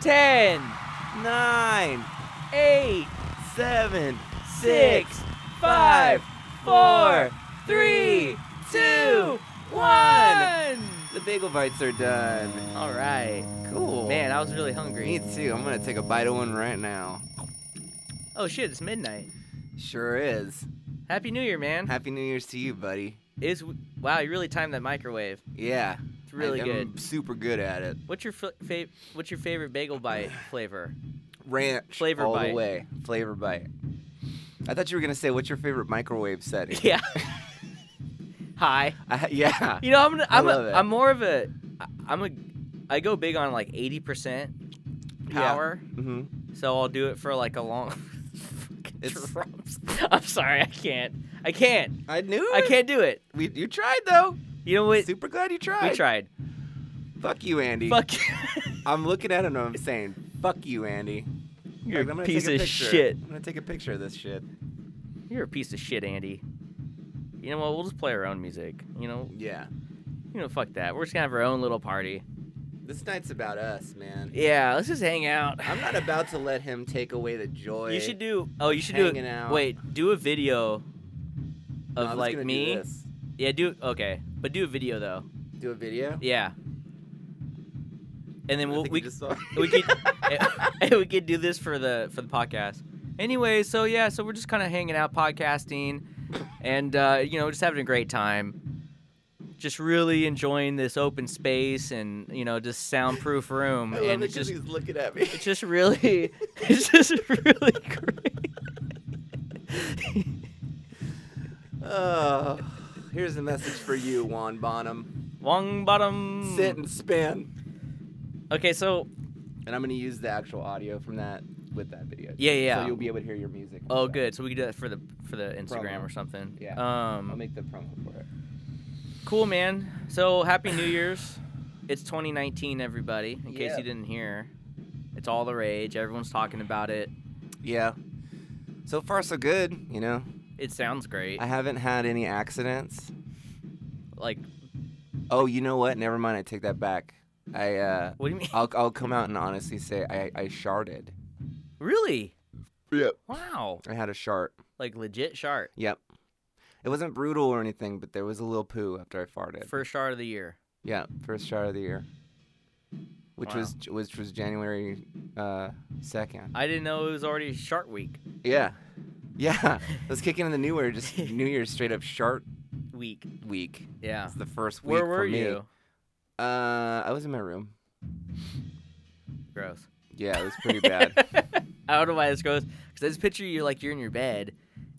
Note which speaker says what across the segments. Speaker 1: Ten,
Speaker 2: nine,
Speaker 1: eight,
Speaker 2: seven,
Speaker 1: six, five, four, three, two, one.
Speaker 2: The bagel bites are done.
Speaker 1: All right.
Speaker 2: Cool.
Speaker 1: Man, I was really
Speaker 2: Me
Speaker 1: hungry.
Speaker 2: too. I'm gonna take a bite of one right now.
Speaker 1: Oh shit, it's midnight.
Speaker 2: Sure is.
Speaker 1: Happy New Year, man.
Speaker 2: Happy New Year's to you, buddy.
Speaker 1: Is wow, you really timed that microwave.
Speaker 2: Yeah.
Speaker 1: It's really
Speaker 2: I-
Speaker 1: good.
Speaker 2: I'm super good at it.
Speaker 1: What's your fl- fa- What's your favorite bagel bite flavor?
Speaker 2: Ranch.
Speaker 1: Flavor
Speaker 2: all
Speaker 1: bite.
Speaker 2: the way. Flavor bite. I thought you were gonna say, "What's your favorite microwave setting?"
Speaker 1: Yeah. Hi.
Speaker 2: I, yeah.
Speaker 1: You know, I'm gonna-
Speaker 2: I
Speaker 1: I'm
Speaker 2: love
Speaker 1: a,
Speaker 2: it.
Speaker 1: I'm more of a I- I'm a I go big on like 80%
Speaker 2: Yeah.
Speaker 1: power,
Speaker 2: hmm
Speaker 1: so I'll do it for like a long
Speaker 2: It's-
Speaker 1: drums. I'm sorry, I can't. I can't.
Speaker 2: I knew.
Speaker 1: I
Speaker 2: it.
Speaker 1: can't do it.
Speaker 2: We, you tried though.
Speaker 1: You know what?
Speaker 2: super glad you tried.
Speaker 1: We tried.
Speaker 2: Fuck you, Andy.
Speaker 1: Fuck you.
Speaker 2: I'm looking at him and I'm saying, "Fuck you, Andy."
Speaker 1: You're
Speaker 2: Like, I'm
Speaker 1: a
Speaker 2: gonna take
Speaker 1: piece
Speaker 2: a
Speaker 1: of
Speaker 2: picture.
Speaker 1: shit.
Speaker 2: I'm gonna take a picture of this shit.
Speaker 1: You're a piece of shit, Andy. You know what? We'll just play our own music. You know,
Speaker 2: Yeah.
Speaker 1: you know, fuck that. We're just gonna have our own little party.
Speaker 2: This night's about us, man.
Speaker 1: Yeah, let's just hang out.
Speaker 2: I'm not about to let him take away the joy.
Speaker 1: You should do. Oh, you should do.
Speaker 2: hanging out.
Speaker 1: Wait, do a video
Speaker 2: No,
Speaker 1: of
Speaker 2: I'm just
Speaker 1: like
Speaker 2: gonna do
Speaker 1: me.
Speaker 2: this.
Speaker 1: yeah, do okay, but do a video though.
Speaker 2: Do, a video.
Speaker 1: Yeah. And then
Speaker 2: I
Speaker 1: we'll,
Speaker 2: think
Speaker 1: we
Speaker 2: you just saw.
Speaker 1: we could eh, we could do this for the for the podcast. Anyway, so yeah, so we're just kind of hanging out, podcasting, and uh, you know, just having a great time. Just really enjoying this open space and you know, just soundproof room,
Speaker 2: I love
Speaker 1: and
Speaker 2: it
Speaker 1: it's
Speaker 2: 'cause
Speaker 1: just
Speaker 2: he's looking at me.
Speaker 1: it's just really it's just really great.
Speaker 2: Oh, here's a message for you, Juan Bonham.
Speaker 1: Wong bottom.
Speaker 2: Sit and spin.
Speaker 1: Okay, so
Speaker 2: And I'm gonna use the actual audio from that with that video.
Speaker 1: Yeah, yeah.
Speaker 2: So you'll be able to hear your music. and
Speaker 1: oh
Speaker 2: stuff.
Speaker 1: good, so we can do that for the for the Instagram
Speaker 2: Promo.
Speaker 1: or something.
Speaker 2: Yeah.
Speaker 1: Um.
Speaker 2: I'll make the promo for it.
Speaker 1: Cool, man. So happy New Year's. It's 2019, everybody. In case
Speaker 2: Yeah.
Speaker 1: you didn't hear, it's all the rage. Everyone's talking about it.
Speaker 2: Yeah. So far, so good. You know,
Speaker 1: It sounds great.
Speaker 2: I haven't had any accidents.
Speaker 1: Like,
Speaker 2: Oh, you know what? Never mind. I take that back. I uh,
Speaker 1: what do you mean?
Speaker 2: I'll I'll come out
Speaker 1: Mm.
Speaker 2: and honestly say I I sharded.
Speaker 1: Really?
Speaker 2: Yep.
Speaker 1: Wow.
Speaker 2: I had a shart.
Speaker 1: Like legit shart.
Speaker 2: Yep. It wasn't brutal or anything, but there was a little poo after I farted.
Speaker 1: First shart of the year.
Speaker 2: Yeah, first shot of the year, which
Speaker 1: Wow.
Speaker 2: was which was January uh, second.
Speaker 1: I didn't know it was already Shart Week.
Speaker 2: Yeah, yeah. Let's kick in the new year. Just New Year's straight up shart
Speaker 1: Week.
Speaker 2: week.
Speaker 1: Yeah.
Speaker 2: It's the first week.
Speaker 1: Where
Speaker 2: for
Speaker 1: were
Speaker 2: me.
Speaker 1: you?
Speaker 2: Uh, I was in my room.
Speaker 1: Gross.
Speaker 2: Yeah, it was pretty bad.
Speaker 1: I don't know why this goes. Because I just picture you like you're in your bed,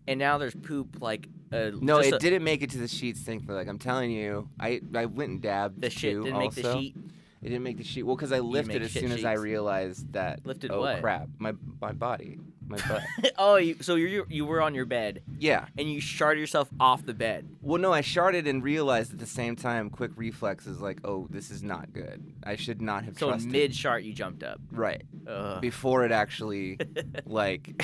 Speaker 1: and now there's poop like. Uh,
Speaker 2: No,
Speaker 1: just
Speaker 2: it
Speaker 1: a-
Speaker 2: didn't make it to the sheets. Thankfully, like I'm telling you, I I went and dabbed.
Speaker 1: The shit
Speaker 2: too,
Speaker 1: didn't make the
Speaker 2: also.
Speaker 1: sheet.
Speaker 2: It didn't make the sheet. Well, because I lifted
Speaker 1: make
Speaker 2: as
Speaker 1: shit
Speaker 2: soon as I
Speaker 1: sheets.
Speaker 2: realized that.
Speaker 1: Lifted
Speaker 2: oh
Speaker 1: what?
Speaker 2: crap! My my body, my butt.
Speaker 1: oh, you, so you you were on your bed.
Speaker 2: yeah.
Speaker 1: and you shard yourself off the bed.
Speaker 2: Well, no, I sharded and realized at the same time, quick reflex is like, oh, this is not good. I should not have
Speaker 1: So
Speaker 2: trusted.
Speaker 1: in mid shart, you jumped up.
Speaker 2: right
Speaker 1: Ugh.
Speaker 2: before it actually like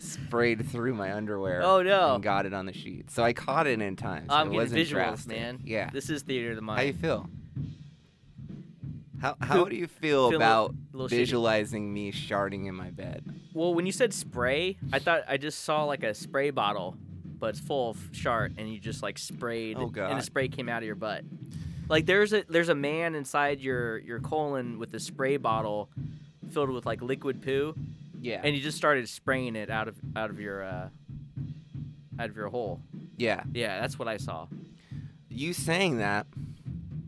Speaker 2: sprayed through my underwear.
Speaker 1: Oh, no.
Speaker 2: And got it on the sheet, so I caught it in time. So
Speaker 1: I'm
Speaker 2: it
Speaker 1: getting
Speaker 2: wasn't
Speaker 1: visuals,
Speaker 2: drastic.
Speaker 1: man.
Speaker 2: Yeah.
Speaker 1: This is theater of the
Speaker 2: How you
Speaker 1: mind.
Speaker 2: feel? How how do you feel
Speaker 1: Feel a
Speaker 2: about
Speaker 1: little shitty.
Speaker 2: visualizing me sharding in my bed?
Speaker 1: Well, when you said spray, I thought I just saw like a spray bottle, but it's full of shart, and you just like sprayed,
Speaker 2: Oh,
Speaker 1: and
Speaker 2: God.
Speaker 1: the spray came out of your butt. Like there's a there's a man inside your your colon with a spray bottle filled with like liquid poo,
Speaker 2: Yeah.
Speaker 1: and you just started spraying it out of out of your uh, out of your hole.
Speaker 2: yeah.
Speaker 1: Yeah, that's what I saw.
Speaker 2: You saying that?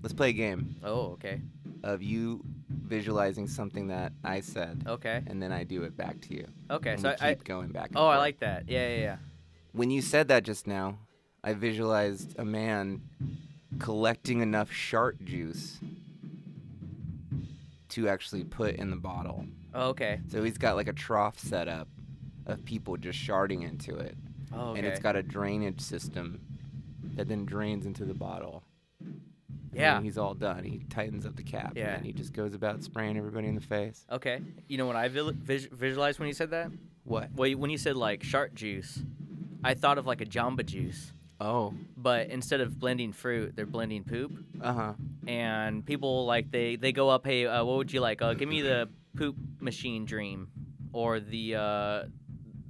Speaker 2: Let's play a game.
Speaker 1: Oh, okay,
Speaker 2: of you visualizing something that I said,
Speaker 1: okay,
Speaker 2: and then I do it back to you.
Speaker 1: okay.
Speaker 2: and
Speaker 1: So
Speaker 2: we
Speaker 1: I, I
Speaker 2: keep going back. and
Speaker 1: oh I
Speaker 2: forth.
Speaker 1: like that. Yeah, yeah, yeah.
Speaker 2: when you said that just now. I visualized a man collecting enough shark juice to actually put in the bottle.
Speaker 1: Oh, okay.
Speaker 2: So he's got like a trough set up of people just sharding into it,
Speaker 1: Oh, okay.
Speaker 2: and it's got a drainage system that then drains into the bottle. And
Speaker 1: Yeah.
Speaker 2: when he's all done. He tightens up the cap,
Speaker 1: Yeah.
Speaker 2: and then he just goes about spraying everybody in the face.
Speaker 1: Okay. You know what I vil- vis- visualized when you said that?
Speaker 2: What?
Speaker 1: Well, you- when you said like shark juice, I thought of like a Jamba juice,
Speaker 2: Oh.
Speaker 1: but instead of blending fruit, they're blending poop,
Speaker 2: Uh huh.
Speaker 1: and people like they they go up. Hey, uh, what would you like? Uh, give me the poop machine dream, or the uh,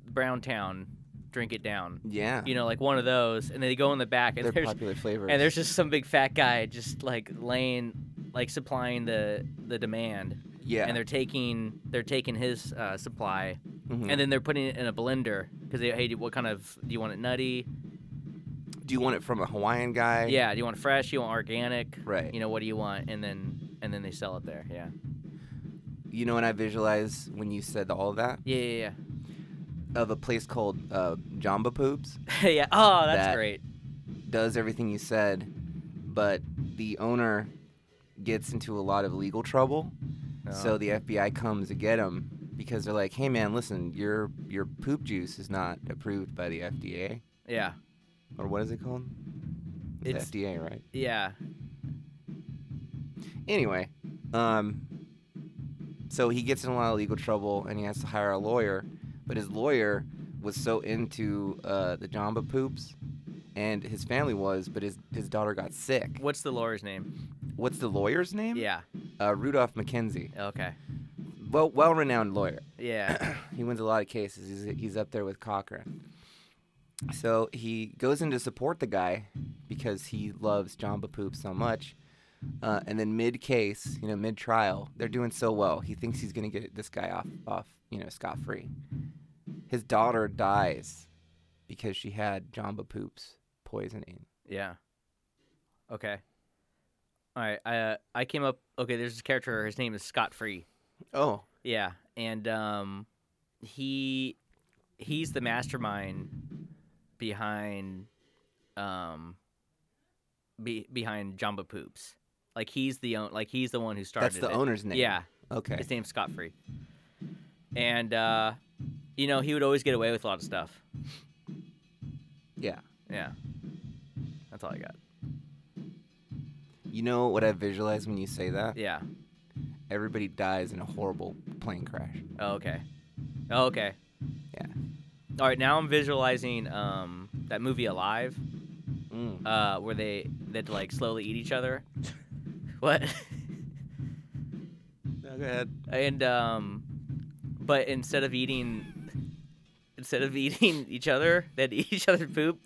Speaker 1: brown town, drink it down.
Speaker 2: Yeah.
Speaker 1: You know, like one of those, and they go in the back, and
Speaker 2: They're
Speaker 1: there's
Speaker 2: popular flavors.
Speaker 1: and there's just some big fat guy just like laying, like supplying the the demand,
Speaker 2: yeah.
Speaker 1: and they're taking they're taking his uh, supply,
Speaker 2: Mhm.
Speaker 1: and then they're putting it in a blender because they hey, do- what kind of do you want it nutty?
Speaker 2: do you want it from a Hawaiian guy?
Speaker 1: Yeah, do you want fresh? You want organic?
Speaker 2: Right.
Speaker 1: You know, what do you want? And then and then they sell it there. Yeah.
Speaker 2: You know, and I visualize when you said all of that
Speaker 1: Yeah, yeah,
Speaker 2: of a place called uh, Jamba Poops
Speaker 1: yeah. yeah. Oh, that's
Speaker 2: That-
Speaker 1: great.
Speaker 2: does everything you said, but the owner gets into a lot of legal trouble. So
Speaker 1: Oh.
Speaker 2: the FBI comes to get him because they're like, "Hey man, listen, your your poop juice is not approved by the FDA
Speaker 1: yeah,
Speaker 2: or what is it called? It's
Speaker 1: It's-
Speaker 2: the FDA, right?
Speaker 1: yeah.
Speaker 2: Anyway, um, so he gets in a lot of legal trouble and he has to hire a lawyer, but his lawyer was so into uh, the Jamba poops, and his family was, but his his daughter got sick.
Speaker 1: What's the lawyer's name?
Speaker 2: What's the lawyer's name?
Speaker 1: Yeah.
Speaker 2: uh, Rudolph McKenzie,
Speaker 1: Okay.
Speaker 2: well well renowned lawyer.
Speaker 1: Yeah.
Speaker 2: he wins a lot of cases. He's, he's up there with Cochran. So he goes in to support the guy because he loves Jamba Poop so much. Uh, and then mid case, you know, mid trial, they're doing so well. He thinks he's gonna get this guy off, off, you know, scot free. His daughter dies because she had Jamba Poop's poisoning.
Speaker 1: Yeah. Okay. All right. I uh, I came up. Okay, there's this character. His name is Scott Free.
Speaker 2: Oh,
Speaker 1: Yeah, and um, he he's the mastermind behind um be, behind Jamba Poops. Like he's the own. Like he's the one who started.
Speaker 2: that's the
Speaker 1: it.
Speaker 2: owner's name.
Speaker 1: Yeah.
Speaker 2: Okay.
Speaker 1: His name's Scott Free. And uh, you know, he would always get away with a lot of stuff.
Speaker 2: Yeah.
Speaker 1: Yeah. That's all I got.
Speaker 2: You know what I visualize when you say that?
Speaker 1: Yeah.
Speaker 2: Everybody dies in a horrible plane crash.
Speaker 1: Oh, okay. Oh, okay.
Speaker 2: Yeah.
Speaker 1: All right, now I'm visualizing um that movie Alive,
Speaker 2: Mm.
Speaker 1: uh, where they that like slowly eat each other. what?
Speaker 2: No, go ahead.
Speaker 1: and um, but instead of eating, instead of eating each other, they'd eat each other's poop.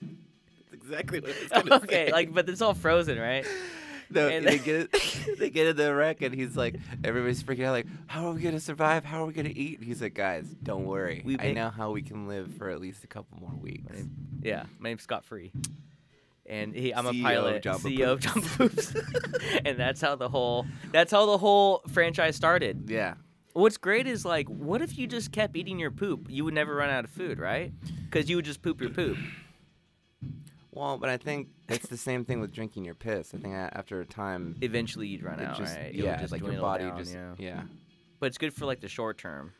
Speaker 2: That's exactly what it's gonna
Speaker 1: okay,
Speaker 2: say.
Speaker 1: like but it's all frozen, right?
Speaker 2: no,
Speaker 1: and
Speaker 2: they
Speaker 1: then-
Speaker 2: get it, they get in the wreck, and he's like, everybody's freaking out, like, how are we gonna survive? How are we gonna eat? And he's like, guys, don't worry,
Speaker 1: We
Speaker 2: I
Speaker 1: make-
Speaker 2: know how we can live for at least a couple more weeks.
Speaker 1: Right. Yeah, my name's Scott Free, and he, I'm
Speaker 2: CEO
Speaker 1: a pilot,
Speaker 2: Jamba
Speaker 1: CEO of Jump Poops, and that's how the whole that's how the whole franchise started.
Speaker 2: Yeah,
Speaker 1: What's great is like, what if you just kept eating your poop? You would never run out of food, right? Because you would just poop your poop.
Speaker 2: well, but I think it's the same thing with drinking your piss. I think a- after a time,
Speaker 1: Eventually, you'd run
Speaker 2: it
Speaker 1: out,
Speaker 2: just
Speaker 1: right? It would
Speaker 2: yeah,
Speaker 1: just
Speaker 2: like your
Speaker 1: dwindle
Speaker 2: body
Speaker 1: down,
Speaker 2: just
Speaker 1: yeah.
Speaker 2: yeah.
Speaker 1: But it's good for like the short term.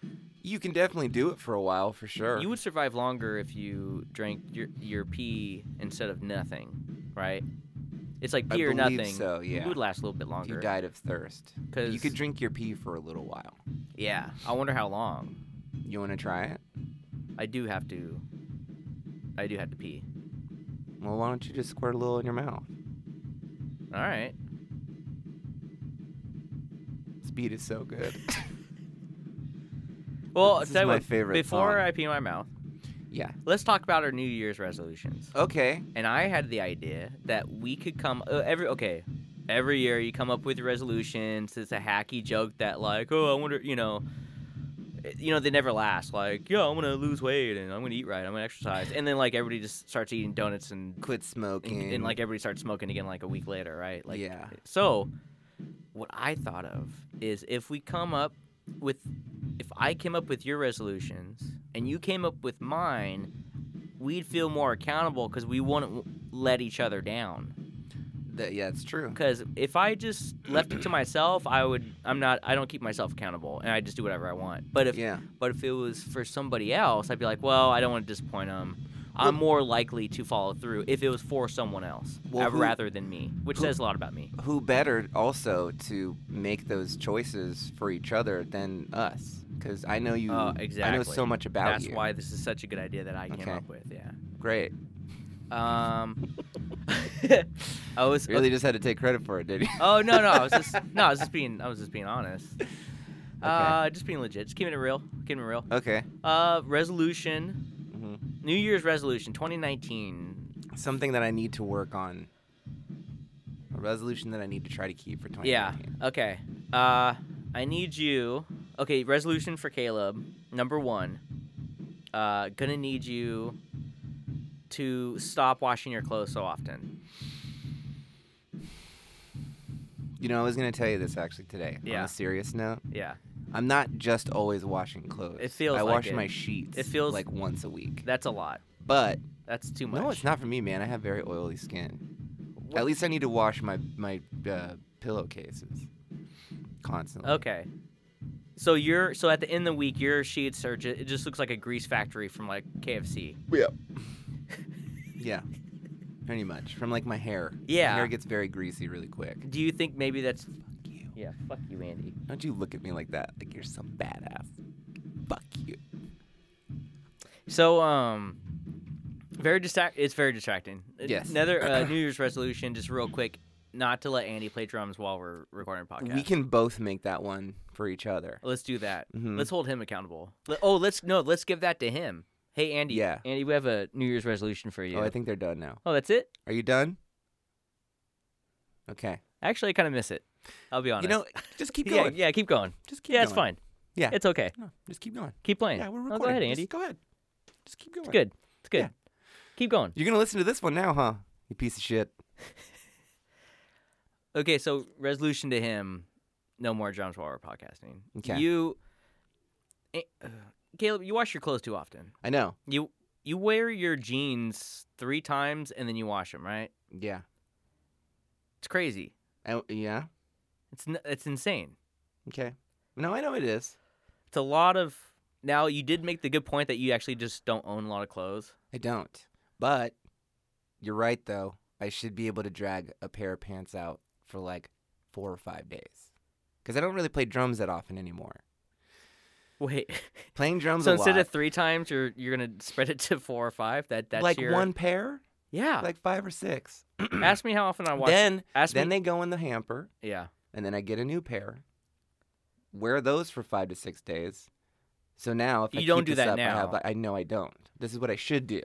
Speaker 2: You can definitely do it for a while for sure.
Speaker 1: You would survive longer if you drank your your pee instead of nothing, right? It's like
Speaker 2: I
Speaker 1: pee or
Speaker 2: believe
Speaker 1: nothing.
Speaker 2: so,
Speaker 1: You
Speaker 2: yeah.
Speaker 1: would last a little bit
Speaker 2: if you
Speaker 1: longer.
Speaker 2: died of thirst,
Speaker 1: Cause
Speaker 2: you could drink your pee for a little while.
Speaker 1: yeah. I wonder how long.
Speaker 2: You want to try it?
Speaker 1: I do have to. I do have to pee.
Speaker 2: Well, why don't you just squirt a little in your mouth?
Speaker 1: All right.
Speaker 2: Speed is so good.
Speaker 1: Well,
Speaker 2: This is
Speaker 1: tell you
Speaker 2: my
Speaker 1: what,
Speaker 2: favorite
Speaker 1: Before
Speaker 2: song.
Speaker 1: I pee my mouth,
Speaker 2: yeah.
Speaker 1: let's talk about our New Year's resolutions.
Speaker 2: Okay.
Speaker 1: and I had the idea that we could come uh, every okay, every year you come up with your resolutions. It's a hacky joke that like, oh, I wonder, you know, eh, you know they never last. Like, yeah, I'm gonna lose weight and I'm gonna eat right. I'm gonna exercise, and then like everybody just starts eating donuts and
Speaker 2: Quit smoking.
Speaker 1: and, and like everybody starts smoking again like a week later, right? Like,
Speaker 2: yeah.
Speaker 1: so, what I thought of is if we come up with, if I came up with your resolutions and you came up with mine, we'd feel more accountable because we wouldn't w- let each other down.
Speaker 2: That, yeah, it's true.
Speaker 1: Because if I just left it to myself, I would, I'm not, I don't keep myself accountable and I just do whatever I want. But if,
Speaker 2: yeah.
Speaker 1: but if it was for somebody else, I'd be like, well, I don't want to disappoint them. I'm more likely to follow through if it was for someone else
Speaker 2: Well,
Speaker 1: uh,
Speaker 2: who-
Speaker 1: rather than me, which
Speaker 2: who-
Speaker 1: says a lot about me.
Speaker 2: Who better also to make those choices for each other than us? Because I know you.
Speaker 1: Oh,
Speaker 2: I know
Speaker 1: exactly.
Speaker 2: so much about
Speaker 1: That's
Speaker 2: you.
Speaker 1: why this is such a good idea that I came
Speaker 2: Okay.
Speaker 1: up with. Yeah.
Speaker 2: Great.
Speaker 1: Um, I was
Speaker 2: Really, just had to take credit for it, did you?
Speaker 1: Oh no no I was just no I was just being I was just being honest. Uh, just being legit. Just keeping it real. Keeping it real.
Speaker 2: okay.
Speaker 1: Uh, resolution.
Speaker 2: hmm
Speaker 1: New Year's resolution 2019.
Speaker 2: Something that I need to work on. A resolution that I need to try to keep for 2019.
Speaker 1: Yeah. Okay. Uh, I need you. Okay, resolution for Caleb. Number one. Uh, gonna need you to stop washing your clothes so often.
Speaker 2: You know, I was gonna tell you this actually today. On
Speaker 1: Yeah.
Speaker 2: a serious note,
Speaker 1: Yeah.
Speaker 2: I'm not just always washing clothes.
Speaker 1: It feels
Speaker 2: I
Speaker 1: like
Speaker 2: wash
Speaker 1: it.
Speaker 2: my sheets.
Speaker 1: It feels-
Speaker 2: like once a week.
Speaker 1: That's a lot.
Speaker 2: But
Speaker 1: That's too much.
Speaker 2: no, it's not for me, man. I have very oily skin.
Speaker 1: What-
Speaker 2: At least I need to wash my my uh, pillowcases constantly.
Speaker 1: Okay. So you're so at the end of the week your sheets are ju- it just looks like a grease factory from like KFC.
Speaker 2: Yeah. yeah. Pretty much. From like my hair.
Speaker 1: Yeah.
Speaker 2: My hair gets very greasy really quick.
Speaker 1: Do you think maybe that's
Speaker 2: Fuck you.
Speaker 1: yeah? Fuck you, Andy.
Speaker 2: Don't you look at me like that. Like you're some badass. Fuck you.
Speaker 1: So um, very distract. It's very distracting. Uh,
Speaker 2: Yes.
Speaker 1: Another uh, New Year's resolution, just real quick, not to let Andy play drums while we're recording a podcast.
Speaker 2: We can both make that one for each other.
Speaker 1: Let's do that.
Speaker 2: Mhm.
Speaker 1: Let's hold him accountable. Le- oh, let's no. Let's give that to him. Hey, Andy.
Speaker 2: Yeah.
Speaker 1: Andy, we have a New Year's resolution for you.
Speaker 2: Oh, I think they're done now.
Speaker 1: Oh, that's it.
Speaker 2: Are you done? Okay.
Speaker 1: Actually, I kind of miss it. I'll be honest.
Speaker 2: You know, just keep
Speaker 1: yeah,
Speaker 2: going.
Speaker 1: yeah. Keep going.
Speaker 2: Just keep
Speaker 1: Yeah,
Speaker 2: going.
Speaker 1: it's fine.
Speaker 2: Yeah.
Speaker 1: It's okay.
Speaker 2: No, just keep going.
Speaker 1: Keep playing.
Speaker 2: Yeah, we're
Speaker 1: Oh,
Speaker 2: recording.
Speaker 1: go ahead,
Speaker 2: Just
Speaker 1: Andy.
Speaker 2: go ahead. Just keep going.
Speaker 1: It's good. It's good.
Speaker 2: Yeah.
Speaker 1: Keep going.
Speaker 2: You're gonna listen to this one now, huh? You piece of shit.
Speaker 1: Okay, so resolution to him: no more drums while we're podcasting.
Speaker 2: Okay.
Speaker 1: You, eh, uh, Caleb, you wash your clothes too often.
Speaker 2: I know.
Speaker 1: You you wear your jeans three times and then you wash them. Right?
Speaker 2: Yeah.
Speaker 1: It's crazy.
Speaker 2: I, yeah.
Speaker 1: It's n- it's insane.
Speaker 2: Okay. No, I know it is.
Speaker 1: It's a lot of. Now you did make the good point that you actually just don't own a lot of clothes.
Speaker 2: I don't. But you're right, though. I should be able to drag a pair of pants out for like four or five days. Because I don't really play drums that often anymore.
Speaker 1: Wait.
Speaker 2: Playing drums
Speaker 1: so
Speaker 2: a
Speaker 1: instead
Speaker 2: lot,
Speaker 1: of three times, you're you're gonna spread it to four or five. That that's
Speaker 2: like
Speaker 1: your,
Speaker 2: one pair,
Speaker 1: Yeah.
Speaker 2: like five or six.
Speaker 1: ask me how often I wash.
Speaker 2: Then,
Speaker 1: ask
Speaker 2: then
Speaker 1: me.
Speaker 2: they go in the hamper,
Speaker 1: yeah.
Speaker 2: and then I get a new pair. Wear those for five to six days. So now, if I
Speaker 1: You don't
Speaker 2: keep
Speaker 1: do
Speaker 2: this
Speaker 1: that
Speaker 2: up, I, have,
Speaker 1: now.
Speaker 2: I know I don't. This is what I should do.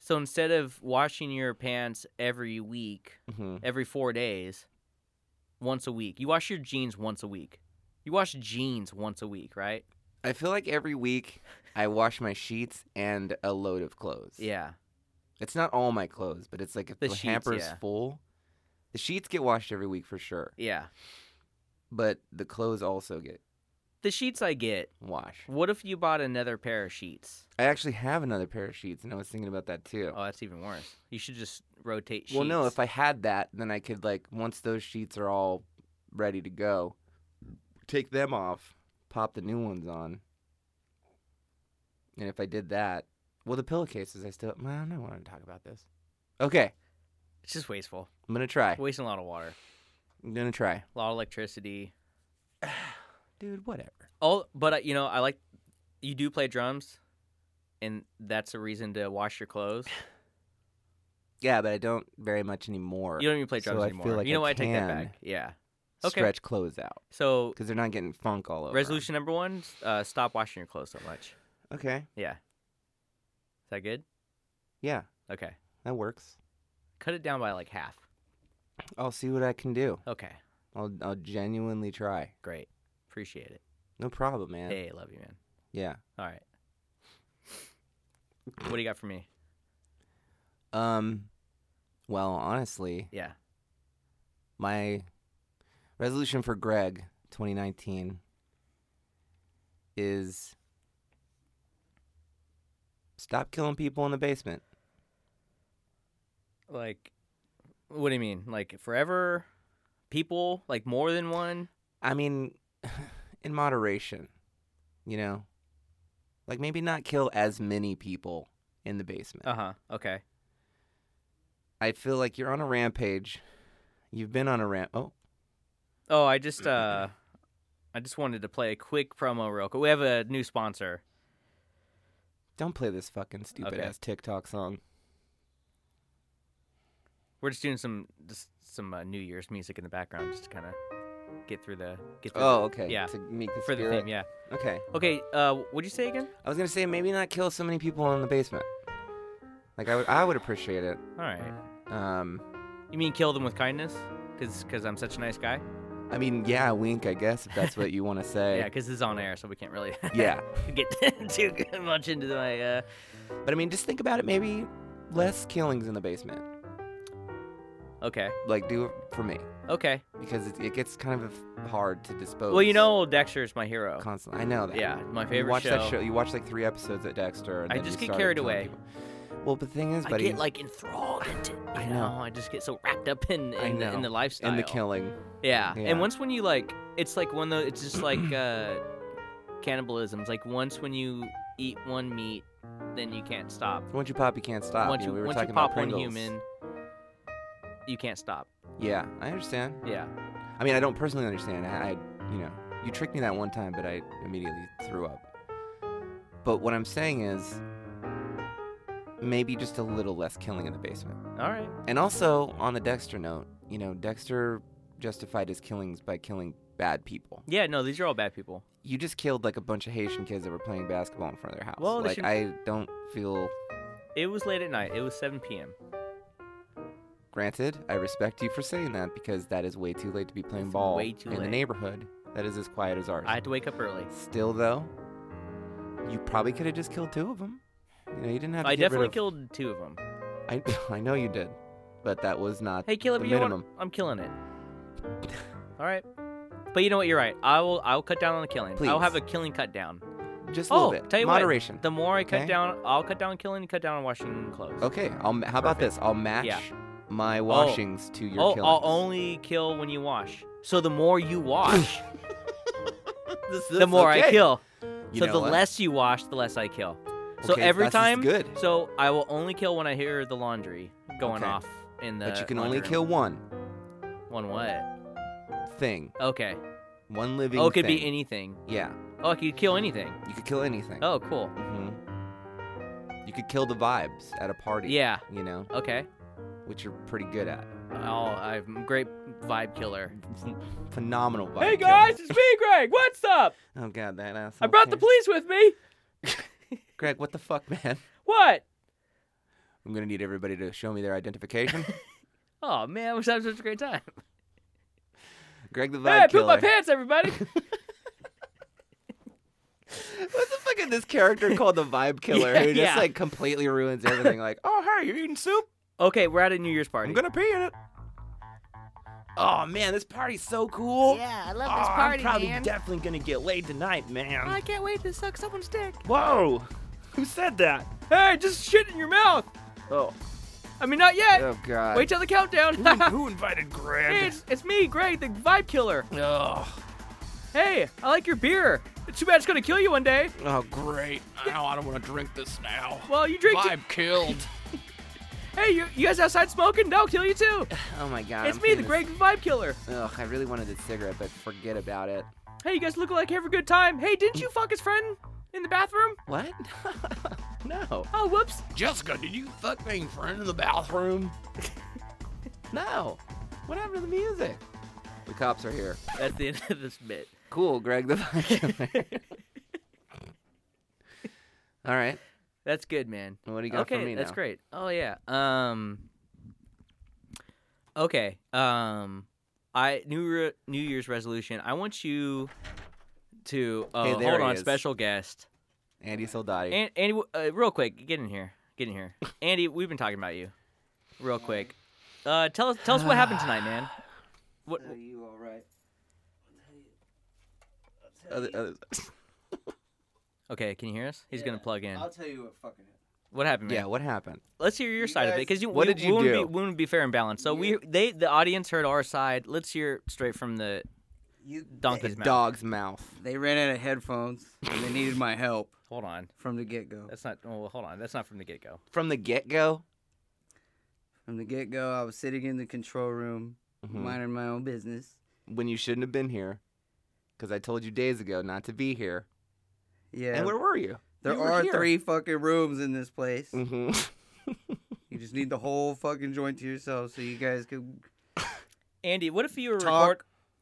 Speaker 1: So instead of washing your pants every week,
Speaker 2: hmm
Speaker 1: every four days, once a week, you wash your jeans once a week. You wash jeans once a week, right?
Speaker 2: I feel like every week I wash my sheets and a load of clothes.
Speaker 1: Yeah.
Speaker 2: It's not all my clothes, but it's like if
Speaker 1: The
Speaker 2: the,
Speaker 1: sheets,
Speaker 2: hamper's
Speaker 1: yeah.
Speaker 2: full. The sheets get washed every week for sure,
Speaker 1: Yeah.
Speaker 2: but the clothes also get
Speaker 1: The sheets I get.
Speaker 2: washed.
Speaker 1: What if you bought another pair of sheets?
Speaker 2: I actually have another pair of sheets, and I was thinking about that too.
Speaker 1: Oh, that's even worse. You should just rotate sheets.
Speaker 2: well, no, if I had that, then I could like once those sheets are all ready to go, take them off, pop the new ones on, and if I did that, well, the pillowcases I still. Well, I don't want to talk about this. Okay,
Speaker 1: It's just wasteful.
Speaker 2: I'm gonna try.
Speaker 1: Wasting a lot of water,
Speaker 2: I'm gonna try,
Speaker 1: a lot of electricity.
Speaker 2: dude. Whatever.
Speaker 1: Oh, but uh, you know, I like you do play drums, and that's a reason to wash your clothes.
Speaker 2: Yeah, but I don't very much anymore.
Speaker 1: You don't even play
Speaker 2: So
Speaker 1: drums
Speaker 2: I feel
Speaker 1: anymore.
Speaker 2: like
Speaker 1: you know
Speaker 2: I
Speaker 1: what? I take that
Speaker 2: can.
Speaker 1: back. Yeah. Okay.
Speaker 2: stretch clothes out
Speaker 1: So
Speaker 2: because they're not getting funk all over. 'em.
Speaker 1: resolution number one: uh, stop washing your clothes so much. Is
Speaker 2: Okay.
Speaker 1: that good?
Speaker 2: Yeah,
Speaker 1: Okay.
Speaker 2: that works.
Speaker 1: Cut it down by like half.
Speaker 2: I'll see what I can do.
Speaker 1: Okay.
Speaker 2: I'll I'll genuinely try.
Speaker 1: Great. Appreciate it.
Speaker 2: No problem, man.
Speaker 1: Hey, love you, man.
Speaker 2: Yeah.
Speaker 1: All right. What do you got for me?
Speaker 2: Um. Well, honestly,
Speaker 1: Yeah.
Speaker 2: my resolution for Greg 2019 is stop killing people in the basement.
Speaker 1: Like, what do you mean? Like forever? People? Like more than one?
Speaker 2: I mean, in moderation, you know? Like maybe not kill as many people in the basement.
Speaker 1: Uh huh. Okay.
Speaker 2: I feel like you're on a rampage. You've been on a ramp. Oh,
Speaker 1: Oh, I just uh, I just wanted to play a quick promo real quick. We have a new sponsor.
Speaker 2: don't play this fucking stupid
Speaker 1: Okay.
Speaker 2: ass TikTok song.
Speaker 1: We're just doing some just some uh, New Year's music in the background just to kind of get through the get through
Speaker 2: Oh, okay.
Speaker 1: Yeah.
Speaker 2: To meet the
Speaker 1: the, for the
Speaker 2: spirit.
Speaker 1: theme. Yeah.
Speaker 2: Okay.
Speaker 1: Okay. Uh, what'd you say again?
Speaker 2: I was gonna say maybe not kill so many people in the basement. Like I would, I would appreciate it.
Speaker 1: All right.
Speaker 2: Um,
Speaker 1: You mean kill them with kindness? Because cause I'm such a nice guy.
Speaker 2: I mean, yeah, wink, I guess if that's what you want to
Speaker 1: Yeah,
Speaker 2: say.
Speaker 1: because this is on air, so we can't really
Speaker 2: yeah.
Speaker 1: get too much into my. Uh...
Speaker 2: But I mean, just think about it. Maybe less killings in the basement.
Speaker 1: Okay.
Speaker 2: Like do it for me
Speaker 1: Okay.
Speaker 2: because it, it gets kind of hard to dispose.
Speaker 1: Well, you know, old Dexter is my hero.
Speaker 2: constantly. Oh, I know that.
Speaker 1: Yeah, my
Speaker 2: you
Speaker 1: favorite
Speaker 2: watch
Speaker 1: show.
Speaker 2: that show. You watch like three episodes at Dexter. And
Speaker 1: I
Speaker 2: then
Speaker 1: just
Speaker 2: you
Speaker 1: get
Speaker 2: started
Speaker 1: carried
Speaker 2: killing
Speaker 1: away.
Speaker 2: people. Well, but the thing is,
Speaker 1: I
Speaker 2: buddy,
Speaker 1: get like enthralled into. You
Speaker 2: I
Speaker 1: I
Speaker 2: know.
Speaker 1: know. I just get so wrapped up in
Speaker 2: I
Speaker 1: in, the-
Speaker 2: know.
Speaker 1: in the lifestyle.
Speaker 2: in the killing.
Speaker 1: Yeah.
Speaker 2: Yeah.
Speaker 1: And once when you like, it's like one though. It's just like uh, cannibalism. It's like once when you eat one meat, then you can't stop.
Speaker 2: Once you pop, you can't stop.
Speaker 1: once
Speaker 2: you
Speaker 1: you
Speaker 2: know, we were
Speaker 1: once
Speaker 2: talking
Speaker 1: you pop
Speaker 2: about
Speaker 1: one
Speaker 2: Pringles.
Speaker 1: human, you can't stop.
Speaker 2: Yeah, I understand.
Speaker 1: Yeah.
Speaker 2: I mean, I don't personally understand. I, I, you know, you tricked me that one time, but I immediately threw up. But what I'm saying is, maybe just a little less killing in the basement.
Speaker 1: All right.
Speaker 2: And also on the Dexter note, you know, Dexter justified his killings by killing bad people.
Speaker 1: Yeah. No, these are all bad people.
Speaker 2: You just killed like a bunch of Haitian kids that were playing basketball in front of their house.
Speaker 1: Well, they
Speaker 2: like
Speaker 1: should-
Speaker 2: I don't feel.
Speaker 1: It was late at night. It was 7 p.m.
Speaker 2: Granted, I respect you for saying that because that is way too late to be playing
Speaker 1: It's
Speaker 2: ball
Speaker 1: way too
Speaker 2: in the
Speaker 1: late.
Speaker 2: neighborhood that is as quiet as ours.
Speaker 1: I had to wake up early.
Speaker 2: Still, though, you probably could have just killed two of them. You know, you didn't have to.
Speaker 1: I
Speaker 2: get
Speaker 1: definitely
Speaker 2: rid
Speaker 1: killed two of them.
Speaker 2: of, I, I know you did, but that was not.
Speaker 1: Hey, Caleb,
Speaker 2: The
Speaker 1: you know what?
Speaker 2: minimum.
Speaker 1: I'm killing it. All right. But you know what? You're right. I will. I will cut down on the killing. I'll
Speaker 2: Please.
Speaker 1: have a killing cut down.
Speaker 2: Just a
Speaker 1: Oh,
Speaker 2: little bit.
Speaker 1: tell you what,
Speaker 2: Moderation.
Speaker 1: The more I cut
Speaker 2: Okay.
Speaker 1: down, I'll cut down killing, cut down on washing clothes.
Speaker 2: okay. I'll, ma- how about
Speaker 1: Perfect.
Speaker 2: this? I'll match
Speaker 1: Yeah.
Speaker 2: my washings to your
Speaker 1: oh,
Speaker 2: killings.
Speaker 1: I'll only kill when you wash. So the more you wash,
Speaker 2: This-
Speaker 1: the
Speaker 2: this-
Speaker 1: more I
Speaker 2: okay.
Speaker 1: kill.
Speaker 2: You
Speaker 1: so
Speaker 2: know
Speaker 1: the
Speaker 2: what?
Speaker 1: less you wash, the less I kill. So
Speaker 2: Okay,
Speaker 1: every
Speaker 2: that's just
Speaker 1: time,
Speaker 2: good.
Speaker 1: so I will only kill when I hear the laundry going
Speaker 2: Okay.
Speaker 1: off in the.
Speaker 2: But you can
Speaker 1: laundry
Speaker 2: only
Speaker 1: room.
Speaker 2: kill one
Speaker 1: one what?
Speaker 2: thing,
Speaker 1: Okay.
Speaker 2: one living.
Speaker 1: Oh, it could be
Speaker 2: thing.
Speaker 1: anything.
Speaker 2: Yeah,
Speaker 1: Oh, I could kill anything.
Speaker 2: you could kill anything.
Speaker 1: Oh, cool.
Speaker 2: hmm You could kill the vibes at a party.
Speaker 1: Yeah.
Speaker 2: You know,
Speaker 1: Okay.
Speaker 2: which you're pretty good at.
Speaker 1: Oh, I'm a great vibe killer.
Speaker 2: Phenomenal vibe.
Speaker 1: hey
Speaker 2: killer.
Speaker 1: guys, it's me, Greg. What's up?
Speaker 2: Oh god, that ass.
Speaker 1: I brought the police with me.
Speaker 2: Greg, what the fuck, man?
Speaker 1: What?
Speaker 2: I'm gonna need everybody to show me their identification.
Speaker 1: Oh man, we're having such a great time.
Speaker 2: Greg the
Speaker 1: Hey,
Speaker 2: Vibe
Speaker 1: I
Speaker 2: Killer.
Speaker 1: pooped my pants, everybody.
Speaker 2: What the fuck is this character called the Vibe Killer
Speaker 1: Yeah,
Speaker 2: who just
Speaker 1: yeah.
Speaker 2: like completely ruins everything? like, oh hey, you're eating soup?
Speaker 1: okay, we're at a New Year's party.
Speaker 2: I'm gonna pee in it. Oh man, this party's so cool.
Speaker 3: Yeah, I love
Speaker 2: Oh,
Speaker 3: this
Speaker 2: I'm
Speaker 3: party,
Speaker 2: probably
Speaker 3: man.
Speaker 2: definitely gonna get laid tonight, man.
Speaker 3: I can't wait to suck someone's dick.
Speaker 2: Whoa, who said that?
Speaker 1: Hey, just shit in your mouth.
Speaker 2: Oh,
Speaker 1: I mean, not yet.
Speaker 2: oh god.
Speaker 1: Wait till the countdown.
Speaker 2: who, who invited
Speaker 1: hey,
Speaker 2: Greg?
Speaker 1: it's, it's me, Greg, the vibe killer.
Speaker 2: Oh,
Speaker 1: Hey, I like your beer. It's too bad it's gonna kill you one day.
Speaker 2: oh great. Ow, I don't want to drink this now.
Speaker 1: Well, you drink. it-
Speaker 2: killed.
Speaker 1: Hey, you, you guys outside smoking? That'll kill you too.
Speaker 2: Oh my god.
Speaker 1: it's
Speaker 2: I'm
Speaker 1: me, the
Speaker 2: feeling
Speaker 1: Greg vibe killer.
Speaker 2: Ugh, I really wanted a cigarette, but forget about it.
Speaker 1: Hey, you guys look like you have a good time. Hey, didn't you fuck his friend in the bathroom?
Speaker 2: What? no.
Speaker 1: Oh, whoops.
Speaker 2: Jessica, did you fuck my friend in the bathroom? no. What happened to the music? The cops are here.
Speaker 1: That's the end of this bit.
Speaker 2: Cool, Greg the Viking. All right.
Speaker 1: That's good, man.
Speaker 2: What do you got
Speaker 1: okay,
Speaker 2: for me
Speaker 1: that's
Speaker 2: now?
Speaker 1: great. Oh yeah. Um. Okay. Um. I new re- New Year's resolution. I want you to oh,
Speaker 2: Hey, there
Speaker 1: hold
Speaker 2: he
Speaker 1: on,
Speaker 2: is.
Speaker 1: special guest.
Speaker 2: Andy Soldati.
Speaker 1: And Andy, w- uh, real quick, get in here. Get in here, Andy. We've been talking about you. Real quick, uh, tell us tell us what happened tonight, man. What?
Speaker 2: you all right? Other, others-
Speaker 1: Okay, can you hear us? He's gonna plug in.
Speaker 4: I'll tell you what fucking happened.
Speaker 1: What happened, man?
Speaker 2: yeah, what happened?
Speaker 1: Let's hear your
Speaker 4: You
Speaker 1: side of it,
Speaker 4: guys-
Speaker 1: because you,
Speaker 2: What
Speaker 1: we,
Speaker 2: did
Speaker 1: we
Speaker 2: you do?
Speaker 1: Wouldn't be, we wouldn't be fair and balanced. So we, they, the audience heard our side. Let's hear straight from the
Speaker 4: You
Speaker 1: donkey's mouth.
Speaker 2: Dog's mouth.
Speaker 4: They, they ran out of headphones and they needed my help
Speaker 1: Hold on,
Speaker 4: from the get go.
Speaker 1: that's not. oh, Well, hold on, that's not from the get go.
Speaker 2: From the get go?
Speaker 4: From the get go, I was sitting in the control room,
Speaker 1: Mm-hmm.
Speaker 4: minding my own business.
Speaker 2: When you shouldn't have been here. Because I told you days ago not to be here.
Speaker 4: Yeah.
Speaker 2: And where were you?
Speaker 4: there
Speaker 2: you were
Speaker 4: are
Speaker 2: here.
Speaker 1: Mm.
Speaker 4: three fucking rooms in this place.
Speaker 2: Mm-hmm.
Speaker 4: You You just need the whole fucking joint to yourself so you guys can.
Speaker 1: Andy, what if you were
Speaker 4: Talk.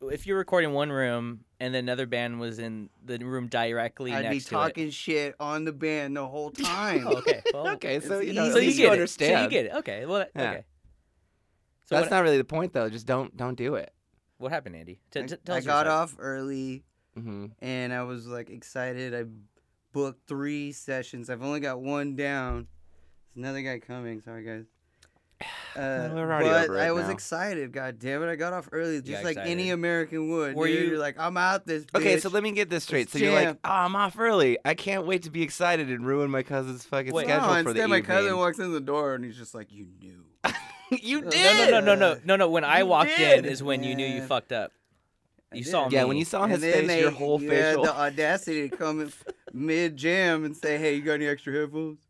Speaker 1: record- if you were recording one room and then another band was in the room directly
Speaker 4: I'd
Speaker 1: next
Speaker 4: be
Speaker 1: to it?
Speaker 4: talking shit on the band the whole time.
Speaker 1: Oh, okay. Well,
Speaker 2: okay, so
Speaker 4: it's
Speaker 2: you know,
Speaker 4: easy.
Speaker 2: at
Speaker 1: So you
Speaker 2: least
Speaker 1: get
Speaker 2: you
Speaker 1: it.
Speaker 2: understand.
Speaker 1: So you get it. Okay. Well,
Speaker 2: Yeah.
Speaker 1: okay. So
Speaker 2: That's
Speaker 1: what,
Speaker 2: not really the point though. Just don't don't do it.
Speaker 1: what happened, Andy? T-
Speaker 4: I-
Speaker 1: t- tell
Speaker 4: I
Speaker 1: us your side.
Speaker 4: got off early
Speaker 2: hmm
Speaker 4: and I was like excited. I booked three sessions. I've only got one down. There's another guy coming. Sorry, guys. Uh,
Speaker 2: We're already
Speaker 4: but
Speaker 2: over it
Speaker 4: I was
Speaker 2: now.
Speaker 4: excited. God damn it! I got off early, just like any
Speaker 1: excited.
Speaker 4: American would.
Speaker 1: Were
Speaker 4: dude.
Speaker 1: you-
Speaker 4: You're like, I'm out this. Bitch.
Speaker 2: Okay, so let me get this straight.
Speaker 4: Let's
Speaker 2: So you're like,
Speaker 4: jam.
Speaker 2: oh, I'm off early. I can't wait to be excited and ruin my cousin's fucking
Speaker 1: Wait.
Speaker 2: schedule
Speaker 4: no,
Speaker 2: for
Speaker 4: instead
Speaker 2: the
Speaker 4: my
Speaker 2: evening.
Speaker 4: cousin walks in the door and he's just like, you knew.
Speaker 2: you
Speaker 4: No,
Speaker 2: did.
Speaker 1: No, no, no, no, no, no. When I
Speaker 4: You
Speaker 1: walked in
Speaker 4: did.
Speaker 1: is when you knew you
Speaker 4: Yeah.
Speaker 1: fucked up.
Speaker 4: I
Speaker 1: You
Speaker 4: did.
Speaker 1: saw me.
Speaker 2: Yeah, when you saw his
Speaker 4: And then
Speaker 2: face, your
Speaker 4: they-
Speaker 2: whole
Speaker 4: you
Speaker 2: facial.
Speaker 4: had the audacity to come mid jam and say, "Hey, you got any extra headphones?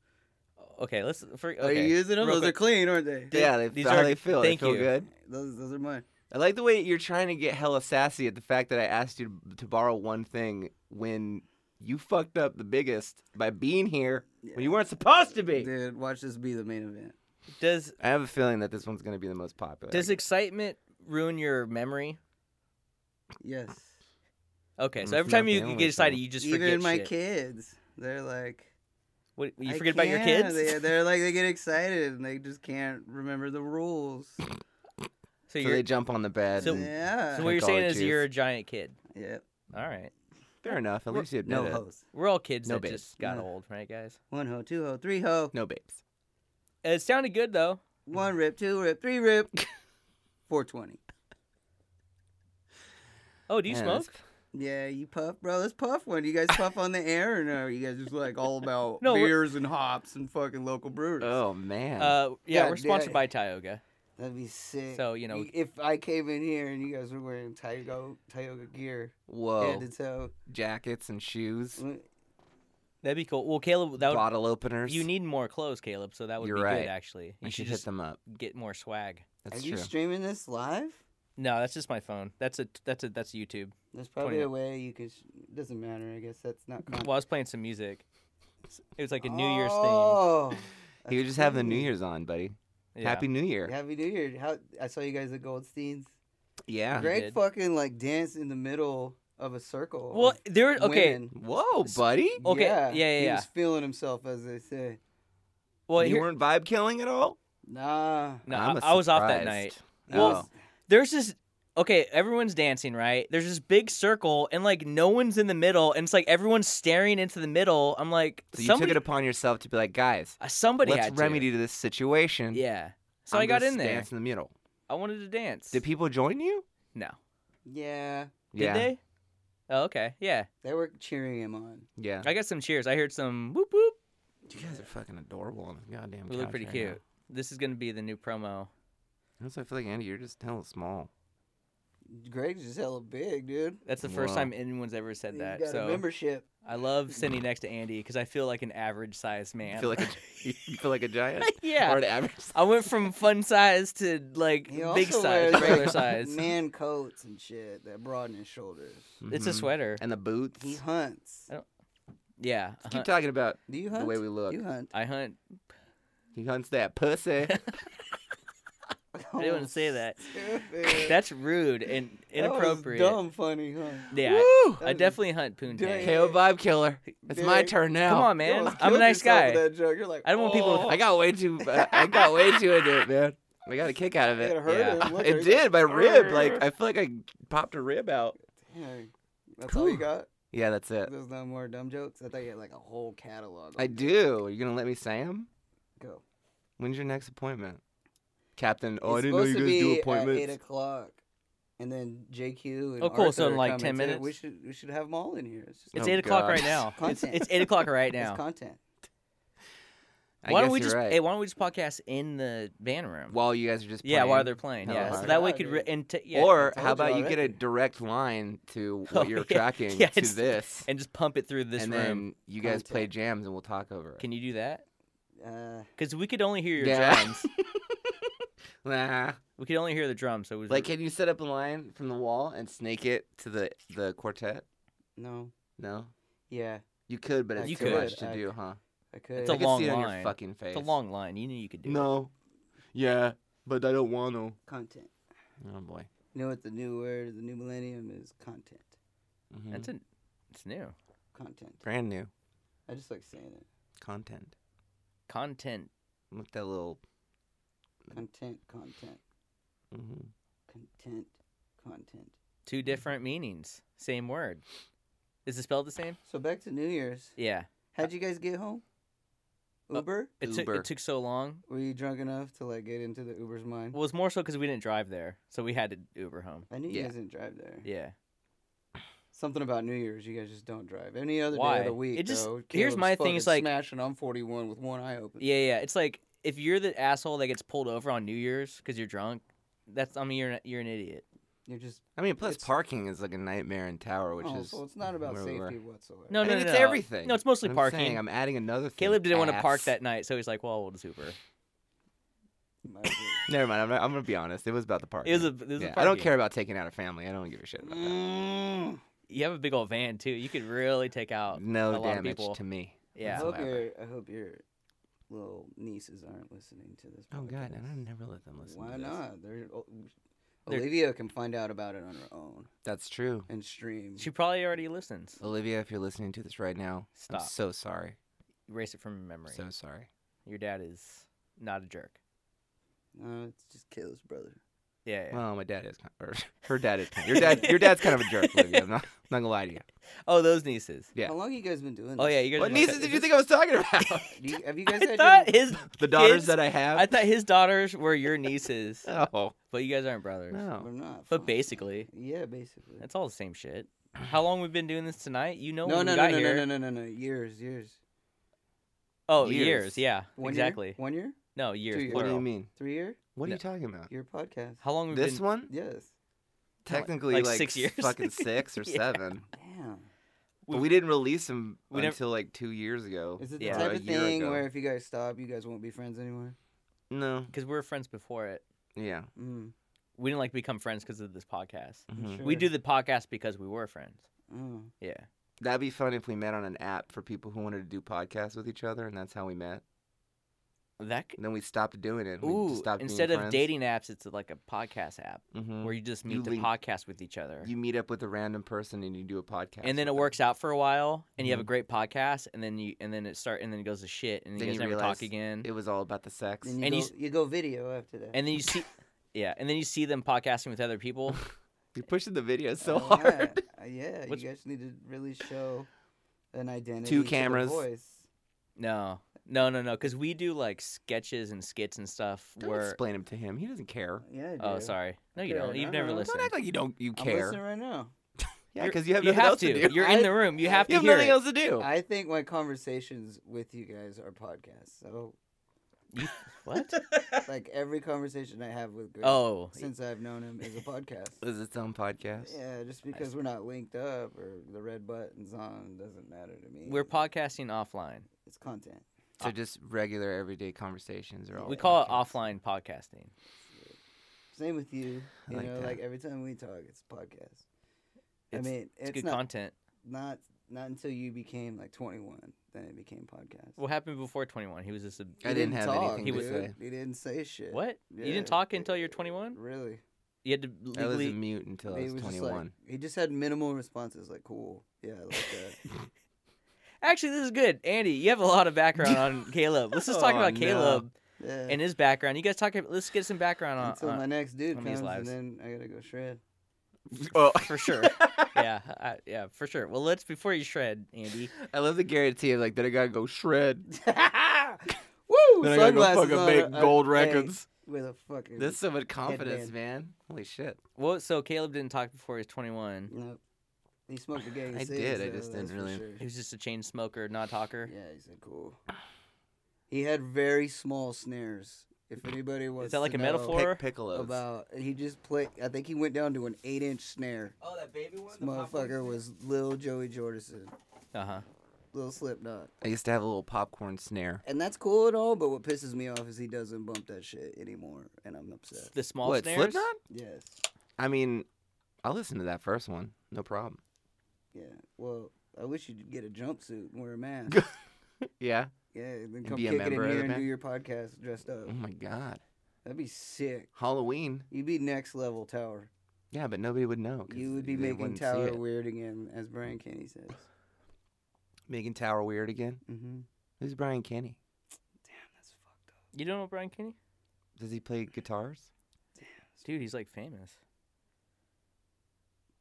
Speaker 1: Okay, let's. For, okay.
Speaker 4: Are you using them?
Speaker 1: Real
Speaker 4: Those are
Speaker 1: quick.
Speaker 4: clean, aren't they?
Speaker 2: yeah, they,
Speaker 1: These
Speaker 2: how
Speaker 1: are-
Speaker 2: they feel.
Speaker 1: thank
Speaker 2: they feel
Speaker 1: you.
Speaker 2: good.
Speaker 4: Those, those are mine.
Speaker 2: I like the way you're trying to get hella sassy at the fact that I asked you to, to borrow one thing when you fucked up the biggest by being here when you weren't supposed to be.
Speaker 4: Dude, watch this be the main event.
Speaker 1: Does
Speaker 2: I have a feeling that this one's going to be the most popular.
Speaker 1: does excitement ruin your memory?
Speaker 4: Yes.
Speaker 1: Okay,
Speaker 2: Mm,
Speaker 1: so every
Speaker 2: not
Speaker 1: time you,
Speaker 2: the
Speaker 1: you
Speaker 2: only
Speaker 1: get excited,
Speaker 2: time.
Speaker 1: you just
Speaker 4: Even
Speaker 1: forget
Speaker 4: my
Speaker 1: shit.
Speaker 4: kids, they're like.
Speaker 1: What, you
Speaker 4: "I
Speaker 1: forget about your
Speaker 4: can't."
Speaker 1: kids?
Speaker 4: They, they're like they get excited and they just can't remember the rules.
Speaker 1: So
Speaker 2: so
Speaker 1: you're.
Speaker 2: they jump on the bed.
Speaker 1: So-
Speaker 2: and-
Speaker 4: yeah.
Speaker 1: so what you're saying is
Speaker 2: Psychologists.
Speaker 1: you're a giant kid.
Speaker 4: yeah.
Speaker 1: All right,
Speaker 2: fair enough. At least you admit
Speaker 4: No
Speaker 2: it.
Speaker 4: hoes.
Speaker 1: we're all kids
Speaker 2: No
Speaker 1: that
Speaker 2: babes.
Speaker 1: just got
Speaker 4: No.
Speaker 1: old, right, guys? Uh,
Speaker 4: One hoe, two hoe, three hoe.
Speaker 2: No babes.
Speaker 1: It sounded good though.
Speaker 4: One rip, two rip, three rip. 420.
Speaker 1: Oh, do you
Speaker 2: Yeah, that's-
Speaker 1: smoke?
Speaker 4: Yeah, you puff, bro. Let's puff one. You guys puff on the air, or no? you guys just like all about
Speaker 1: No, we're-
Speaker 4: beers and hops and fucking local breweries?
Speaker 2: Oh man.
Speaker 1: Uh, yeah,
Speaker 4: God
Speaker 1: we're sponsored
Speaker 4: damn.
Speaker 1: by Tioga.
Speaker 4: That'd be sick.
Speaker 1: So, you know-
Speaker 4: Y- if I came in here and you guys were wearing Tioga, Tioga gear,
Speaker 2: Whoa.
Speaker 1: Oh.
Speaker 4: head to toe,
Speaker 2: Jackets and shoes,
Speaker 4: w-
Speaker 1: That'd be cool. Well, Caleb, Mm, that would,
Speaker 2: bottle openers.
Speaker 1: you need more clothes, Caleb. So that would
Speaker 2: You're
Speaker 1: be
Speaker 2: right.
Speaker 1: good, actually. You
Speaker 2: I
Speaker 1: should
Speaker 2: should
Speaker 1: just
Speaker 2: hit them up.
Speaker 1: get more swag.
Speaker 4: are
Speaker 2: That's
Speaker 4: you
Speaker 2: true.
Speaker 4: streaming this live?
Speaker 1: No, that's just my phone. That's a that's a that's YouTube. Twenty-
Speaker 4: There's probably a way you can. Sh- doesn't matter. I guess that's not. Con-
Speaker 1: Well, I was playing some music. It was like a New Year's thing.
Speaker 4: oh,
Speaker 2: You
Speaker 4: that's
Speaker 2: just have the New
Speaker 4: cool.
Speaker 2: Year's on, buddy.
Speaker 1: Yeah.
Speaker 2: Happy New Year.
Speaker 4: Happy New Year! How I saw you guys at Goldstein's.
Speaker 2: Yeah.
Speaker 1: Great.
Speaker 4: Greg
Speaker 1: did.
Speaker 4: fucking like danced in the middle of a circle.
Speaker 1: Well,
Speaker 4: of
Speaker 1: there. Okay.
Speaker 4: women.
Speaker 2: Whoa, buddy.
Speaker 1: Okay, yeah, yeah,
Speaker 4: he
Speaker 1: yeah.
Speaker 4: was feeling himself, as they say.
Speaker 1: Well,
Speaker 2: you
Speaker 1: here-
Speaker 2: weren't vibe killing at all.
Speaker 4: Nah.
Speaker 1: no,
Speaker 2: I'm a
Speaker 1: I, I was off that
Speaker 2: surprised.
Speaker 1: night.
Speaker 2: No.
Speaker 1: Well, There's this. Okay, everyone's dancing, right? There's this big circle, and like no one's in the middle, and it's like everyone's staring into the middle. I'm like,
Speaker 2: so you
Speaker 1: somebody,
Speaker 2: took it upon yourself to be like, guys,
Speaker 1: uh, somebody
Speaker 2: let's
Speaker 1: had to."
Speaker 2: remedy to this situation.
Speaker 1: Yeah. So
Speaker 2: I'm
Speaker 1: i got
Speaker 2: gonna
Speaker 1: in there.
Speaker 2: Dance in the middle.
Speaker 1: I wanted to dance.
Speaker 2: Did people join you?
Speaker 1: no.
Speaker 4: Yeah.
Speaker 2: yeah.
Speaker 1: Did they? Oh, okay. Yeah.
Speaker 4: They were cheering him on.
Speaker 2: Yeah.
Speaker 1: I got some cheers. I heard some whoop whoop.
Speaker 2: You guys are fucking adorable on the goddamn.
Speaker 1: We look
Speaker 2: couch
Speaker 1: pretty
Speaker 2: right now.
Speaker 1: cute. This is gonna be the new promo.
Speaker 2: Also, I feel like Andy, you're just hella small.
Speaker 4: Greg's just hella big, dude.
Speaker 1: That's the first
Speaker 2: Wow.
Speaker 1: time anyone's ever said
Speaker 4: He's
Speaker 1: that.
Speaker 4: got
Speaker 1: So
Speaker 4: a membership.
Speaker 1: I love sitting next to Andy because I feel like an average sized man.
Speaker 2: You feel like a, you feel like a giant or
Speaker 1: yeah.
Speaker 2: an average.
Speaker 1: I went from fun size to like
Speaker 4: He
Speaker 1: big
Speaker 4: also
Speaker 1: size,
Speaker 4: wears
Speaker 1: regular
Speaker 4: like
Speaker 1: size.
Speaker 4: man coats and shit that broaden his shoulders.
Speaker 1: It's a
Speaker 2: Mhm.
Speaker 1: sweater.
Speaker 2: And the boots.
Speaker 4: He hunts.
Speaker 1: Yeah. I
Speaker 2: Keep
Speaker 1: Uh-huh. hunt.
Speaker 2: talking about
Speaker 4: Do you
Speaker 2: the
Speaker 4: hunt?
Speaker 2: way we look.
Speaker 4: You hunt.
Speaker 1: I hunt.
Speaker 2: He hunts that pussy.
Speaker 1: I didn't wanna say that.
Speaker 4: Stupid.
Speaker 1: That's rude and
Speaker 4: That was
Speaker 1: inappropriate.
Speaker 4: dumb, funny, huh?
Speaker 1: Yeah. I-
Speaker 2: Woo!
Speaker 1: I
Speaker 4: was
Speaker 1: definitely hunt
Speaker 4: dang.
Speaker 1: poontang.
Speaker 4: Hey,
Speaker 2: KO vibe killer. It's my
Speaker 4: Dude,
Speaker 2: turn now.
Speaker 1: Come on,
Speaker 4: You
Speaker 1: man.
Speaker 4: almost
Speaker 1: I'm a
Speaker 4: killed
Speaker 1: nice
Speaker 4: yourself
Speaker 1: guy.
Speaker 4: with That joke. You're like,
Speaker 1: I don't want
Speaker 4: Oh.
Speaker 1: people to-
Speaker 2: I got way too. I I got way too into it, man. I got a kick out of
Speaker 4: "Oh, It
Speaker 2: it.
Speaker 4: hurt
Speaker 1: Yeah.
Speaker 4: him. Look,
Speaker 2: It
Speaker 4: he's
Speaker 2: did my rib.
Speaker 4: "Arrgh."
Speaker 2: Like I feel like I popped a rib out.
Speaker 4: Dang. That's all you
Speaker 2: Whew.
Speaker 4: got?
Speaker 2: Yeah, that's it.
Speaker 4: There's no more dumb jokes. I thought you had like a whole catalog.
Speaker 2: I
Speaker 4: of jokes.
Speaker 2: do. Are you gonna let me say 'em?
Speaker 4: Go.
Speaker 2: When's your next appointment, Captain? Oh, I
Speaker 4: It's
Speaker 2: didn't know you
Speaker 4: supposed to
Speaker 2: guys do
Speaker 4: be At
Speaker 2: appointments.
Speaker 4: eight o'clock, and then JQ. And
Speaker 1: Oh, cool. So
Speaker 4: Arthur
Speaker 1: in,
Speaker 4: are
Speaker 1: like, 10
Speaker 4: coming, so
Speaker 1: minutes?
Speaker 4: We should we should have them all in here. It's just
Speaker 1: It's
Speaker 2: Oh,
Speaker 1: eight o'clock
Speaker 2: God.
Speaker 1: right now. It's,
Speaker 4: Content.
Speaker 1: it's eight o'clock right
Speaker 4: it's
Speaker 1: now.
Speaker 4: content.
Speaker 2: I
Speaker 1: why
Speaker 2: guess
Speaker 1: don't we
Speaker 2: you're
Speaker 1: just
Speaker 2: right.
Speaker 1: hey, why don't we just podcast in the band room?
Speaker 2: while you guys are just
Speaker 1: yeah, while
Speaker 2: playing.
Speaker 1: they're playing.
Speaker 2: Oh,
Speaker 1: Yeah, so
Speaker 2: alright.
Speaker 1: that way
Speaker 4: Yeah,
Speaker 1: could re-
Speaker 4: dude.
Speaker 1: and t- yeah,
Speaker 2: or
Speaker 4: I
Speaker 2: how
Speaker 4: told you
Speaker 2: about you get a
Speaker 4: already.
Speaker 2: direct line to
Speaker 1: Oh,
Speaker 2: what you're
Speaker 1: yeah.
Speaker 2: tracking
Speaker 1: Yeah,
Speaker 2: to
Speaker 1: it's-
Speaker 2: this,
Speaker 1: and just pump it through this
Speaker 2: and
Speaker 1: room.
Speaker 2: then you guys play
Speaker 4: Content.
Speaker 2: jams and we'll talk over it.
Speaker 1: Can you do that?
Speaker 4: Uh,
Speaker 1: Because we could only hear your
Speaker 2: Yeah.
Speaker 1: drums.
Speaker 2: Nah.
Speaker 1: We could only hear the drums. So it was
Speaker 2: Like, can you set up a line from the wall and snake it to the the quartet?
Speaker 4: no.
Speaker 2: No,
Speaker 4: Yeah,
Speaker 2: you could, but it's
Speaker 1: You
Speaker 2: too
Speaker 1: could.
Speaker 2: much to
Speaker 4: I
Speaker 2: do,
Speaker 4: could.
Speaker 2: huh?
Speaker 4: I could.
Speaker 1: It's a
Speaker 2: I could
Speaker 1: long
Speaker 2: see it on
Speaker 1: line.
Speaker 2: your fucking
Speaker 1: it's
Speaker 2: face.
Speaker 1: a long line. You knew you could do. it.
Speaker 2: No, Yeah, but I don't want to.
Speaker 4: Content.
Speaker 2: Oh boy.
Speaker 4: You know what the new word of the new millennium is? Content.
Speaker 2: Mhm.
Speaker 1: That's a, it's new
Speaker 4: Content.
Speaker 2: brand new
Speaker 4: I just like saying it.
Speaker 2: content.
Speaker 1: content.
Speaker 2: With that little.
Speaker 4: Content, content,
Speaker 2: mhm.
Speaker 4: content, content.
Speaker 1: Two different meanings, same word. Is it spelled the same?
Speaker 4: So back to New Year's.
Speaker 1: Yeah.
Speaker 4: How'd you guys get home?
Speaker 1: Uh,
Speaker 4: Uber?
Speaker 1: It took
Speaker 2: Uber.
Speaker 1: it took so long.
Speaker 4: Were you drunk enough to like get into the Uber's mind?
Speaker 1: Well, it's more so because we didn't drive there, so we had to Uber home.
Speaker 4: I knew you
Speaker 2: yeah.
Speaker 4: guys didn't drive there.
Speaker 1: Yeah.
Speaker 4: Something about New Year's, you guys just don't drive. Any other day
Speaker 1: Why?
Speaker 4: of the week,
Speaker 1: It just-
Speaker 4: though,
Speaker 1: here's
Speaker 4: Caleb's
Speaker 1: my thing, it's
Speaker 4: fucking
Speaker 1: like-
Speaker 4: smashing. I'm 41 with one eye open.
Speaker 1: Yeah, yeah. It's like if you're the asshole that gets pulled over on New Year's because you're drunk, that's I mean you're an- you're an idiot.
Speaker 4: You're just
Speaker 2: I mean, plus
Speaker 4: It's-
Speaker 2: parking is like a nightmare in Tower, which
Speaker 4: oh,
Speaker 2: is.
Speaker 4: so it's not about
Speaker 2: where we were.
Speaker 4: safety whatsoever.
Speaker 1: No,
Speaker 2: I
Speaker 1: no,
Speaker 2: mean,
Speaker 1: no,
Speaker 2: it's
Speaker 1: no.
Speaker 2: everything.
Speaker 1: No, it's mostly
Speaker 2: I'm
Speaker 1: parking.
Speaker 2: saying I'm adding another thing.
Speaker 1: Caleb didn't want to park
Speaker 2: Ass.
Speaker 1: that night, so he's like, "Well, we'll just Uber."
Speaker 4: My opinion.
Speaker 2: Never mind. I'm, not, I'm gonna be honest. It was about the parking.
Speaker 1: It was a, it was
Speaker 2: Yeah,
Speaker 1: a
Speaker 2: I don't
Speaker 1: parking.
Speaker 2: care about taking out a family. I don't give a shit about that.
Speaker 4: Mm.
Speaker 1: You have a big old van too. You could really take out Mm, a
Speaker 2: No
Speaker 1: lot of
Speaker 2: damage
Speaker 1: people.
Speaker 2: to me.
Speaker 1: yeah.
Speaker 4: I hope
Speaker 2: whatsoever.
Speaker 4: your I hope your little nieces aren't listening to this.
Speaker 2: Oh god,
Speaker 4: podcast.
Speaker 2: and I never let them listen.
Speaker 4: Why
Speaker 2: to this.
Speaker 4: not? They're, oh,
Speaker 1: They're-
Speaker 4: Olivia can find out about it on her own
Speaker 2: That's true.
Speaker 4: and stream.
Speaker 1: She probably already listens.
Speaker 2: Olivia, if you're listening to this right now,
Speaker 1: Stop.
Speaker 2: I'm so sorry.
Speaker 1: Erase it from your memory.
Speaker 2: So sorry.
Speaker 1: Your dad is not a jerk.
Speaker 4: No, Uh, it's just Caleb's brother.
Speaker 1: Yeah. yeah.
Speaker 2: Well, my dad is kind or her dad is kind your dad your dad's kind of a jerk, Olivia. I'm not, I'm not gonna lie to you.
Speaker 1: oh, those nieces.
Speaker 2: Yeah.
Speaker 4: How long you guys been doing?
Speaker 1: Oh
Speaker 4: this?
Speaker 1: yeah, you guys.
Speaker 2: What
Speaker 1: are just-
Speaker 2: nieces did you think I was talking about?
Speaker 4: Do you, have you guys
Speaker 1: I
Speaker 4: had
Speaker 1: thought
Speaker 4: your,
Speaker 1: his.
Speaker 2: the daughters
Speaker 1: kids?
Speaker 2: that I have?
Speaker 1: I thought his daughters were your nieces,
Speaker 2: oh
Speaker 1: but you guys aren't brothers.
Speaker 4: We're
Speaker 2: no.
Speaker 4: not.
Speaker 1: But
Speaker 4: fuck.
Speaker 1: basically,
Speaker 4: Yeah, basically.
Speaker 1: it's all the same shit. How long we've been doing this tonight? You know
Speaker 4: no,
Speaker 1: when
Speaker 4: no,
Speaker 1: we
Speaker 4: no,
Speaker 1: got
Speaker 4: no,
Speaker 1: here.
Speaker 4: no, no, no, no, Years, years.
Speaker 1: Oh,
Speaker 2: Years.
Speaker 1: years. Yeah,
Speaker 4: One year?
Speaker 1: exactly.
Speaker 4: One year,
Speaker 1: No, years.
Speaker 4: Two years.
Speaker 2: What do you
Speaker 1: plural.
Speaker 2: mean?
Speaker 4: three year,
Speaker 2: What are
Speaker 1: No.
Speaker 2: you talking about?
Speaker 4: your podcast.
Speaker 1: How long we've
Speaker 2: This
Speaker 1: been?
Speaker 2: one?
Speaker 4: Yes.
Speaker 2: Technically
Speaker 1: like six years.
Speaker 2: fucking six or
Speaker 1: Yeah.
Speaker 2: seven.
Speaker 4: Damn.
Speaker 2: But we didn't release them
Speaker 1: We never-
Speaker 2: until like two years ago.
Speaker 4: Is it the
Speaker 1: Yeah.
Speaker 2: or
Speaker 4: type
Speaker 2: a
Speaker 4: of
Speaker 2: year
Speaker 4: thing
Speaker 2: ago.
Speaker 4: where if you guys stop, you guys won't be friends anymore?
Speaker 2: No.
Speaker 1: Because we were friends before it.
Speaker 2: Yeah.
Speaker 4: Mm,
Speaker 1: We didn't like become friends because of this podcast.
Speaker 2: Mhm.
Speaker 1: Mm-hmm. We do
Speaker 4: sure.
Speaker 1: the podcast because we were friends.
Speaker 4: Mm.
Speaker 1: Yeah.
Speaker 2: That'd be fun if we met on an app for people who wanted to do podcasts with each other, and that's how we met.
Speaker 1: That. c-
Speaker 2: And then we stopped doing it. we just
Speaker 1: Ooh.
Speaker 2: stopped being
Speaker 1: Instead of
Speaker 2: friends.
Speaker 1: dating apps, it's like a podcast app
Speaker 2: Mhm.
Speaker 1: where you just meet
Speaker 2: You
Speaker 1: to
Speaker 2: link-
Speaker 1: podcast with each other.
Speaker 2: you meet up with a random person and you do a podcast,
Speaker 1: and then it
Speaker 2: with them. Mm-hmm.
Speaker 1: works out for a while, and you have a great podcast, and then you and then it start and then it goes to shit, and
Speaker 2: Then
Speaker 1: you guys
Speaker 2: you
Speaker 1: never
Speaker 2: realize
Speaker 1: talk again,
Speaker 2: It was all about the sex.
Speaker 4: Then you
Speaker 1: And
Speaker 4: go,
Speaker 1: you
Speaker 4: you,
Speaker 1: s-
Speaker 4: go video after that.
Speaker 1: and then you see, yeah, and then you see them podcasting with other people.
Speaker 2: You're pushing the video so
Speaker 4: Oh, yeah.
Speaker 2: hard.
Speaker 4: Uh, Yeah,
Speaker 1: What's-
Speaker 4: you guys need to really show an identity.
Speaker 2: Two
Speaker 4: to the
Speaker 2: cameras.
Speaker 4: voice.
Speaker 1: No, no, no, no, because we do like sketches and skits and stuff
Speaker 2: Don't
Speaker 1: where.
Speaker 2: explain him to him. He doesn't care.
Speaker 4: Yeah. I
Speaker 1: Oh,
Speaker 4: do.
Speaker 1: sorry. No, you
Speaker 4: Okay,
Speaker 1: don't. You've
Speaker 4: no,
Speaker 1: never
Speaker 4: no, no.
Speaker 1: listened.
Speaker 2: Don't act like you don't you
Speaker 4: I'm listening
Speaker 2: care.
Speaker 4: right now.
Speaker 2: Yeah,
Speaker 1: You're-
Speaker 2: because you have
Speaker 1: you
Speaker 2: nothing
Speaker 1: have
Speaker 2: else to, do.
Speaker 1: You're in
Speaker 4: I-
Speaker 1: the room. You have to
Speaker 2: you have
Speaker 1: hear
Speaker 2: nothing
Speaker 1: it.
Speaker 2: else to do.
Speaker 4: I think my conversations with you guys are podcasts. So,
Speaker 1: What?
Speaker 4: like every conversation I have with Greg
Speaker 1: Oh,
Speaker 4: since I've known him is a podcast.
Speaker 2: Is its own podcast.
Speaker 4: Yeah, just because we're not linked up or the red button's on doesn't matter to me.
Speaker 1: we're podcasting offline.
Speaker 4: It's content.
Speaker 2: So just regular everyday conversations are all.
Speaker 1: We call it
Speaker 2: podcasts.
Speaker 1: offline podcasting.
Speaker 4: Same with you.
Speaker 2: I
Speaker 4: You
Speaker 2: like
Speaker 4: know,
Speaker 2: that.
Speaker 4: like every time we talk, it's a podcast. I
Speaker 1: It's-
Speaker 4: mean,
Speaker 1: It's,
Speaker 4: it's,
Speaker 1: good
Speaker 4: not
Speaker 1: content.
Speaker 4: not not until you became like 21 then it became podcast.
Speaker 1: What happened before 21? He was just a.
Speaker 2: I didn't have anything
Speaker 1: He
Speaker 2: to
Speaker 1: was-
Speaker 2: say.
Speaker 4: He didn't say shit.
Speaker 1: What? You
Speaker 4: Yeah.
Speaker 1: didn't talk until you're 21?
Speaker 4: Really?
Speaker 1: You had to
Speaker 2: I was
Speaker 1: legally.
Speaker 2: in mute until I
Speaker 4: He
Speaker 2: was
Speaker 4: was just
Speaker 2: 21.
Speaker 4: like- he just had minimal responses. Like, cool. Yeah, I like that.
Speaker 1: Actually, this is good. Andy, you have a lot of background on Caleb. Let's just talk
Speaker 2: Oh,
Speaker 1: about
Speaker 2: no.
Speaker 1: Caleb
Speaker 4: Yeah.
Speaker 1: and uh, his background. You guys talk. ab- Let's get some background on.
Speaker 4: until
Speaker 1: on-
Speaker 4: my next dude
Speaker 1: on
Speaker 4: comes,
Speaker 1: these
Speaker 4: and
Speaker 1: lives.
Speaker 4: then I gotta go shred.
Speaker 2: oh,
Speaker 1: for sure. yeah, I, yeah, for sure. Well, let's before you shred, Andy.
Speaker 2: I love the guarantee of like that. I gotta go shred.
Speaker 4: Woo!
Speaker 2: Then I gotta go
Speaker 4: sunglasses
Speaker 2: fucking
Speaker 4: on
Speaker 2: make
Speaker 4: a-
Speaker 2: gold
Speaker 4: hey,
Speaker 2: records.
Speaker 4: with a fucking.
Speaker 2: There's so much confidence,
Speaker 4: Headband.
Speaker 2: man. Holy shit.
Speaker 1: Well, so Caleb didn't talk before he was 21.
Speaker 4: No. He smoked a gang. of
Speaker 2: I
Speaker 4: cigs,
Speaker 2: did, I
Speaker 4: though,
Speaker 2: just didn't
Speaker 4: that's for
Speaker 2: really-
Speaker 4: sure.
Speaker 1: He was just a chain smoker, not talker.
Speaker 4: Yeah, he said cool. He had very small snares. If anybody was
Speaker 1: that like
Speaker 4: to
Speaker 1: a
Speaker 4: know
Speaker 1: metaphor? Or
Speaker 2: piccolos.
Speaker 4: about he just played. I think he went down to an eight-inch snare.
Speaker 1: Oh, that baby one.
Speaker 4: This motherfucker was Lil Joey Jordison,
Speaker 1: Uh huh.
Speaker 4: Lil Slipknot,
Speaker 2: I used to have a little popcorn snare.
Speaker 4: and that's cool and all. But what pisses me off is he doesn't bump that shit anymore, and I'm upset.
Speaker 1: The small
Speaker 2: what,
Speaker 1: snares.
Speaker 2: Slipknot?
Speaker 4: Yes,
Speaker 2: I mean, I'll listen to that first one. No problem.
Speaker 4: yeah. Well, I wish you'd get a jumpsuit and wear a mask.
Speaker 2: Yeah.
Speaker 4: yeah, and then come
Speaker 2: be a
Speaker 4: kick it in
Speaker 2: member of the
Speaker 4: here and do
Speaker 2: band? Mm-hmm.
Speaker 4: your podcast dressed up.
Speaker 2: Oh my god.
Speaker 4: That'd be sick.
Speaker 2: Halloween.
Speaker 4: You'd be next level tower.
Speaker 2: Yeah, but nobody would know. 'cause
Speaker 4: You would be
Speaker 2: they
Speaker 4: making
Speaker 2: wouldn't see
Speaker 4: tower
Speaker 2: it.
Speaker 4: weird again, as Brian Kenny says.
Speaker 2: making Tower weird again.
Speaker 4: Mm-hmm.
Speaker 2: Who's Brian Kenny?
Speaker 4: Damn, that's fucked up.
Speaker 1: You don't know Brian Kenny?
Speaker 2: Does he play guitars?
Speaker 1: Dude, he's like famous.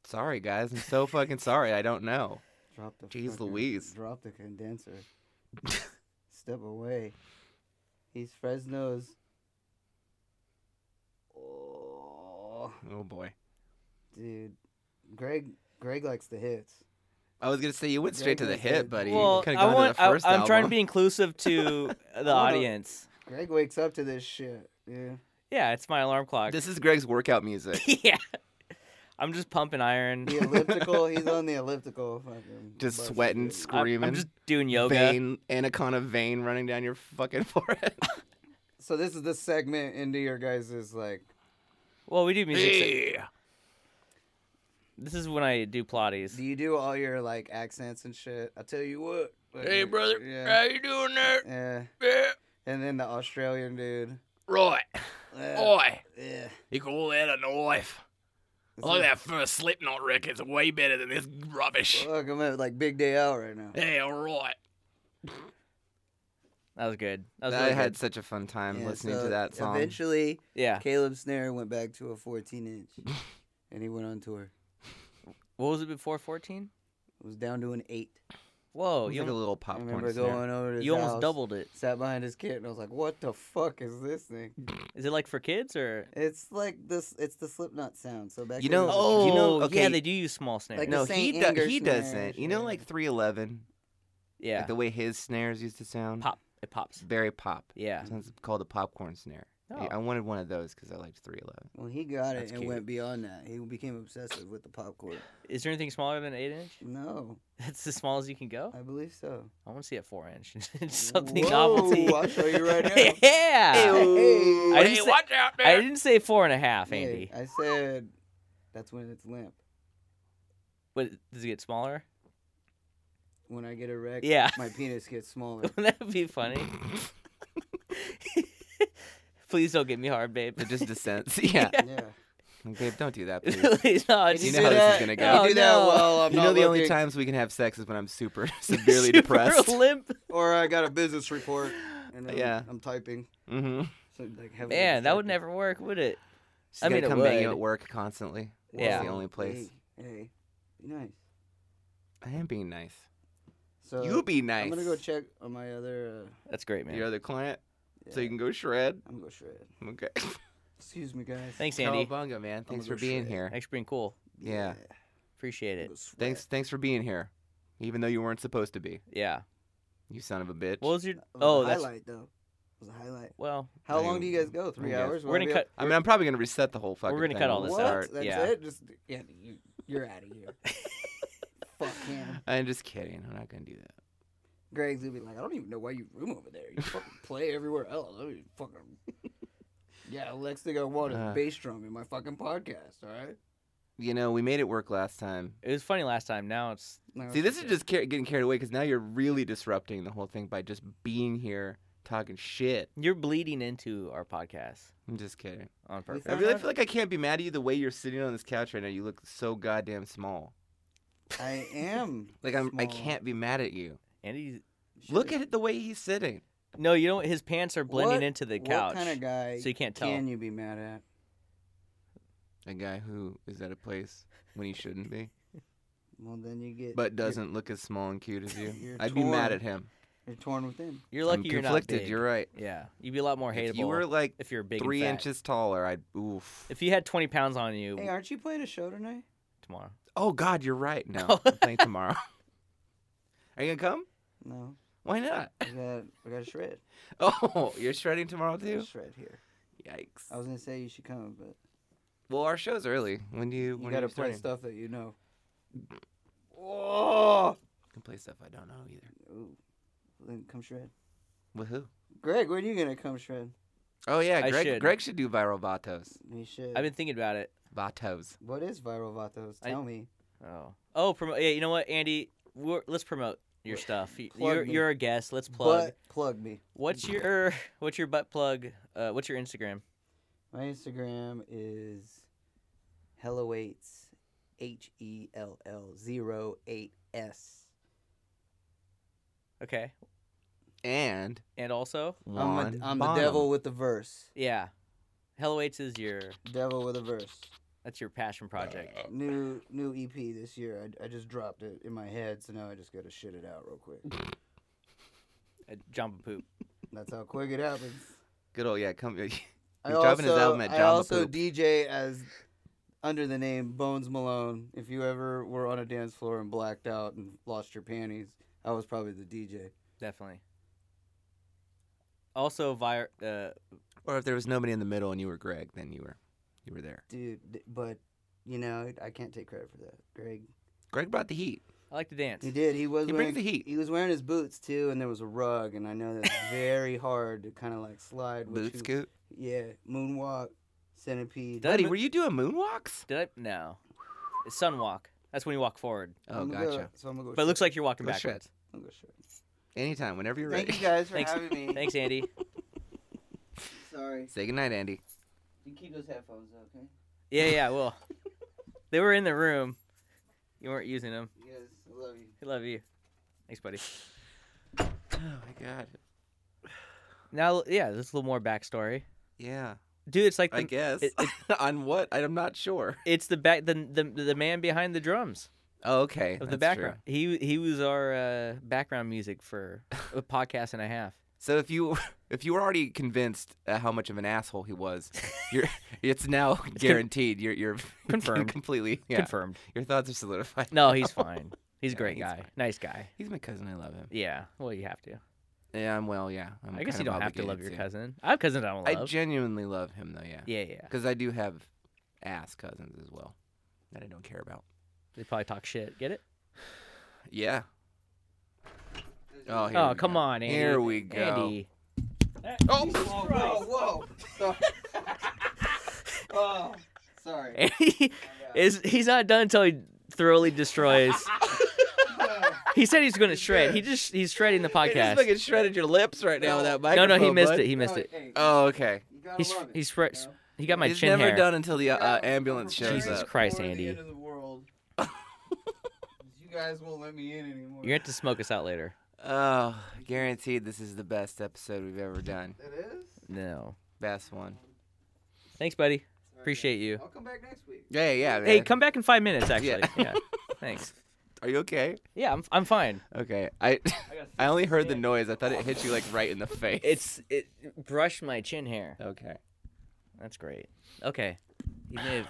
Speaker 2: Sorry, guys. I'm so fucking sorry. I don't know.
Speaker 4: Drop the.
Speaker 2: Jeez
Speaker 4: fucking-
Speaker 2: Louise.
Speaker 4: Drop the condenser. Step away. He's Fresno's. Oh,
Speaker 2: Oh boy.
Speaker 4: dude, Greg. Greg likes the hits.
Speaker 2: I was gonna say you went
Speaker 4: Yeah,
Speaker 2: straight to the
Speaker 4: that's
Speaker 2: hit,
Speaker 4: good.
Speaker 2: buddy.
Speaker 1: well,
Speaker 2: you could
Speaker 1: I
Speaker 2: have gone
Speaker 1: want.
Speaker 2: to the first
Speaker 1: I, am trying to
Speaker 2: album.
Speaker 1: be inclusive to the
Speaker 4: on.
Speaker 1: audience.
Speaker 4: Greg wakes up to this shit. Yeah.
Speaker 1: Yeah, it's my alarm clock.
Speaker 2: This is Greg's workout music.
Speaker 1: yeah, I'm just pumping iron.
Speaker 4: The elliptical. he's on the elliptical. Fucking
Speaker 2: Just
Speaker 4: busting
Speaker 2: sweating,
Speaker 4: it.
Speaker 1: I'm-
Speaker 2: screaming.
Speaker 1: I'm just doing yoga.
Speaker 2: Vein, anaconda vein running down your fucking forehead.
Speaker 4: So this is the segment into your guys' like
Speaker 1: Well, we do music. se- This is when I do Pilates.
Speaker 4: Do you do all your like accents and shit? I tell you what. like,
Speaker 2: Hey,
Speaker 4: uh,
Speaker 2: brother. How
Speaker 4: Yeah.
Speaker 2: you doing there?
Speaker 4: yeah.
Speaker 2: Yeah.
Speaker 4: And then the Australian dude.
Speaker 2: Right.
Speaker 4: Yeah.
Speaker 2: Oh.
Speaker 5: Oi,
Speaker 4: Yeah.
Speaker 5: you call that a knife? I like that first Slipknot record. It's way better than this rubbish.
Speaker 4: Fuck, I'm at like big day out right now.
Speaker 5: Hey, all right.
Speaker 1: That was good. That was
Speaker 2: I
Speaker 1: really
Speaker 2: had
Speaker 1: good.
Speaker 2: such a fun time
Speaker 4: Yeah,
Speaker 2: listening
Speaker 4: so
Speaker 2: to that song.
Speaker 4: Eventually,
Speaker 1: Yeah.
Speaker 4: Caleb Snare went back to a 14 inch, and he went on tour.
Speaker 1: What was it before 14?
Speaker 4: It was down to an eight.
Speaker 1: Whoa,
Speaker 2: It
Speaker 1: Oh,
Speaker 2: was
Speaker 1: you,
Speaker 2: like a
Speaker 1: almo-
Speaker 2: little
Speaker 4: I
Speaker 2: popcorn.
Speaker 4: remember
Speaker 2: snare.
Speaker 4: going over to his
Speaker 1: you almost
Speaker 4: house,
Speaker 1: doubled it.
Speaker 4: Sat behind his kit, and I was like, "What the fuck is this thing?"
Speaker 1: Is it like for kids or?
Speaker 4: It's like this. It's the Slipknot sound. So back
Speaker 2: You
Speaker 4: then it
Speaker 2: know-
Speaker 4: was a-
Speaker 1: Oh,
Speaker 2: you know-
Speaker 1: yeah,
Speaker 2: okay.
Speaker 1: they do use small snares.
Speaker 4: Like
Speaker 2: no,
Speaker 4: the
Speaker 2: he
Speaker 4: Saint
Speaker 2: do-
Speaker 4: Anger
Speaker 2: he
Speaker 4: snare
Speaker 2: doesn't. You
Speaker 4: shit.
Speaker 2: know, like 311,
Speaker 1: yeah,
Speaker 2: like the way his snares used to sound.
Speaker 1: pop. It pops.
Speaker 2: Very pop.
Speaker 1: Yeah.
Speaker 2: So It's called a popcorn snare. I-
Speaker 1: Oh.
Speaker 2: I wanted one of those because I liked 311.
Speaker 4: Well, he got
Speaker 2: That's
Speaker 4: it and
Speaker 2: cute.
Speaker 4: went beyond that. He became obsessive with the popcorn.
Speaker 1: Is there anything smaller than an eight inch?
Speaker 4: No,
Speaker 1: That's as small as you can go.
Speaker 4: I believe so.
Speaker 1: I want to see a four inch. It's Something
Speaker 4: Whoa,
Speaker 1: novelty.
Speaker 4: I'll show you right now.
Speaker 2: Ah.
Speaker 1: yeah.
Speaker 4: Hey,
Speaker 1: I
Speaker 5: Hey,
Speaker 1: didn't say-
Speaker 5: watch out
Speaker 1: I
Speaker 5: there.
Speaker 1: didn't say four and a
Speaker 2: Ah,
Speaker 1: half,
Speaker 4: hey,
Speaker 1: Andy.
Speaker 4: I said that's when it's limp.
Speaker 1: But does it get smaller?
Speaker 4: When I get erect,
Speaker 1: Yeah.
Speaker 4: my penis gets smaller.
Speaker 1: Wouldn't that be funny? Please don't get me hard, babe.
Speaker 2: It just descends. Yeah.
Speaker 4: yeah.
Speaker 2: Like, Babe, don't do that, please.
Speaker 1: Please, no, I
Speaker 4: If
Speaker 1: just
Speaker 2: You
Speaker 4: do
Speaker 2: know how this is
Speaker 4: that-
Speaker 2: gonna
Speaker 4: if
Speaker 2: go.
Speaker 4: You do that
Speaker 1: Oh, no.
Speaker 4: well, I'm
Speaker 2: you
Speaker 4: not
Speaker 2: know, the only
Speaker 4: looking,
Speaker 2: times we can have sex is when I'm super
Speaker 1: Super
Speaker 2: severely depressed.
Speaker 1: limp.
Speaker 4: or I got a business report and I'm,
Speaker 2: Yeah.
Speaker 4: I'm typing.
Speaker 2: Mm-hmm.
Speaker 4: So like heavily
Speaker 1: Man, that would
Speaker 4: distracted.
Speaker 1: never work, would it?
Speaker 2: She's
Speaker 1: I mean,
Speaker 2: gotta
Speaker 1: it
Speaker 2: come bang you
Speaker 1: would.
Speaker 2: at work constantly.
Speaker 4: Whoa,
Speaker 1: Yeah.
Speaker 2: It's the only place.
Speaker 4: Hey, hey, be nice.
Speaker 2: I am being nice.
Speaker 4: So
Speaker 2: you be nice.
Speaker 4: Uh, I'm gonna go check on my other. Uh,
Speaker 1: That's great, man.
Speaker 2: your other client, so
Speaker 4: yeah,
Speaker 2: you can go shred.
Speaker 4: I'm gonna go shred.
Speaker 2: Okay.
Speaker 4: Excuse me, guys.
Speaker 1: Thanks, Andy.
Speaker 2: Cowabunga, man. Thanks
Speaker 4: gonna
Speaker 2: for
Speaker 4: go
Speaker 2: being
Speaker 4: shred.
Speaker 2: here.
Speaker 1: Thanks for being cool.
Speaker 2: Yeah.
Speaker 1: Appreciate
Speaker 4: I'm
Speaker 1: it.
Speaker 4: gonna sweat.
Speaker 2: Thanks, thanks for being here, even though you weren't supposed to be.
Speaker 1: Yeah.
Speaker 2: You son of a bitch.
Speaker 1: What was your?
Speaker 4: It was
Speaker 1: Oh,
Speaker 4: a
Speaker 1: that's
Speaker 4: uh, highlight though. It was a highlight.
Speaker 1: well.
Speaker 4: How
Speaker 2: I
Speaker 4: long do you guys go? Three
Speaker 2: guess.
Speaker 4: hours?
Speaker 1: We're gonna
Speaker 4: Wanna be
Speaker 1: cut.
Speaker 2: I mean, I'm probably gonna reset the whole fucking.
Speaker 1: gonna
Speaker 2: thing
Speaker 1: cut
Speaker 2: on
Speaker 1: all
Speaker 4: up-
Speaker 1: this
Speaker 2: the
Speaker 4: What?
Speaker 1: out.
Speaker 2: start.
Speaker 4: That's
Speaker 1: yeah.
Speaker 4: it? Just yeah, you, you're out of here. Fuck him.
Speaker 2: I'm just kidding. I'm not gonna do that.
Speaker 4: Greg's gonna be like, I don't even know why you room over there. You fucking play everywhere else. I mean, fucking. Yeah, Lex think I want a
Speaker 2: Uh.
Speaker 4: bass drum in my fucking podcast. All right.
Speaker 2: You know, we made it work last time.
Speaker 1: It was funny last time. Now it's
Speaker 4: No,
Speaker 2: See,
Speaker 4: it's
Speaker 2: this is
Speaker 4: okay.
Speaker 2: just car- getting carried away because now you're really disrupting the whole thing by just being here talking shit.
Speaker 1: you're bleeding into our podcast
Speaker 2: I'm just kidding.
Speaker 1: on
Speaker 2: I
Speaker 1: purpose.
Speaker 4: found-
Speaker 2: really
Speaker 4: Uh-huh.
Speaker 2: feel like I can't be mad at you the way you're sitting on this couch right now. You look so goddamn small.
Speaker 4: I am.
Speaker 2: Like I'm, I
Speaker 4: small.
Speaker 2: can't be mad at you.
Speaker 1: Andy,
Speaker 2: Look
Speaker 4: Shit.
Speaker 2: at it the way he's sitting.
Speaker 1: no, you know what? His pants are blending
Speaker 4: What-
Speaker 1: into the couch,
Speaker 4: What kind of guy
Speaker 1: so you can't tell.
Speaker 4: can you be mad at?
Speaker 2: A guy who is at a place when he shouldn't be,
Speaker 4: Well, then you get.
Speaker 2: but
Speaker 4: you're-
Speaker 2: doesn't look as small and cute as you.
Speaker 4: You're
Speaker 2: I'd be mad
Speaker 4: torn.
Speaker 2: at him.
Speaker 4: You're torn within.
Speaker 1: You're lucky
Speaker 2: I'm
Speaker 1: you're not
Speaker 2: conflicted.
Speaker 1: big.
Speaker 2: You're right.
Speaker 1: Yeah, you'd be a lot more hateable
Speaker 2: If you were like
Speaker 1: if you're big. and
Speaker 2: three
Speaker 1: fat.
Speaker 2: inches taller, I'd oof.
Speaker 1: If you had 20 pounds on you
Speaker 4: Hey, aren't you playing a show tonight?
Speaker 1: tomorrow,
Speaker 2: Oh God, you're right. No, I'm playing tomorrow. Are you gonna come?
Speaker 4: No.
Speaker 2: Why not?
Speaker 4: I got, I got a shred.
Speaker 2: Oh, you're shredding tomorrow
Speaker 4: I got
Speaker 2: too?
Speaker 4: a shred here.
Speaker 2: Yikes.
Speaker 4: I was gonna say you should come, but
Speaker 2: Well, our show's early. When do you?
Speaker 4: you
Speaker 2: when
Speaker 4: gotta
Speaker 2: are you
Speaker 4: play
Speaker 2: starting?
Speaker 4: stuff that you know. Oh,
Speaker 2: I can play stuff I don't know either.
Speaker 4: then come shred.
Speaker 2: With who?
Speaker 4: Greg, when are you gonna come shred?
Speaker 2: Oh yeah,
Speaker 1: I
Speaker 2: Greg.
Speaker 1: should.
Speaker 2: Greg should do viral vatos.
Speaker 4: You should.
Speaker 1: I've been thinking about it.
Speaker 2: Vatos.
Speaker 4: What is viral vatos?
Speaker 1: I-
Speaker 4: Tell me.
Speaker 1: Oh, oh, promote. Yeah, you know what, Andy? We're, let's promote your stuff. Y-
Speaker 4: Plug
Speaker 1: You're,
Speaker 4: me.
Speaker 1: you're a guest. Let's plug.
Speaker 4: Butt plug me.
Speaker 1: What's your what's your butt plug? Uh, what's your Instagram?
Speaker 4: My Instagram is helloates, H E L L zero eight S.
Speaker 1: Okay.
Speaker 2: And
Speaker 1: And also,
Speaker 4: I'm,
Speaker 2: Juan
Speaker 4: a, I'm the
Speaker 2: Bonham.
Speaker 4: devil with the verse.
Speaker 1: yeah, Hello Waits is your
Speaker 4: Devil with a verse.
Speaker 1: that's your passion project.
Speaker 4: New new EP this year. I, I just dropped it in my head, so now I just gotta shit it out real quick.
Speaker 1: Uh, Jump and poop.
Speaker 4: That's how quick it happens.
Speaker 2: Good old yeah. Come. He's
Speaker 4: I
Speaker 2: dropping his
Speaker 4: also-
Speaker 2: album at
Speaker 4: I
Speaker 2: Jamba
Speaker 4: also
Speaker 2: Poop.
Speaker 4: DJ as under the name Bones Malone. If you ever were on a dance floor and blacked out and lost your panties, I was probably the DJ.
Speaker 1: Definitely. Also, via uh,
Speaker 2: or if there was nobody in the middle and you were Greg, then you were, you were there.
Speaker 4: Dude, th- but you know, I can't take credit for that. Greg,
Speaker 2: Greg brought the heat.
Speaker 1: I like to dance.
Speaker 4: he did. He was
Speaker 2: He
Speaker 4: wearing
Speaker 2: brings the heat.
Speaker 4: He was wearing his boots too, and there was a rug, and I know that's very hard to kind of like slide. with
Speaker 2: Boot
Speaker 4: you-
Speaker 2: scoot.
Speaker 4: Yeah, moonwalk, centipede.
Speaker 1: Does-
Speaker 2: Buddy, were you doing moonwalks?
Speaker 1: Did I? No. It's sunwalk. That's when you walk forward,
Speaker 2: Oh,
Speaker 4: I'm gonna
Speaker 2: gotcha.
Speaker 4: go- so I'm gonna go.
Speaker 1: but it looks like you're walking
Speaker 2: Go shred.
Speaker 1: backwards.
Speaker 4: I'm gonna go shred.
Speaker 2: Anytime, whenever you're ready.
Speaker 4: Thank you guys for
Speaker 1: Thanks.
Speaker 4: having me.
Speaker 1: Thanks, Andy.
Speaker 4: Sorry.
Speaker 2: Say goodnight, Andy.
Speaker 4: You keep those headphones, okay?
Speaker 1: Yeah, yeah. Well, they were in the room. You weren't using them.
Speaker 4: Yes, I love you.
Speaker 1: I love you. Thanks, buddy.
Speaker 2: Oh my god.
Speaker 1: Now, yeah, there's a little more backstory,
Speaker 2: Yeah.
Speaker 1: dude. It's like the,
Speaker 2: I guess.
Speaker 1: it-
Speaker 2: On what? I'm not sure.
Speaker 1: it's the back the, the the man behind the drums
Speaker 2: Oh, okay.
Speaker 1: of the
Speaker 2: that's
Speaker 1: background.
Speaker 2: true.
Speaker 1: He he was our uh, background music for a podcast and a half.
Speaker 2: So if you if you were already convinced uh, how much of an asshole he was, you're it's now guaranteed. You're you're
Speaker 1: Confirmed.
Speaker 2: completely. Yeah.
Speaker 1: Confirmed.
Speaker 2: Your thoughts are solidified.
Speaker 1: No, he's fine. He's a great
Speaker 2: he's
Speaker 1: guy.
Speaker 2: fine.
Speaker 1: Nice guy.
Speaker 2: He's my cousin. I love him.
Speaker 1: Yeah. Well, you have to.
Speaker 2: Yeah, I'm well. Yeah. I'm
Speaker 1: i guess
Speaker 2: kind
Speaker 1: you
Speaker 2: of
Speaker 1: don't have to love
Speaker 2: obligated
Speaker 1: your cousin. I have cousins I don't
Speaker 2: I
Speaker 1: love.
Speaker 2: genuinely love him though. Yeah.
Speaker 1: yeah, yeah.
Speaker 2: Because I do have ass cousins as well that I don't care about.
Speaker 1: They probably talk shit. Get it?
Speaker 2: Yeah. Oh, here
Speaker 1: oh,
Speaker 2: we
Speaker 1: come
Speaker 2: go.
Speaker 1: on, Andy.
Speaker 2: Here we go.
Speaker 1: Andy.
Speaker 2: Oh.
Speaker 4: Whoa, whoa. oh, sorry.
Speaker 1: Andy is he's not done until he thoroughly destroys. he said he's going to shred. He just he's shredding the
Speaker 2: He just
Speaker 1: podcast.
Speaker 2: fucking shredded your lips right now with that
Speaker 1: No,
Speaker 2: microphone.
Speaker 1: no, he missed
Speaker 2: bud.
Speaker 1: it. He missed it.
Speaker 2: Oh, okay.
Speaker 4: you gotta
Speaker 1: He's
Speaker 4: love it,
Speaker 1: he's
Speaker 4: you
Speaker 1: fre-
Speaker 4: know?
Speaker 1: he got my
Speaker 2: He's
Speaker 1: chin
Speaker 2: never
Speaker 1: hair.
Speaker 2: done until the uh, uh, ambulance
Speaker 4: I'm
Speaker 2: shows
Speaker 1: Jesus
Speaker 2: up.
Speaker 1: Christ,
Speaker 4: prepared for
Speaker 1: Andy.
Speaker 4: The end of the world. 'Cause you guys won't let me in anymore.
Speaker 1: You're going to have to smoke us out later.
Speaker 2: Oh, guaranteed this is the best episode we've ever done.
Speaker 4: It is?
Speaker 1: No.
Speaker 2: Best one.
Speaker 1: Thanks, buddy.
Speaker 4: Sorry,
Speaker 1: Appreciate you.
Speaker 4: guys. I'll come back next week.
Speaker 2: Yeah, yeah.
Speaker 1: Hey,
Speaker 2: man.
Speaker 1: come back in five minutes, actually. Yeah.
Speaker 2: Yeah.
Speaker 1: Thanks.
Speaker 2: Are you okay?
Speaker 1: Yeah, I'm, I'm fine.
Speaker 2: Okay. I
Speaker 1: gotta
Speaker 2: I only heard the noise. I thought it hit you like right in the face.
Speaker 1: It's it brushed my chin hair.
Speaker 2: okay.
Speaker 1: That's great. Okay. You may have.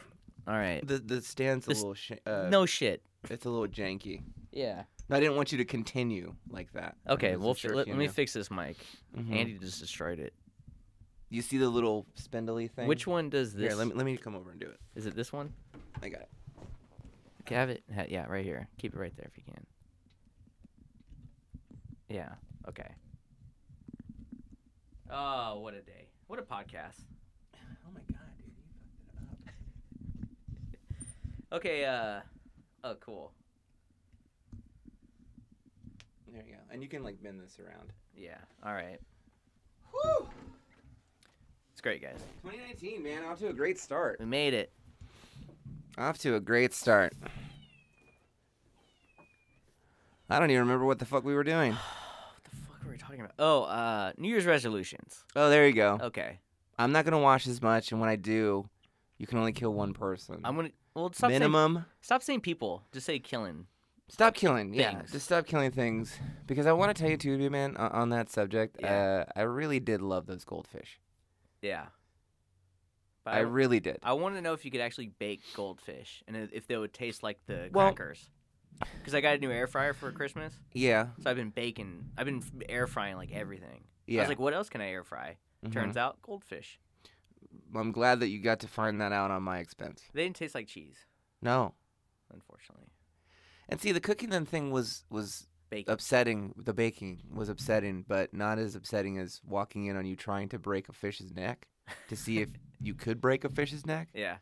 Speaker 1: All right.
Speaker 2: The the stand's a
Speaker 1: This-
Speaker 2: little sh- uh,
Speaker 1: no shit.
Speaker 2: It's a little janky.
Speaker 1: Yeah.
Speaker 2: I didn't want you to continue like that. I
Speaker 1: Okay.
Speaker 2: wasn't
Speaker 1: Well,
Speaker 2: sure
Speaker 1: fi-
Speaker 2: if
Speaker 1: let,
Speaker 2: you
Speaker 1: let me
Speaker 2: knew.
Speaker 1: fix this mic.
Speaker 2: Mhm.
Speaker 1: Andy just destroyed it.
Speaker 2: You see the little spindly thing?
Speaker 1: Which one does this?
Speaker 2: Here, let me let me come over and do it.
Speaker 1: Is it this one?
Speaker 2: I got it.
Speaker 1: Okay, have it. ha- Yeah, right here. Keep it right there if you can. Yeah. Okay. Oh, what a day! What a podcast.
Speaker 2: Oh my god, dude, you fucked it up.
Speaker 1: Okay. Uh. Oh, cool.
Speaker 2: There you go. And you can like bend this around.
Speaker 1: Yeah. All right. It's great, guys.
Speaker 2: 2019, man, off to a great start.
Speaker 1: We made it.
Speaker 2: Off to a great start. I don't even remember what the fuck we were doing.
Speaker 1: Oh, What the fuck were we talking about? Oh, uh, New Year's resolutions.
Speaker 2: Oh, there you go.
Speaker 1: Okay.
Speaker 2: I'm not gonna wash as much, and when I do, you can only kill one person.
Speaker 1: I'm gonna. Well, stop saying
Speaker 2: Minimum.
Speaker 1: stop saying people. Just say killing.
Speaker 2: Stop killing, yeah.
Speaker 1: Things.
Speaker 2: Just stop killing things, because I want to tell you too, dude, man. On, on that subject,
Speaker 1: Yeah.
Speaker 2: uh, I really did love those goldfish.
Speaker 1: Yeah. But
Speaker 2: I
Speaker 1: don't-
Speaker 2: really did.
Speaker 1: I wanted to know if you could actually bake goldfish and i- if they would taste like the
Speaker 2: Well-
Speaker 1: crackers. Because I got a new air fryer for Christmas,
Speaker 2: Yeah,
Speaker 1: so I've been baking. I've been f- air frying like everything. I
Speaker 2: yeah.
Speaker 1: was like, what else can I air fry?
Speaker 2: mhm.
Speaker 1: Turns out goldfish.
Speaker 2: I'm glad that you got to find that out on my expense.
Speaker 1: They didn't taste like cheese,
Speaker 2: No,
Speaker 1: unfortunately.
Speaker 2: and see, the cooking then thing was was
Speaker 1: Bacon.
Speaker 2: upsetting. The baking was upsetting, but not as upsetting as walking in on you trying to break a fish's neck to see if you could break a fish's neck.
Speaker 1: yeah.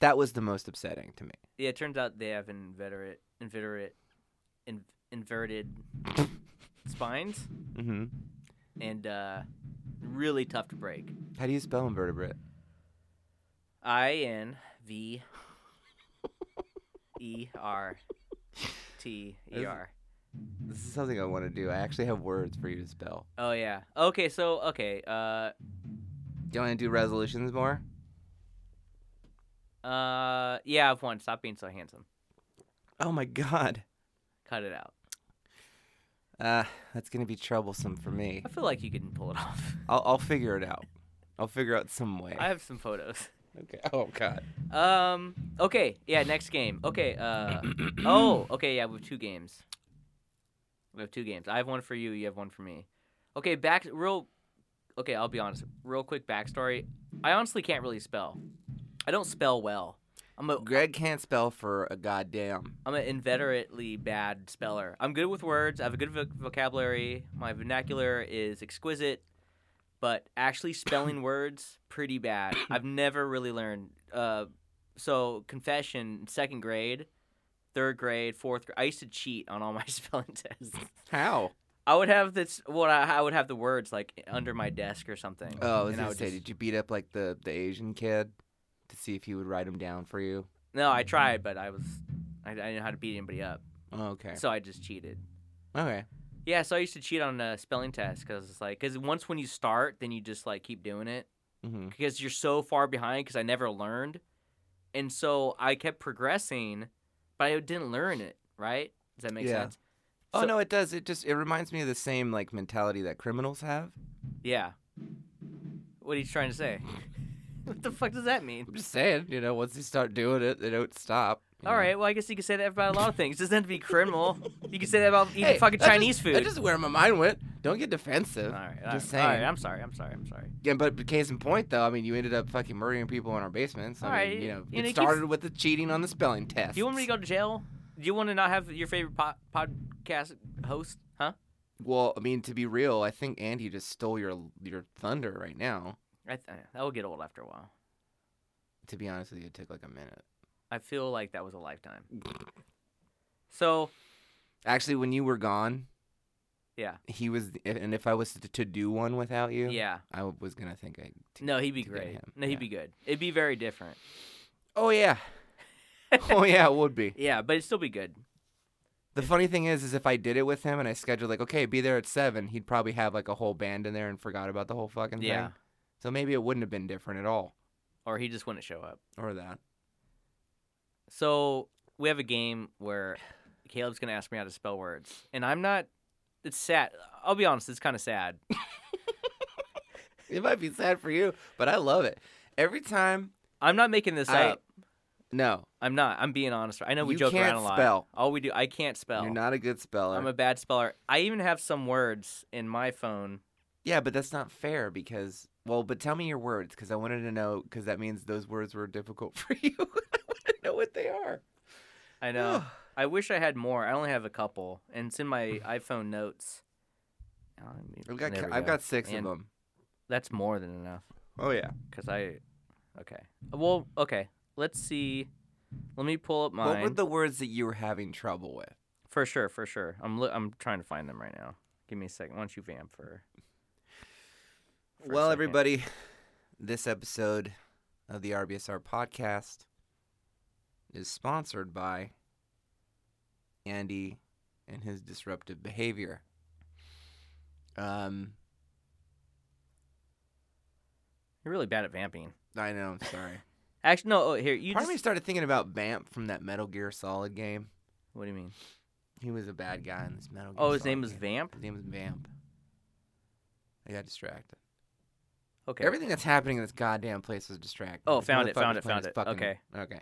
Speaker 2: That was the most upsetting to me.
Speaker 1: Yeah, it turns out they have inveterate, inveterate, in, inverted spines
Speaker 2: Mm-hmm.
Speaker 1: and uh, really tough to break.
Speaker 2: How do you spell invertebrate?
Speaker 1: I N V E R T E R.
Speaker 2: This is something I want to do. I actually have words for you to spell.
Speaker 1: Oh yeah. Okay, so okay, uh
Speaker 2: Do you want to do resolutions more?
Speaker 1: uh yeah, I've won. Stop being so handsome.
Speaker 2: Oh my god.
Speaker 1: Cut it out.
Speaker 2: Uh, that's gonna be troublesome for me.
Speaker 1: I feel like you can pull it off.
Speaker 2: I'll, I'll figure it out. I'll figure out some way.
Speaker 1: I have some photos.
Speaker 2: Okay. Oh god.
Speaker 1: Um okay, yeah, next game. Okay, uh Oh, okay, yeah, we have two games. We have two games. I have one for you, you have one for me. Okay, back real Okay, I'll be honest. Real quick backstory. I honestly can't really spell. I don't spell well. I'm a
Speaker 2: Oh, Greg can't spell for a goddamn.
Speaker 1: I'm an inveterately bad speller. I'm good with words. I have a good voc- vocabulary. My vernacular is exquisite, but actually spelling words pretty bad. I've never really learned. Uh, so confession: second grade, third grade, fourth grade. I used to cheat on all my spelling tests.
Speaker 2: How?
Speaker 1: I would have this. What I, I would have the words like under my desk or something.
Speaker 2: Oh, I was
Speaker 1: and
Speaker 2: gonna
Speaker 1: would
Speaker 2: say,
Speaker 1: just-
Speaker 2: did you beat up like the the Asian kid to see if he would write him down for you?
Speaker 1: No, I tried, but I was. I, I didn't know how to beat anybody up,
Speaker 2: Oh, okay.
Speaker 1: so I just cheated.
Speaker 2: Okay.
Speaker 1: Yeah, so I used to cheat on a spelling test because it's like, because once when you start, then you just like keep doing it
Speaker 2: hmm
Speaker 1: because you're so far behind because I never learned. And so I kept progressing, but I didn't learn it, right? Does that make
Speaker 2: Yeah.
Speaker 1: sense?
Speaker 2: Oh
Speaker 1: So-
Speaker 2: no, it does. It just it reminds me of the same like mentality that criminals have.
Speaker 1: Yeah. What are you trying to say? what the fuck does that mean?
Speaker 2: I'm just saying, you know, once you start doing it, they don't stop. you
Speaker 1: All
Speaker 2: know?
Speaker 1: right, well, I guess you can say that about a lot of things. It doesn't have to be criminal. You can say that about eating
Speaker 2: Hey,
Speaker 1: fucking
Speaker 2: that's
Speaker 1: Chinese
Speaker 2: just-
Speaker 1: food.
Speaker 2: That's just where my mind went. Don't get defensive.
Speaker 1: All right, all
Speaker 2: just
Speaker 1: right, all right,
Speaker 2: saying.
Speaker 1: I'm sorry, I'm sorry, I'm sorry.
Speaker 2: Yeah, but but case in point, though, I mean, you ended up fucking murdering people in our basements. I
Speaker 1: All
Speaker 2: mean,
Speaker 1: right,
Speaker 2: you know,
Speaker 1: you
Speaker 2: it
Speaker 1: know, keep-
Speaker 2: started with the cheating on the spelling test.
Speaker 1: Do you want me to go to jail? Do you want to not have your favorite po- podcast host? Huh?
Speaker 2: Well, I mean, to be real, I think Andy just stole your your thunder right now.
Speaker 1: I th- that will get old after a while.
Speaker 2: To be honest with you, it took like a minute.
Speaker 1: I feel like that was a lifetime. So
Speaker 2: Actually, when you were gone,
Speaker 1: yeah,
Speaker 2: he was, and if I was to, to do one without you,
Speaker 1: yeah.
Speaker 2: I was gonna think I.
Speaker 1: No, he'd be
Speaker 2: to get
Speaker 1: great.
Speaker 2: him,
Speaker 1: No, he'd
Speaker 2: yeah.
Speaker 1: be good. It'd be very different.
Speaker 2: Oh yeah. oh yeah, it would be.
Speaker 1: Yeah, but it'd still be good.
Speaker 2: The funny thing is, is if I did it with him and I scheduled like, okay, be there at seven, he'd probably have like a whole band in there and forgot about the whole fucking thing.
Speaker 1: Yeah.
Speaker 2: So maybe it wouldn't have been different at all,
Speaker 1: Or he just wouldn't show up.
Speaker 2: or that.
Speaker 1: So we have a game where Caleb's gonna ask me how to spell words, and I'm not. It's sad. I'll be honest. It's kind of sad.
Speaker 2: It might be sad for you, but I love it. Every time,
Speaker 1: I'm not making this
Speaker 2: I-
Speaker 1: up.
Speaker 2: no,
Speaker 1: I'm not. I'm being honest. I know we
Speaker 2: You
Speaker 1: joke
Speaker 2: can't
Speaker 1: around a lot.
Speaker 2: spell.
Speaker 1: All we do. I can't spell.
Speaker 2: you're not a good speller.
Speaker 1: I'm a bad speller. I even have some words in my phone.
Speaker 2: Yeah, but that's not fair because well, but tell me your words because I wanted to know because that means those words were difficult for you. I want to know what they are.
Speaker 1: I know. I wish I had more. I only have a couple, and it's in my iPhone notes. Oh, I mean,
Speaker 2: I've got
Speaker 1: there we
Speaker 2: I've
Speaker 1: go.
Speaker 2: got six
Speaker 1: And
Speaker 2: of them.
Speaker 1: That's more than enough.
Speaker 2: Oh yeah.
Speaker 1: Cause I, okay. Well, okay. Let's see. Let me pull up mine.
Speaker 2: What were the words that you were having trouble with?
Speaker 1: For sure, for sure. I'm li- I'm trying to find them right now. Give me a second. Why don't you vamp for? for a
Speaker 2: Well,
Speaker 1: second.
Speaker 2: everybody, this episode of the RBSR podcast is sponsored by Andy and his disruptive behavior. Um,
Speaker 1: You're really bad at vamping.
Speaker 2: I know. I'm sorry.
Speaker 1: Actually, no. Oh, here you
Speaker 2: Part of me
Speaker 1: just.
Speaker 2: started thinking about Vamp from that Metal Gear Solid game.
Speaker 1: What do you mean?
Speaker 2: He was a bad guy in this Metal Gear.
Speaker 1: Oh, his
Speaker 2: Solid
Speaker 1: name is
Speaker 2: game.
Speaker 1: Vamp.
Speaker 2: His name is Vamp. I got distracted.
Speaker 1: Okay.
Speaker 2: Everything that's happening in this goddamn place was distracting.
Speaker 1: Oh,
Speaker 2: This
Speaker 1: found it,
Speaker 2: motherfucker's
Speaker 1: found it,
Speaker 2: playing
Speaker 1: found
Speaker 2: his
Speaker 1: it.
Speaker 2: fucking-
Speaker 1: Okay.
Speaker 2: Okay.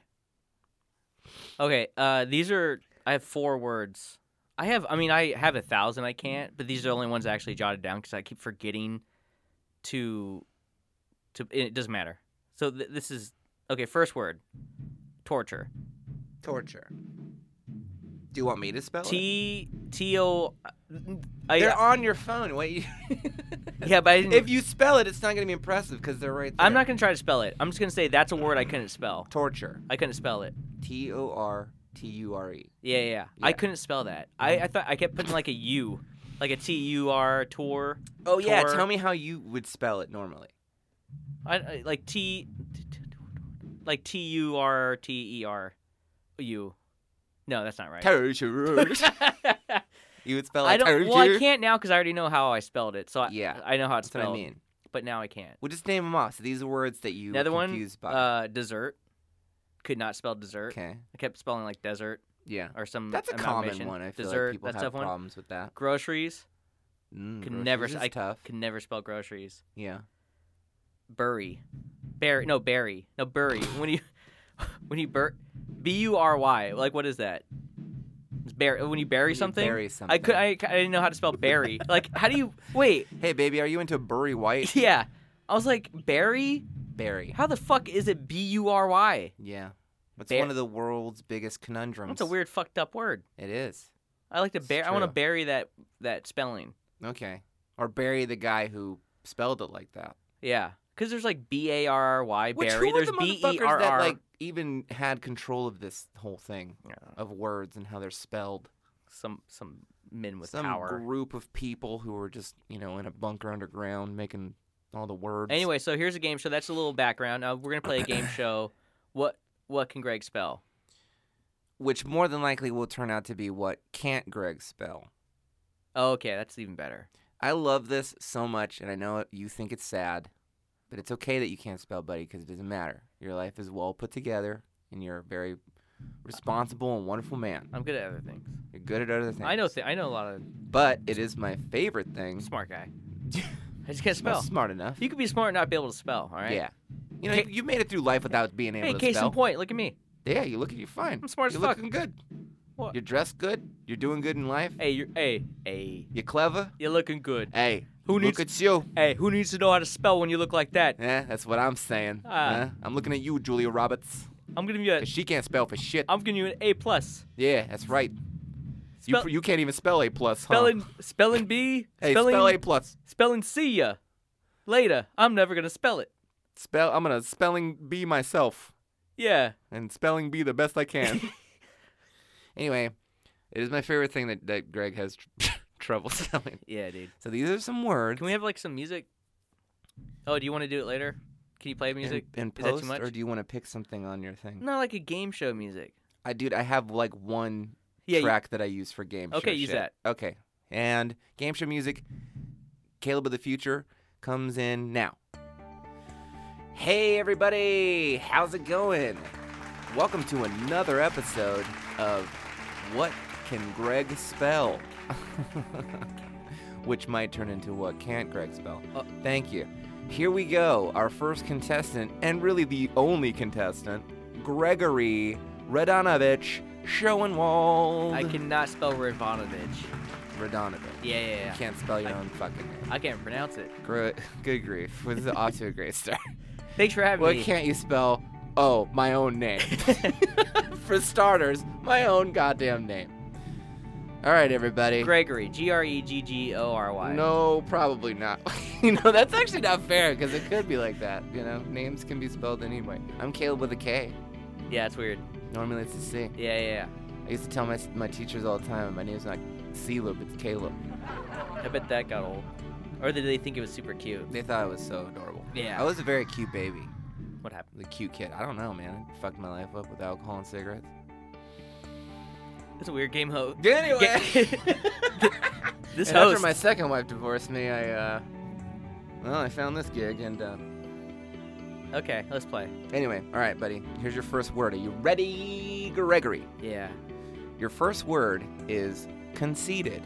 Speaker 1: Okay, uh, these are I have four words. I have, I mean, I have a thousand. I can't, but these are the only ones I actually jotted down because I keep forgetting to. To it doesn't matter. So th- this is okay. First word, torture.
Speaker 2: Torture. Do you want me to spell it?
Speaker 1: T T O.
Speaker 2: They're
Speaker 1: I
Speaker 2: on your phone. What you?
Speaker 1: yeah, but I didn't,
Speaker 2: if you spell it, it's not going to be impressive because they're right there.
Speaker 1: I'm not gonna try to spell it. I'm just gonna say that's a word I couldn't spell.
Speaker 2: Torture.
Speaker 1: I couldn't spell it.
Speaker 2: T O R E. T U R E.
Speaker 1: Yeah, yeah. yeah. I
Speaker 2: Yeah. Mm-hmm.
Speaker 1: couldn't spell that. I, I thought I kept putting like a U, like a T U R tour.
Speaker 2: Oh yeah,
Speaker 1: Tor.
Speaker 2: tell me how you would spell it normally.
Speaker 1: I, I like T, like T U R T E R, U. No, that's not right.
Speaker 2: Terror. you would spell it
Speaker 1: I don't. Well,
Speaker 2: terror.
Speaker 1: I can't now because I already know how I spelled it. So I,
Speaker 2: Yeah,
Speaker 1: I know how it's
Speaker 2: That's what
Speaker 1: spelled.
Speaker 2: I mean.
Speaker 1: But now I can't.
Speaker 2: We'll just name them off. So these are words that you
Speaker 1: Another
Speaker 2: were
Speaker 1: one,
Speaker 2: confused by.
Speaker 1: uh, dessert. Could not spell dessert.
Speaker 2: okay.
Speaker 1: I kept spelling like desert
Speaker 2: Yeah.
Speaker 1: or some.
Speaker 2: That's a common
Speaker 1: amalgamation.
Speaker 2: one. I feel
Speaker 1: dessert.
Speaker 2: like people
Speaker 1: that's tough
Speaker 2: have
Speaker 1: one.
Speaker 2: problems with that.
Speaker 1: Groceries.
Speaker 2: Mm,
Speaker 1: Could
Speaker 2: groceries
Speaker 1: never
Speaker 2: Is
Speaker 1: s- I
Speaker 2: tough.
Speaker 1: Could never spell groceries.
Speaker 2: Yeah.
Speaker 1: Bury. Berry. No, berry. No, bury. when you when you bur B U R Y. Like what is that? It's bury. When you bury
Speaker 2: You
Speaker 1: something.
Speaker 2: bury
Speaker 1: I could.
Speaker 2: something.
Speaker 1: I, I didn't know how to spell bury. like how do you? Wait.
Speaker 2: Hey baby, are you into Burry White?
Speaker 1: Yeah. I was like berry.
Speaker 2: Berry.
Speaker 1: How the fuck is it B U R Y?
Speaker 2: Yeah. It's
Speaker 1: Bar-
Speaker 2: one of the world's biggest conundrums.
Speaker 1: That's a weird fucked up word.
Speaker 2: It is.
Speaker 1: I like to
Speaker 2: It's
Speaker 1: bury. I want to
Speaker 2: true.
Speaker 1: bury that that spelling.
Speaker 2: Okay. Or bury the guy who spelled it like that.
Speaker 1: Yeah. Because there's like B A R R Y
Speaker 2: Which
Speaker 1: berry.
Speaker 2: who were
Speaker 1: There's
Speaker 2: the
Speaker 1: B
Speaker 2: motherfuckers
Speaker 1: E R
Speaker 2: that
Speaker 1: R.
Speaker 2: like even had control of this whole thing of words and how they're spelled?
Speaker 1: Some some men with
Speaker 2: Some
Speaker 1: power.
Speaker 2: group of people who were just you know in a bunker underground making all the words.
Speaker 1: Anyway, so here's a game show. That's a little background. Uh, we're gonna play a game show. What what can Greg spell?
Speaker 2: which more than likely will turn out to be what can't Greg spell.
Speaker 1: Oh, okay, that's even better.
Speaker 2: I love this so much, and I know you think it's sad, but it's okay that you can't spell buddy because it doesn't matter. Your life is well put together, and you're a very responsible and wonderful man.
Speaker 1: I'm good at other things.
Speaker 2: You're good at other things.
Speaker 1: I know th- I know a lot of
Speaker 2: but it is my favorite thing.
Speaker 1: smart guy. I just can't
Speaker 2: Not
Speaker 1: spell.
Speaker 2: smart enough.
Speaker 1: You could be smart and not be able to spell. All right.
Speaker 2: Yeah. You know, you- you made it through life without being able
Speaker 1: Hey,
Speaker 2: to
Speaker 1: case
Speaker 2: spell.
Speaker 1: in point. Look at me.
Speaker 2: Yeah, you look at you fine.
Speaker 1: I'm smart as
Speaker 2: you're
Speaker 1: fuck.
Speaker 2: looking good.
Speaker 1: What?
Speaker 2: You're dressed good. You're doing good in life.
Speaker 1: Hey, you're hey hey.
Speaker 2: You're clever.
Speaker 1: You're looking good.
Speaker 2: Hey,
Speaker 1: Who needs-
Speaker 2: look at you?
Speaker 1: Hey, who needs to know how to spell when you look like that?
Speaker 2: Yeah, that's what I'm saying.
Speaker 1: Ah. Uh,
Speaker 2: Eh? I'm looking at you, Julia Roberts.
Speaker 1: I'm giving you a.
Speaker 2: 'Cause she can't spell for shit.
Speaker 1: I'm giving you an A plus.
Speaker 2: Yeah, that's right.
Speaker 1: Spell-
Speaker 2: you you can't even spell A plus. huh?
Speaker 1: Spelling spelling B.
Speaker 2: Hey,
Speaker 1: spelling
Speaker 2: spell A plus.
Speaker 1: spelling C ya. Later, I'm never gonna spell it.
Speaker 2: Spell. I'm gonna spelling B myself
Speaker 1: Yeah.
Speaker 2: and spelling B the best I can. anyway, it is my favorite thing that that Greg has tr- trouble spelling.
Speaker 1: Yeah, dude.
Speaker 2: So these are some words.
Speaker 1: Can we have like some music? Oh, do you want to do it later? Can you play music?
Speaker 2: in, in
Speaker 1: Is that too
Speaker 2: post,
Speaker 1: much?
Speaker 2: or do you want to pick something on your thing?
Speaker 1: Not like a game show music.
Speaker 2: I dude, I have like one
Speaker 1: Yeah. you-
Speaker 2: track that I use for game show.
Speaker 1: Okay, use
Speaker 2: shit.
Speaker 1: that.
Speaker 2: Okay. And game show music, Caleb of the Future comes in now. Hey everybody, how's it going? Welcome to another episode of What Can Greg Spell? Which might turn into What Can't Greg Spell?
Speaker 1: Uh,
Speaker 2: Thank you. Here we go. Our first contestant, and really the only contestant, Gregory Radonovich Schoenwald.
Speaker 1: I cannot spell Ravanovich.
Speaker 2: Radonovich.
Speaker 1: Yeah, yeah, yeah.
Speaker 2: You can't spell your
Speaker 1: I-
Speaker 2: own fucking name.
Speaker 1: I can't pronounce it.
Speaker 2: Gr- good grief. This is off to a great start.
Speaker 1: Thanks for having
Speaker 2: What
Speaker 1: me.
Speaker 2: can't you spell? Oh, my own name. For starters, my own goddamn name. All right, everybody.
Speaker 1: Gregory. G R E G G O R Y.
Speaker 2: No, probably not. you know, that's actually not fair because it could be like that. You know, names can be spelled anyway. I'm Caleb with a K.
Speaker 1: Yeah, it's weird.
Speaker 2: Normally it's a C.
Speaker 1: Yeah, yeah,
Speaker 2: I used to tell my, my teachers all the time my name's not Caleb, it's Caleb.
Speaker 1: yeah. I bet that got old. Or did they think it was super cute?
Speaker 2: They thought I was so adorable.
Speaker 1: Yeah.
Speaker 2: I was a very cute baby.
Speaker 1: What happened?
Speaker 2: The cute kid. I don't know, man. I fucked my life up with alcohol and cigarettes.
Speaker 1: It's a weird game host.
Speaker 2: Anyway,
Speaker 1: this
Speaker 2: and after
Speaker 1: host.
Speaker 2: my second wife divorced me, I uh, well, I found this gig, and uh,
Speaker 1: Okay, let's play.
Speaker 2: anyway, all right, buddy. Here's your first word. Are you ready, Gregory?
Speaker 1: Yeah.
Speaker 2: Your first word is conceited.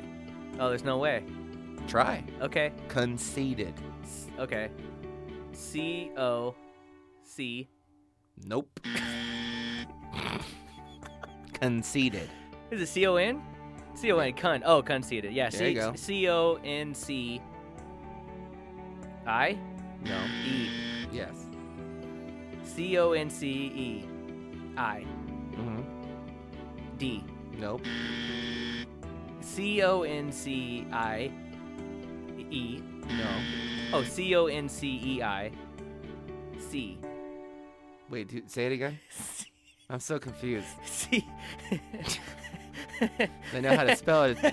Speaker 1: Oh, there's no way.
Speaker 2: Try
Speaker 1: Okay.
Speaker 2: conceited.
Speaker 1: S- okay. C O C.
Speaker 2: Nope. conceited.
Speaker 1: Is it C O N? C O N, cunt. Oh, conceited. Yeah,
Speaker 2: There you
Speaker 1: C
Speaker 2: go.
Speaker 1: C O N C E. I
Speaker 2: No.
Speaker 1: E.
Speaker 2: Yes.
Speaker 1: C O N C E I
Speaker 2: hmm
Speaker 1: D.
Speaker 2: Nope.
Speaker 1: C O N C I E.
Speaker 2: No.
Speaker 1: Oh, C O N C E I C.
Speaker 2: Wait, dude, say it again. I'm so confused.
Speaker 1: C.
Speaker 2: They know how to spell it. It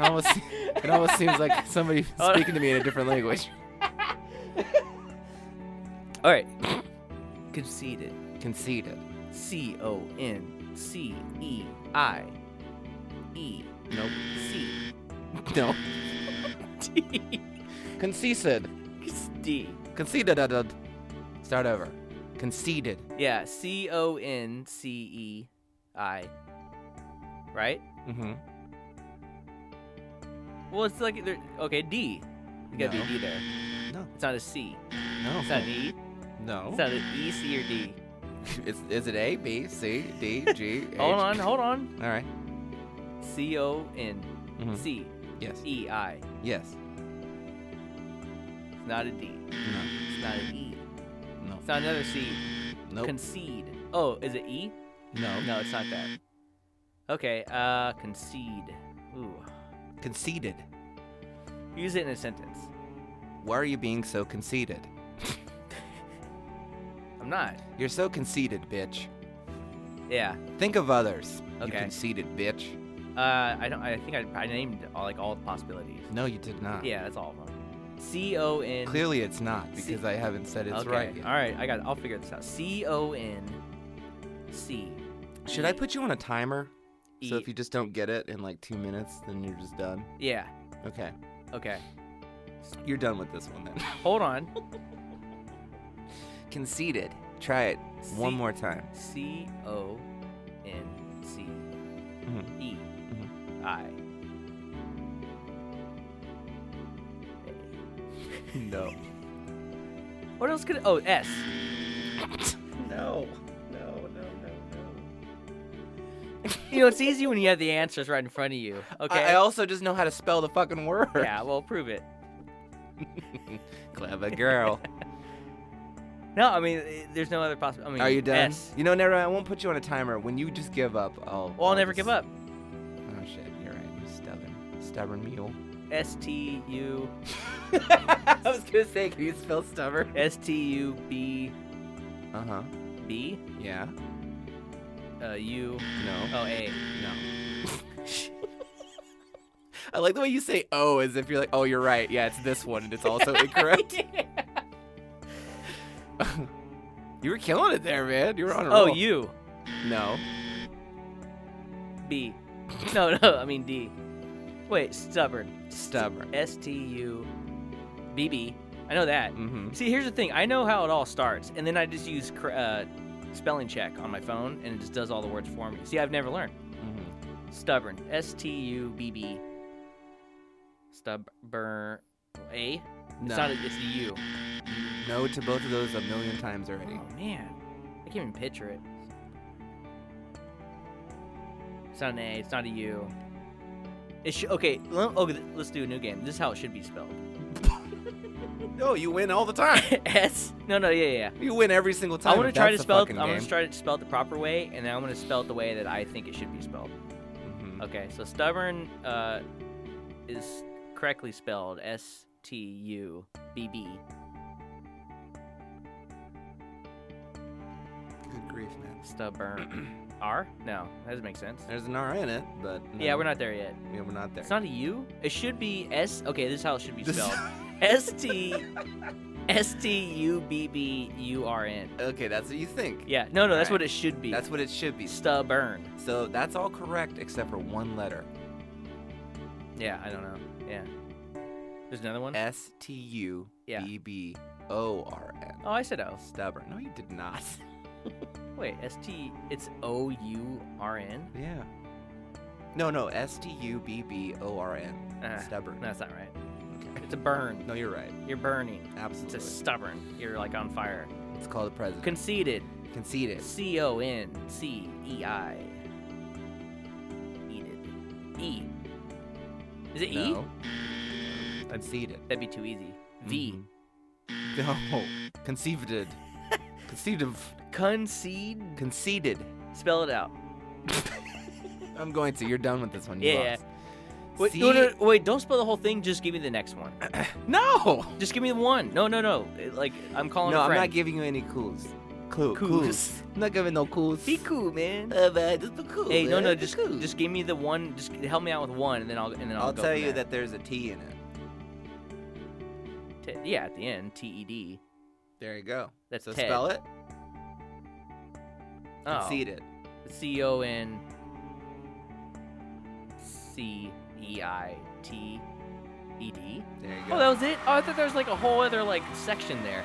Speaker 2: almost, it almost seems like somebody
Speaker 1: Hold on.
Speaker 2: speaking to me in a different language.
Speaker 1: All right. Conceited.
Speaker 2: Conceited.
Speaker 1: C O N C E I E. Nope. C
Speaker 2: No.
Speaker 1: D
Speaker 2: Conceited.
Speaker 1: D.
Speaker 2: Conceited. uh, Start over. Conceited.
Speaker 1: Yeah. C O N C E I. Right.
Speaker 2: Mm-hmm.
Speaker 1: Well, it's like there- okay. D. You gotta
Speaker 2: No.
Speaker 1: be D there.
Speaker 2: No. Oh.
Speaker 1: It's not a C. It's not
Speaker 2: No.
Speaker 1: an E. It's
Speaker 2: No.
Speaker 1: not an E, C, or D.
Speaker 2: Is, is it A, B, C, D, G, H?
Speaker 1: Hold on. Hold on.
Speaker 2: All right. Hmm.
Speaker 1: C O N
Speaker 2: Mhm.
Speaker 1: C
Speaker 2: Yes.
Speaker 1: E I.
Speaker 2: Yes.
Speaker 1: It's not a D.
Speaker 2: No.
Speaker 1: It's not an E.
Speaker 2: No.
Speaker 1: It's not another C.
Speaker 2: Nope.
Speaker 1: Concede. Oh, is it E?
Speaker 2: no.
Speaker 1: No, it's not that. Okay, uh, concede. Ooh.
Speaker 2: Conceited.
Speaker 1: Use it in a sentence.
Speaker 2: Why are you being so conceited?
Speaker 1: I'm not.
Speaker 2: You're so conceited, bitch.
Speaker 1: Yeah.
Speaker 2: Think of others. You
Speaker 1: Okay.
Speaker 2: conceited, bitch.
Speaker 1: Uh, I don't. I think I, I named all, like all the possibilities.
Speaker 2: No, you did not.
Speaker 1: Yeah, that's all of them. C O N.
Speaker 2: Clearly, it's not
Speaker 1: See-
Speaker 2: because I haven't said it's
Speaker 1: okay.
Speaker 2: right. Yet.
Speaker 1: All right, I got. It. I'll figure this out. C O N C.
Speaker 2: Should I put you on a timer?
Speaker 1: E.
Speaker 2: So if you just don't get it in like two minutes, then you're just done.
Speaker 1: Yeah.
Speaker 2: Okay.
Speaker 1: Okay.
Speaker 2: You're done with this one then.
Speaker 1: Hold on.
Speaker 2: Conceited. Try it one
Speaker 1: C-
Speaker 2: more time.
Speaker 1: C O N C
Speaker 2: Mhm.
Speaker 1: E I.
Speaker 2: No.
Speaker 1: What else could? Oh, S.
Speaker 2: No.
Speaker 1: You know, it's easy when you have the answers right in front of you. Okay.
Speaker 2: I, I also just know how to spell the fucking word.
Speaker 1: yeah. Well, prove it.
Speaker 2: Clever girl.
Speaker 1: No, I mean, eh, there's no other possible. I mean,
Speaker 2: Are you done?
Speaker 1: S.
Speaker 2: You know, never. mind, I won't put you on a timer. When you just give up, I'll.
Speaker 1: Well, I'll never
Speaker 2: just-
Speaker 1: give up.
Speaker 2: Oh shit! You're right. You stubborn, stubborn mule.
Speaker 1: S T U
Speaker 2: I was gonna say, can you spell stubborn?
Speaker 1: S T U B
Speaker 2: Uh huh.
Speaker 1: B
Speaker 2: Yeah.
Speaker 1: uh, U
Speaker 2: No.
Speaker 1: O A.
Speaker 2: No. I like the way you say "oh" as if you're like, "Oh, you're right. Yeah, it's this one, and it's also incorrect." you were killing it there, man. You were on a
Speaker 1: Oh,
Speaker 2: roll.
Speaker 1: U
Speaker 2: No.
Speaker 1: B. No, no, I mean D. Wait, stubborn.
Speaker 2: Stubborn.
Speaker 1: S T U B B. I know that.
Speaker 2: Mm-hmm.
Speaker 1: See, here's the thing. I know how it all starts, and then I just use cr- uh, spelling check on my phone, and it just does all the words for me. See, I've never learned.
Speaker 2: mm-hmm.
Speaker 1: Stubborn. S T U B B. Stubborn. A.
Speaker 2: No.
Speaker 1: It's not. A, it's the U.
Speaker 2: no to both of those a million times
Speaker 1: Oh
Speaker 2: already.
Speaker 1: man, I can't even picture it. It's not an A. It's not a U. It should. Okay. Let, okay. Let's do a new game. This is how it should be spelled.
Speaker 2: No, you win all the time.
Speaker 1: S. No. No. Yeah. Yeah. yeah.
Speaker 2: You win every single time.
Speaker 1: I want
Speaker 2: if
Speaker 1: to try
Speaker 2: that's
Speaker 1: to
Speaker 2: the
Speaker 1: spell. it-
Speaker 2: fucking
Speaker 1: I'm
Speaker 2: game.
Speaker 1: going to try to spell it the proper way, and then I'm going to spell it the way that I think it should be spelled.
Speaker 2: Mhm.
Speaker 1: Okay, so stubborn uh, is correctly spelled S T U B B.
Speaker 2: Good grief, man.
Speaker 1: Stubborn. R? No, that doesn't make sense.
Speaker 2: There's an R in it, but no.
Speaker 1: Yeah, we're not there yet.
Speaker 2: Yeah, we're not there.
Speaker 1: It's not a U. It should be S. Okay, this is how it should be
Speaker 2: This-
Speaker 1: spelled. S T S T U B B U R N.
Speaker 2: okay, that's what you think.
Speaker 1: Yeah, no, no, that's
Speaker 2: Alright.
Speaker 1: what it should be.
Speaker 2: That's what it should be.
Speaker 1: stubborn.
Speaker 2: So that's all correct except for one letter.
Speaker 1: Yeah, I don't know. Yeah. There's another one.
Speaker 2: S T U B B O R N.
Speaker 1: Oh, I said O.
Speaker 2: Stubborn. No, you did not.
Speaker 1: Wait, S T. It's O U R N.
Speaker 2: Yeah. No, no. S T U B B O R N.
Speaker 1: Uh,
Speaker 2: Stubborn.
Speaker 1: That's not right.
Speaker 2: Okay.
Speaker 1: It's a burn.
Speaker 2: No, you're right.
Speaker 1: You're burning. It's
Speaker 2: Absolutely.
Speaker 1: a
Speaker 2: It's,
Speaker 1: stubborn. You're like on fire.
Speaker 2: called a president.
Speaker 1: Conceited.
Speaker 2: Concede it.
Speaker 1: C O N C E I. Eated. E. Is it E?
Speaker 2: No. Concede it.
Speaker 1: That'd be too easy. V.
Speaker 2: Mhm. No. Conceived. it. Conceived of.
Speaker 1: Concede.
Speaker 2: Conceded.
Speaker 1: Spell it out.
Speaker 2: I'm going to. You're done with this one. You
Speaker 1: Yeah, yeah.
Speaker 2: lost.
Speaker 1: Wait,
Speaker 2: C-
Speaker 1: no, no, no, wait, don't spell the whole thing. Just give me the next one.
Speaker 2: No.
Speaker 1: Just give me the one. No, no, no. It- Like, I'm calling
Speaker 2: No,
Speaker 1: a
Speaker 2: I'm
Speaker 1: friend.
Speaker 2: not giving you any clues. Cool.
Speaker 1: Coos.
Speaker 2: I'm not giving no coos.
Speaker 1: Be cool, man.
Speaker 2: Uh, man, just be cool.
Speaker 1: Hey, no,
Speaker 2: man.
Speaker 1: no,
Speaker 2: Be
Speaker 1: just
Speaker 2: cool.
Speaker 1: just give me the one. Just help me out with one, and then I'll and then I'll,
Speaker 2: I'll
Speaker 1: go
Speaker 2: tell
Speaker 1: from
Speaker 2: you
Speaker 1: there.
Speaker 2: that there's a T in it.
Speaker 1: Te- yeah, at the end, T E D.
Speaker 2: There you go.
Speaker 1: That's
Speaker 2: So
Speaker 1: Ted.
Speaker 2: spell it.
Speaker 1: Oh.
Speaker 2: Concede it.
Speaker 1: C O N C E I T E D.
Speaker 2: There you go.
Speaker 1: Oh, that was it. Oh, I thought there was like a whole other like section there.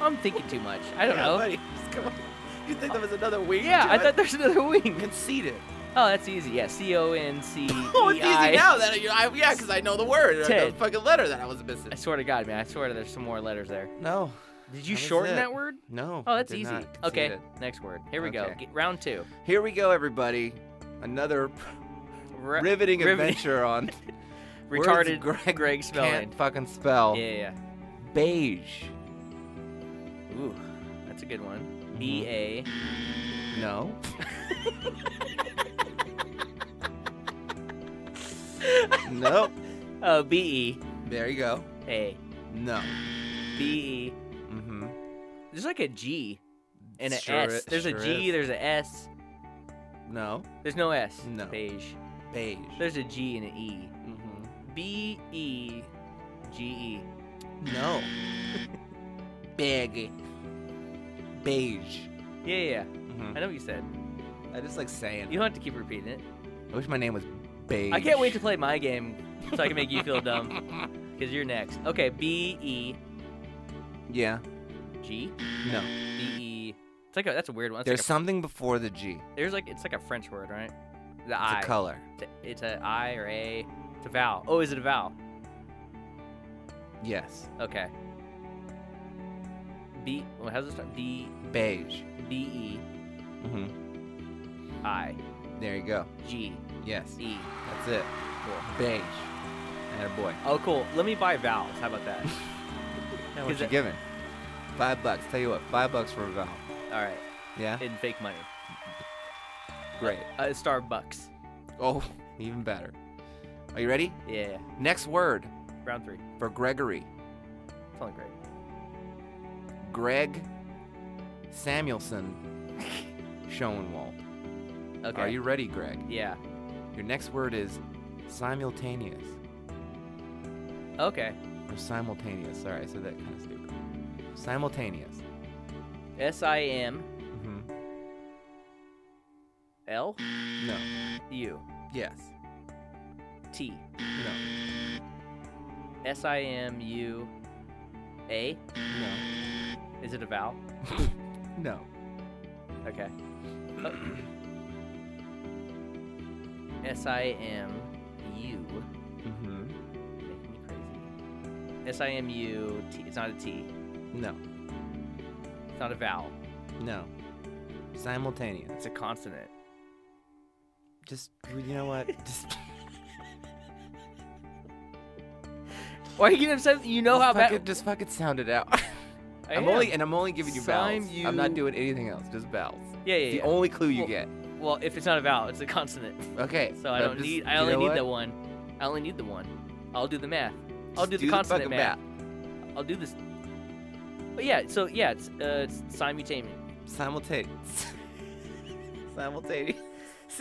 Speaker 1: I'm thinking too much. I don't
Speaker 2: Yeah,
Speaker 1: know.
Speaker 2: buddy, just come on. You think there was another wing?
Speaker 1: Yeah,
Speaker 2: to
Speaker 1: I
Speaker 2: it?
Speaker 1: thought there's another wing.
Speaker 2: concede it.
Speaker 1: Oh, that's easy. Yeah, C O N C E
Speaker 2: Oh, it's easy
Speaker 1: I.
Speaker 2: now that you I, yeah, because I know the word,
Speaker 1: Ted.
Speaker 2: the fucking letter that I was missing.
Speaker 1: I swear to God, man. I swear there's some more letters there.
Speaker 2: No,
Speaker 1: Did you
Speaker 2: That was
Speaker 1: shorten
Speaker 2: it.
Speaker 1: that word?
Speaker 2: no.
Speaker 1: Oh,
Speaker 2: I
Speaker 1: that's
Speaker 2: did
Speaker 1: easy.
Speaker 2: not concede
Speaker 1: Okay,
Speaker 2: it.
Speaker 1: next word. Here we go.
Speaker 2: Okay.
Speaker 1: Get, round two.
Speaker 2: Here we go, everybody. Another
Speaker 1: Re-
Speaker 2: riveting
Speaker 1: riveting-
Speaker 2: adventure on words
Speaker 1: retarded
Speaker 2: Greg,
Speaker 1: Greg spelling.
Speaker 2: Can't fucking spell.
Speaker 1: Yeah, yeah.
Speaker 2: Beige.
Speaker 1: yeah. Ooh, that's a good one.
Speaker 2: Mm-hmm.
Speaker 1: B A.
Speaker 2: No. nope.
Speaker 1: Oh, B E
Speaker 2: There you go.
Speaker 1: A
Speaker 2: No.
Speaker 1: B E.
Speaker 2: Mm-hmm.
Speaker 1: There's like a G and a S.
Speaker 2: Sure it-
Speaker 1: There's a
Speaker 2: sure
Speaker 1: G.
Speaker 2: is.
Speaker 1: There's a S.
Speaker 2: No.
Speaker 1: There's no S.
Speaker 2: No.
Speaker 1: Beige.
Speaker 2: Beige.
Speaker 1: There's a G and an E.
Speaker 2: Mm-hmm.
Speaker 1: B E G E.
Speaker 2: No. Big. Beige.
Speaker 1: Yeah, yeah.
Speaker 2: Mm-hmm.
Speaker 1: I know what you said.
Speaker 2: I just like saying.
Speaker 1: You don't have to keep repeating it.
Speaker 2: I wish my name was Beige.
Speaker 1: I can't wait to play my game so I can make you feel dumb because you're next. Okay, B E
Speaker 2: Yeah.
Speaker 1: G
Speaker 2: No.
Speaker 1: B E. It's like a, that's a weird one. It's
Speaker 2: There's
Speaker 1: like a,
Speaker 2: something before the G. It's
Speaker 1: there's like it's like a French word, right? The
Speaker 2: a
Speaker 1: I.
Speaker 2: color.
Speaker 1: It's a, it's a I or a. It's a vowel. Oh, is it a vowel?
Speaker 2: Yes.
Speaker 1: Okay. B. Well, how's it start? B
Speaker 2: Beige.
Speaker 1: B E
Speaker 2: Mm-hmm.
Speaker 1: I
Speaker 2: There you go.
Speaker 1: G
Speaker 2: Yes.
Speaker 1: E.
Speaker 2: That's it.
Speaker 1: Cool.
Speaker 2: Beige. And boy.
Speaker 1: Oh, cool. Let me buy vowels. How about that?
Speaker 2: How
Speaker 1: Is
Speaker 2: much you
Speaker 1: it-
Speaker 2: giving? Five bucks. Tell you what, five bucks for a vowel.
Speaker 1: All right.
Speaker 2: Yeah.
Speaker 1: In fake money.
Speaker 2: Great.
Speaker 1: Uh, Starbucks.
Speaker 2: Oh, even better. Are you ready?
Speaker 1: Yeah.
Speaker 2: Next word
Speaker 1: Round three.
Speaker 2: for Gregory.
Speaker 1: Sounds great.
Speaker 2: Greg Samuelson Schoenwald.
Speaker 1: Okay.
Speaker 2: Are you ready, Greg?
Speaker 1: Yeah.
Speaker 2: Your next word is simultaneous.
Speaker 1: Okay.
Speaker 2: Or simultaneous. Sorry, I said that kind of stupid. Simultaneous.
Speaker 1: S I M
Speaker 2: hmm
Speaker 1: Mm-hmm. L
Speaker 2: No.
Speaker 1: U
Speaker 2: Yes.
Speaker 1: T
Speaker 2: No.
Speaker 1: S I M U A.
Speaker 2: No.
Speaker 1: Is it a vowel?
Speaker 2: No.
Speaker 1: Okay. Uh, S I M U.
Speaker 2: hmm
Speaker 1: Mm-hmm. Making me crazy. S I M U T. It's not a T.
Speaker 2: No.
Speaker 1: It's not a vowel.
Speaker 2: No. Simultaneous.
Speaker 1: It's a consonant.
Speaker 2: Just you know what? Just
Speaker 1: Why are you getting upset? You know
Speaker 2: just
Speaker 1: how
Speaker 2: fuck
Speaker 1: bad.
Speaker 2: it, just fucking sound it out.
Speaker 1: I
Speaker 2: I'm
Speaker 1: am.
Speaker 2: only and I'm only giving you vowels.
Speaker 1: Simu-
Speaker 2: I'm not doing anything else. Just vowels.
Speaker 1: Yeah, yeah,
Speaker 2: It's
Speaker 1: yeah.
Speaker 2: the only clue you
Speaker 1: Well-
Speaker 2: get.
Speaker 1: well, if it's not a vowel, it's a consonant.
Speaker 2: Okay.
Speaker 1: So I
Speaker 2: but
Speaker 1: don't
Speaker 2: just-
Speaker 1: need. I
Speaker 2: you
Speaker 1: only
Speaker 2: know
Speaker 1: need
Speaker 2: what?
Speaker 1: that one. I only need the one. I'll do the math. I'll
Speaker 2: Just
Speaker 1: do the consonant
Speaker 2: fucking
Speaker 1: math. I'll do this. But yeah, so yeah, it's uh, it's simultaneous.
Speaker 2: Simultaneous. Simultaneous.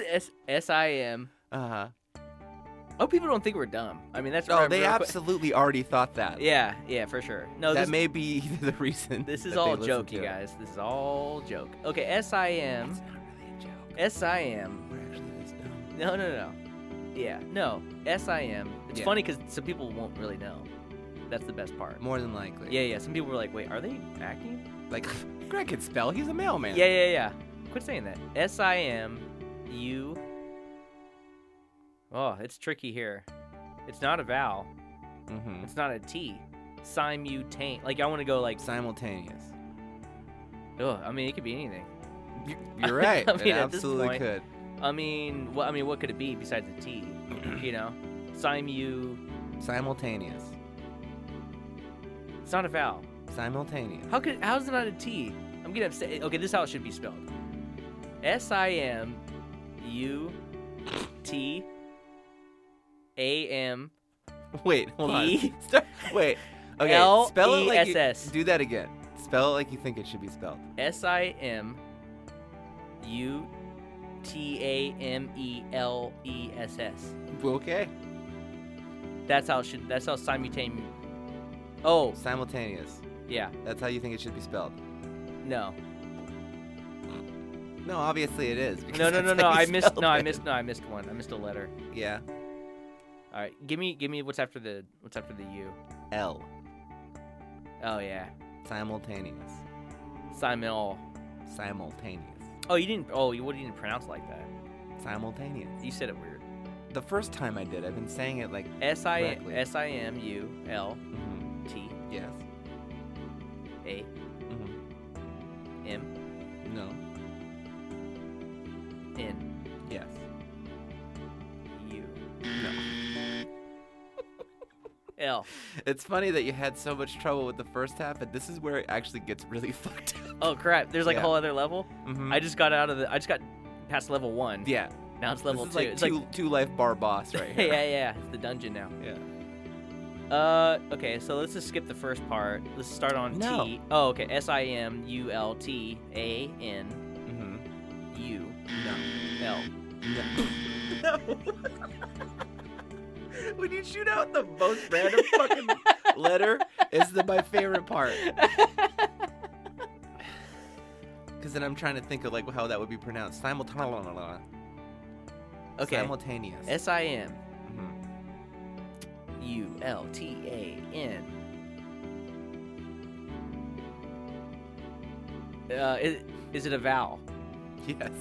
Speaker 1: S S I M.
Speaker 2: Uh huh.
Speaker 1: I hope people don't think we're dumb. I mean, that's
Speaker 2: No,
Speaker 1: probably
Speaker 2: Oh, they
Speaker 1: real quick-
Speaker 2: absolutely already thought that.
Speaker 1: Yeah, yeah, for sure. No,
Speaker 2: that
Speaker 1: this,
Speaker 2: may be the reason.
Speaker 1: this is
Speaker 2: that they
Speaker 1: all
Speaker 2: listened
Speaker 1: joke,
Speaker 2: to
Speaker 1: you
Speaker 2: it.
Speaker 1: guys. This is all joke. Okay, S I M.
Speaker 2: It's not really a joke.
Speaker 1: S I M.
Speaker 2: We're actually this dumb.
Speaker 1: No, no, no. Yeah, no. S I M. It's
Speaker 2: Yeah.
Speaker 1: funny 'cause funny because some people won't really know. That's the best part.
Speaker 2: More than likely.
Speaker 1: Yeah, yeah. Some people were like, "Wait, are they acting?"
Speaker 2: Like Greg can spell. He's a mailman.
Speaker 1: Yeah, yeah, yeah. Quit saying that. S I M U. Oh, it's tricky here. It's not a vowel.
Speaker 2: Mm-hmm.
Speaker 1: It's not a T. Simultane. Like I want to go like.
Speaker 2: Simultaneous.
Speaker 1: Oh, I mean, it could be anything.
Speaker 2: You- You're right.
Speaker 1: I mean,
Speaker 2: it
Speaker 1: at this
Speaker 2: absolutely
Speaker 1: point-
Speaker 2: could.
Speaker 1: I mean, what? I mean, what could it be besides a T? You know, simu.
Speaker 2: Simultaneous.
Speaker 1: It's not a vowel.
Speaker 2: Simultaneous.
Speaker 1: How could? How's it not a T? I'm getting upset. Okay, this is how it should be spelled. S I M U T A M
Speaker 2: Wait, hold
Speaker 1: E.
Speaker 2: on. Start, wait. Okay,
Speaker 1: L
Speaker 2: spell it like you-
Speaker 1: E S S.
Speaker 2: do that again. Spell it like you think it should be spelled.
Speaker 1: S I M U T A M E L E S S.
Speaker 2: Okay.
Speaker 1: That's how it should. That's how simultaneous. Oh
Speaker 2: Simultaneous.
Speaker 1: yeah,
Speaker 2: That's how you think it should be spelled.
Speaker 1: no,
Speaker 2: No, obviously it is. because
Speaker 1: no, no, no,
Speaker 2: that's
Speaker 1: no.
Speaker 2: how you
Speaker 1: I missed.
Speaker 2: spelled
Speaker 1: No, I
Speaker 2: it.
Speaker 1: missed. No, I missed one. I missed a letter.
Speaker 2: Yeah.
Speaker 1: All right, give me, give me. What's after the? What's after the U?
Speaker 2: L.
Speaker 1: Oh yeah,
Speaker 2: Simultaneous.
Speaker 1: Simon. All.
Speaker 2: Simultaneous.
Speaker 1: Oh, you didn't. Oh, you what you didn't pronounce like that.
Speaker 2: Simultaneous.
Speaker 1: You said it weird.
Speaker 2: The first time I did, I've been saying it like.
Speaker 1: S I
Speaker 2: Correctly.
Speaker 1: S I M U L
Speaker 2: mhm,
Speaker 1: T
Speaker 2: Yes.
Speaker 1: A
Speaker 2: mhm,
Speaker 1: M
Speaker 2: No.
Speaker 1: N
Speaker 2: Yes.
Speaker 1: U
Speaker 2: No.
Speaker 1: L.
Speaker 2: It's funny that you had so much trouble with the first half, but this is where it actually gets really fucked up.
Speaker 1: Oh crap! There's like
Speaker 2: Yeah.
Speaker 1: a whole other level.
Speaker 2: Mhm.
Speaker 1: I just got out of the. I just got past level one.
Speaker 2: yeah.
Speaker 1: Now it's level
Speaker 2: this
Speaker 1: two.
Speaker 2: is like
Speaker 1: it's
Speaker 2: two,
Speaker 1: like
Speaker 2: two life bar boss right here.
Speaker 1: yeah, yeah. It's the dungeon now.
Speaker 2: Yeah.
Speaker 1: Uh, okay. So let's just skip the first part. Let's start on
Speaker 2: No.
Speaker 1: T. Oh, okay. S I M U L T A N
Speaker 2: hmm
Speaker 1: U
Speaker 2: No.
Speaker 1: L.
Speaker 2: when you shoot out the most random fucking letter, is the my favorite part. Because then I'm trying to think of like how that would be pronounced. Simultaneous.
Speaker 1: Okay.
Speaker 2: Simultaneous.
Speaker 1: S I M
Speaker 2: Mhm.
Speaker 1: U L T A N. Uh, is, is it a vowel?
Speaker 2: Yes.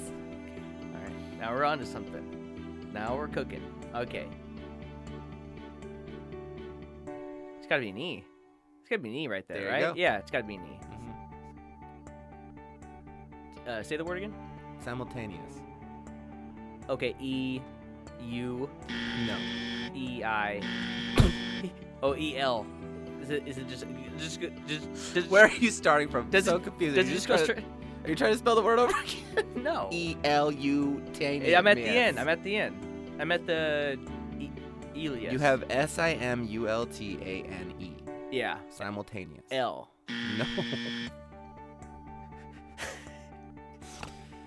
Speaker 1: All right. Now we're on to something. Now we're cooking. Okay. It's got to be an E. It's got to be an E right there,
Speaker 2: There you
Speaker 1: right?
Speaker 2: go.
Speaker 1: Yeah, it's got to be an E.
Speaker 2: Mm-hmm.
Speaker 1: Uh, say the word again.
Speaker 2: Simultaneous.
Speaker 1: Okay. E U
Speaker 2: No.
Speaker 1: E I O E L. Is it? Is it just just go- just? Does,
Speaker 2: Where are you starting from?
Speaker 1: Does it-
Speaker 2: so confusing.
Speaker 1: Does it
Speaker 2: You're
Speaker 1: just go
Speaker 2: trying to-
Speaker 1: straight?
Speaker 2: Are you trying to spell the word over again?
Speaker 1: No.
Speaker 2: E L U T. E.
Speaker 1: I'm at the end. I'm at the end. I'm at the e- Elias.
Speaker 2: You have S I M U L T A N E.
Speaker 1: yeah.
Speaker 2: Simultaneous.
Speaker 1: L
Speaker 2: No.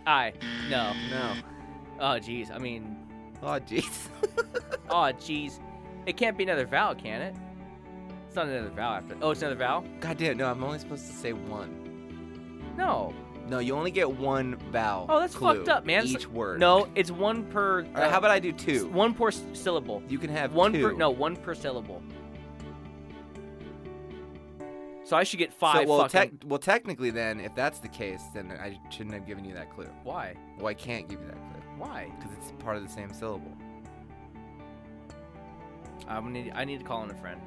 Speaker 1: I no.
Speaker 2: No.
Speaker 1: Oh jeez. I mean.
Speaker 2: Oh jeez.
Speaker 1: Oh jeez. It can't be another vowel, can it? It's not another vowel after. Oh, it's another vowel.
Speaker 2: God damn. No, I'm only supposed to say one.
Speaker 1: No.
Speaker 2: No, you only get one vowel.
Speaker 1: Oh, that's
Speaker 2: clue
Speaker 1: fucked up, man.
Speaker 2: Each word.
Speaker 1: No, it's one per.
Speaker 2: All right, how about I do two?
Speaker 1: One per s- syllable.
Speaker 2: You can have
Speaker 1: one
Speaker 2: two.
Speaker 1: per no one per syllable. So I should get five.
Speaker 2: So, well,
Speaker 1: fucking,
Speaker 2: tec- well, technically, then, if that's the case, then I shouldn't have given you that clue.
Speaker 1: why?
Speaker 2: Well, I can't give you that clue
Speaker 1: Why?
Speaker 2: because it's part of the same syllable.
Speaker 1: I'm gonna need, I need to call in a friend.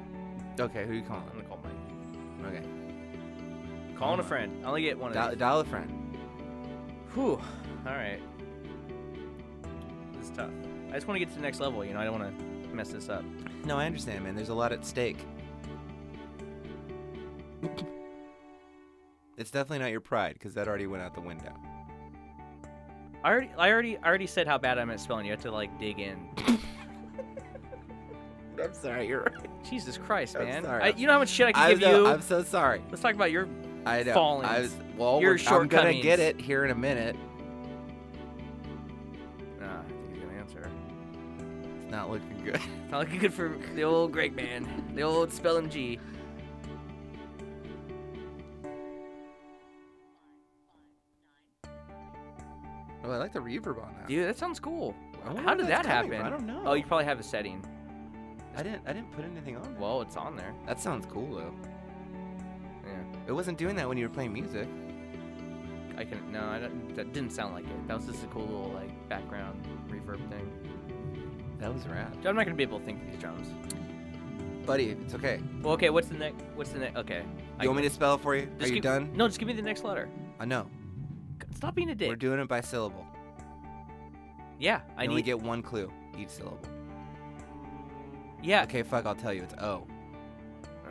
Speaker 2: Okay, who you
Speaker 1: I'm
Speaker 2: calling?
Speaker 1: gonna call Mike.
Speaker 2: Okay.
Speaker 1: Calling a
Speaker 2: on.
Speaker 1: friend. I only get one of
Speaker 2: Dial,
Speaker 1: these.
Speaker 2: dial a friend.
Speaker 1: Whew. All right. This is tough. I just want to get to the next level. You know, I don't want to mess this up.
Speaker 2: No, I understand, man. There's a lot at stake. it's definitely not your pride because that already went out the window.
Speaker 1: I already, I already, I already said how bad I'm at spelling. You have to like dig in.
Speaker 2: I'm sorry. You're right.
Speaker 1: Jesus Christ,
Speaker 2: I'm
Speaker 1: man!
Speaker 2: sorry.
Speaker 1: I, you know how much shit I can
Speaker 2: I
Speaker 1: give
Speaker 2: know,
Speaker 1: you.
Speaker 2: I'm so sorry.
Speaker 1: Let's talk about your.
Speaker 2: I know. I
Speaker 1: Fallings.
Speaker 2: was, well,
Speaker 1: Your
Speaker 2: we're- I'm gonna
Speaker 1: shortcomings.
Speaker 2: get it here in a minute.
Speaker 1: Nah, I think he's gonna answer.
Speaker 2: It's not looking good.
Speaker 1: It's not looking good for the old Greg man, the old spell MG.
Speaker 2: Oh, I like the reverb on that.
Speaker 1: Dude, that sounds cool.
Speaker 2: I wonder
Speaker 1: How
Speaker 2: where
Speaker 1: did
Speaker 2: that's
Speaker 1: that
Speaker 2: coming
Speaker 1: happen?
Speaker 2: from. I don't know.
Speaker 1: Oh, you probably have a setting.
Speaker 2: I didn't. I didn't put anything on.
Speaker 1: Well, it's on there.
Speaker 2: that sounds cool though.
Speaker 1: Yeah,
Speaker 2: It wasn't doing that when you were playing music.
Speaker 1: I can. No, I don't, that didn't sound like it. That was just a cool little like background reverb thing.
Speaker 2: That was rap,
Speaker 1: Dude, I'm not gonna be able to think of these drums.
Speaker 2: buddy. It's okay. You
Speaker 1: Well, okay, what's the next? What's the next? Okay. I-
Speaker 2: want me to spell it for you? Are
Speaker 1: just
Speaker 2: you
Speaker 1: give-
Speaker 2: done?
Speaker 1: No, just give me the next letter.
Speaker 2: I know.
Speaker 1: God, Stop being a dick.
Speaker 2: We're doing it by syllable.
Speaker 1: yeah, I
Speaker 2: you only
Speaker 1: need.
Speaker 2: get one clue each syllable.
Speaker 1: yeah.
Speaker 2: Okay, fuck. I'll tell you. It's O.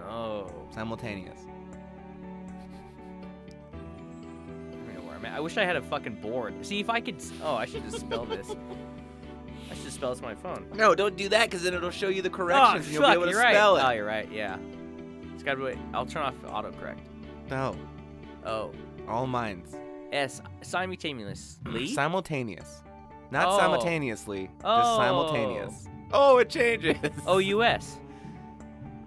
Speaker 1: Oh.
Speaker 2: Simultaneous.
Speaker 1: I don't know where I'm at. I wish I had a fucking board. See if I could. s- Oh, I should just spell this. I should spell this on my phone.
Speaker 2: No, don't do that because then it'll show you the
Speaker 1: Oh,
Speaker 2: corrections. and you'll
Speaker 1: fuck,
Speaker 2: be able to
Speaker 1: you're right.
Speaker 2: spell
Speaker 1: Oh,
Speaker 2: it.
Speaker 1: you're right. Yeah. It's gotta be. I'll turn off autocorrect.
Speaker 2: No,
Speaker 1: Oh,
Speaker 2: All minds.
Speaker 1: S simultaneously.
Speaker 2: Simultaneous. Not
Speaker 1: Oh.
Speaker 2: simultaneously, just
Speaker 1: Oh.
Speaker 2: simultaneous. Oh, it changes.
Speaker 1: O U S.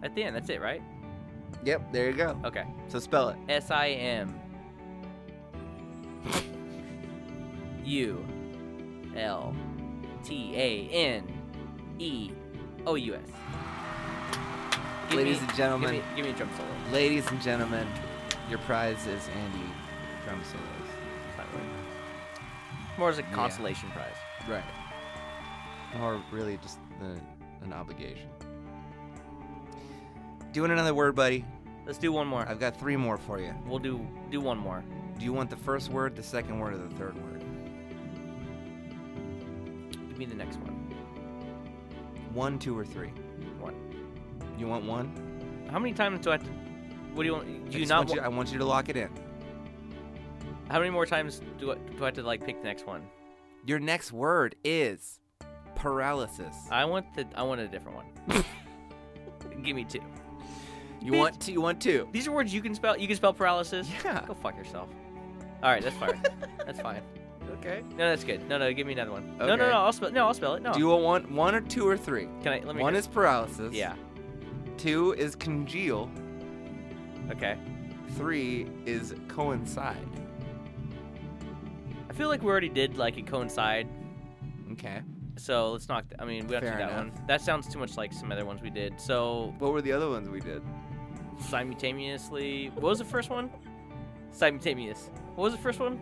Speaker 1: At the end, that's it, right?
Speaker 2: Yep, there you go.
Speaker 1: Okay.
Speaker 2: So spell it.
Speaker 1: S I M U L T A N E O U S. Give
Speaker 2: Ladies
Speaker 1: me-
Speaker 2: and
Speaker 1: give me-
Speaker 2: gentlemen,
Speaker 1: give me a drum solo.
Speaker 2: ladies and gentlemen, your prize is Andy drum solos.
Speaker 1: More as a
Speaker 2: Yeah.
Speaker 1: consolation prize.
Speaker 2: Right. Or really just the, an obligation. Doing another word, buddy.
Speaker 1: Let's do one more.
Speaker 2: I've got three more for you.
Speaker 1: We'll do do one more.
Speaker 2: Do you want the first word, the second word, or the third word?
Speaker 1: Give me the next one.
Speaker 2: One, two, or three?
Speaker 1: One.
Speaker 2: You want one?
Speaker 1: How many times do I have to? What do you want?
Speaker 2: I
Speaker 1: Do you
Speaker 2: just
Speaker 1: not?
Speaker 2: want you-
Speaker 1: wa-
Speaker 2: I want you to lock it in.
Speaker 1: how many more times do I do I have to like pick the next one?
Speaker 2: Your next word is paralysis.
Speaker 1: I want the I want a different one. give me two.
Speaker 2: You want two? You want two?
Speaker 1: These are words you can spell. You can spell paralysis.
Speaker 2: Yeah.
Speaker 1: Go fuck yourself. All right, that's fine. that's fine.
Speaker 2: Okay.
Speaker 1: No, that's good. No, no, give me another one. No, no,
Speaker 2: Okay.
Speaker 1: no. I'll spell. No, I'll spell it. No.
Speaker 2: Do you want one, one or two or three?
Speaker 1: can I? Let me.
Speaker 2: One
Speaker 1: hear-
Speaker 2: is paralysis.
Speaker 1: Yeah.
Speaker 2: Two is congeal.
Speaker 1: Okay.
Speaker 2: Three is coincide.
Speaker 1: I feel like we already did like it coincide.
Speaker 2: Okay.
Speaker 1: So let's not. I mean, we have to do
Speaker 2: Fair
Speaker 1: that
Speaker 2: enough.
Speaker 1: one. That sounds too much like some other ones we did. So
Speaker 2: What were the other ones we did?
Speaker 1: simultaneously. What was the first one? Simultaneous. What was the first one?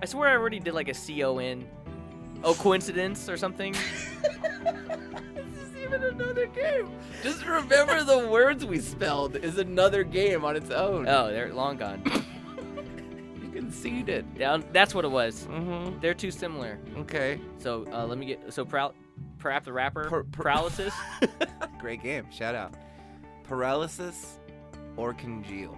Speaker 1: I swear I already did like a C O N. Oh, coincidence or something.
Speaker 2: This is even another game. Just remember the words we spelled is another game on its own.
Speaker 1: Oh, they're long gone.
Speaker 2: You conceded.
Speaker 1: Down. That's what it was.
Speaker 2: Mm-hmm.
Speaker 1: They're too similar.
Speaker 2: Okay.
Speaker 1: So uh, let me get so proud. Perhaps the rapper
Speaker 2: Per- per-
Speaker 1: paralysis.
Speaker 2: Great game. Shout out. Paralysis or congeal.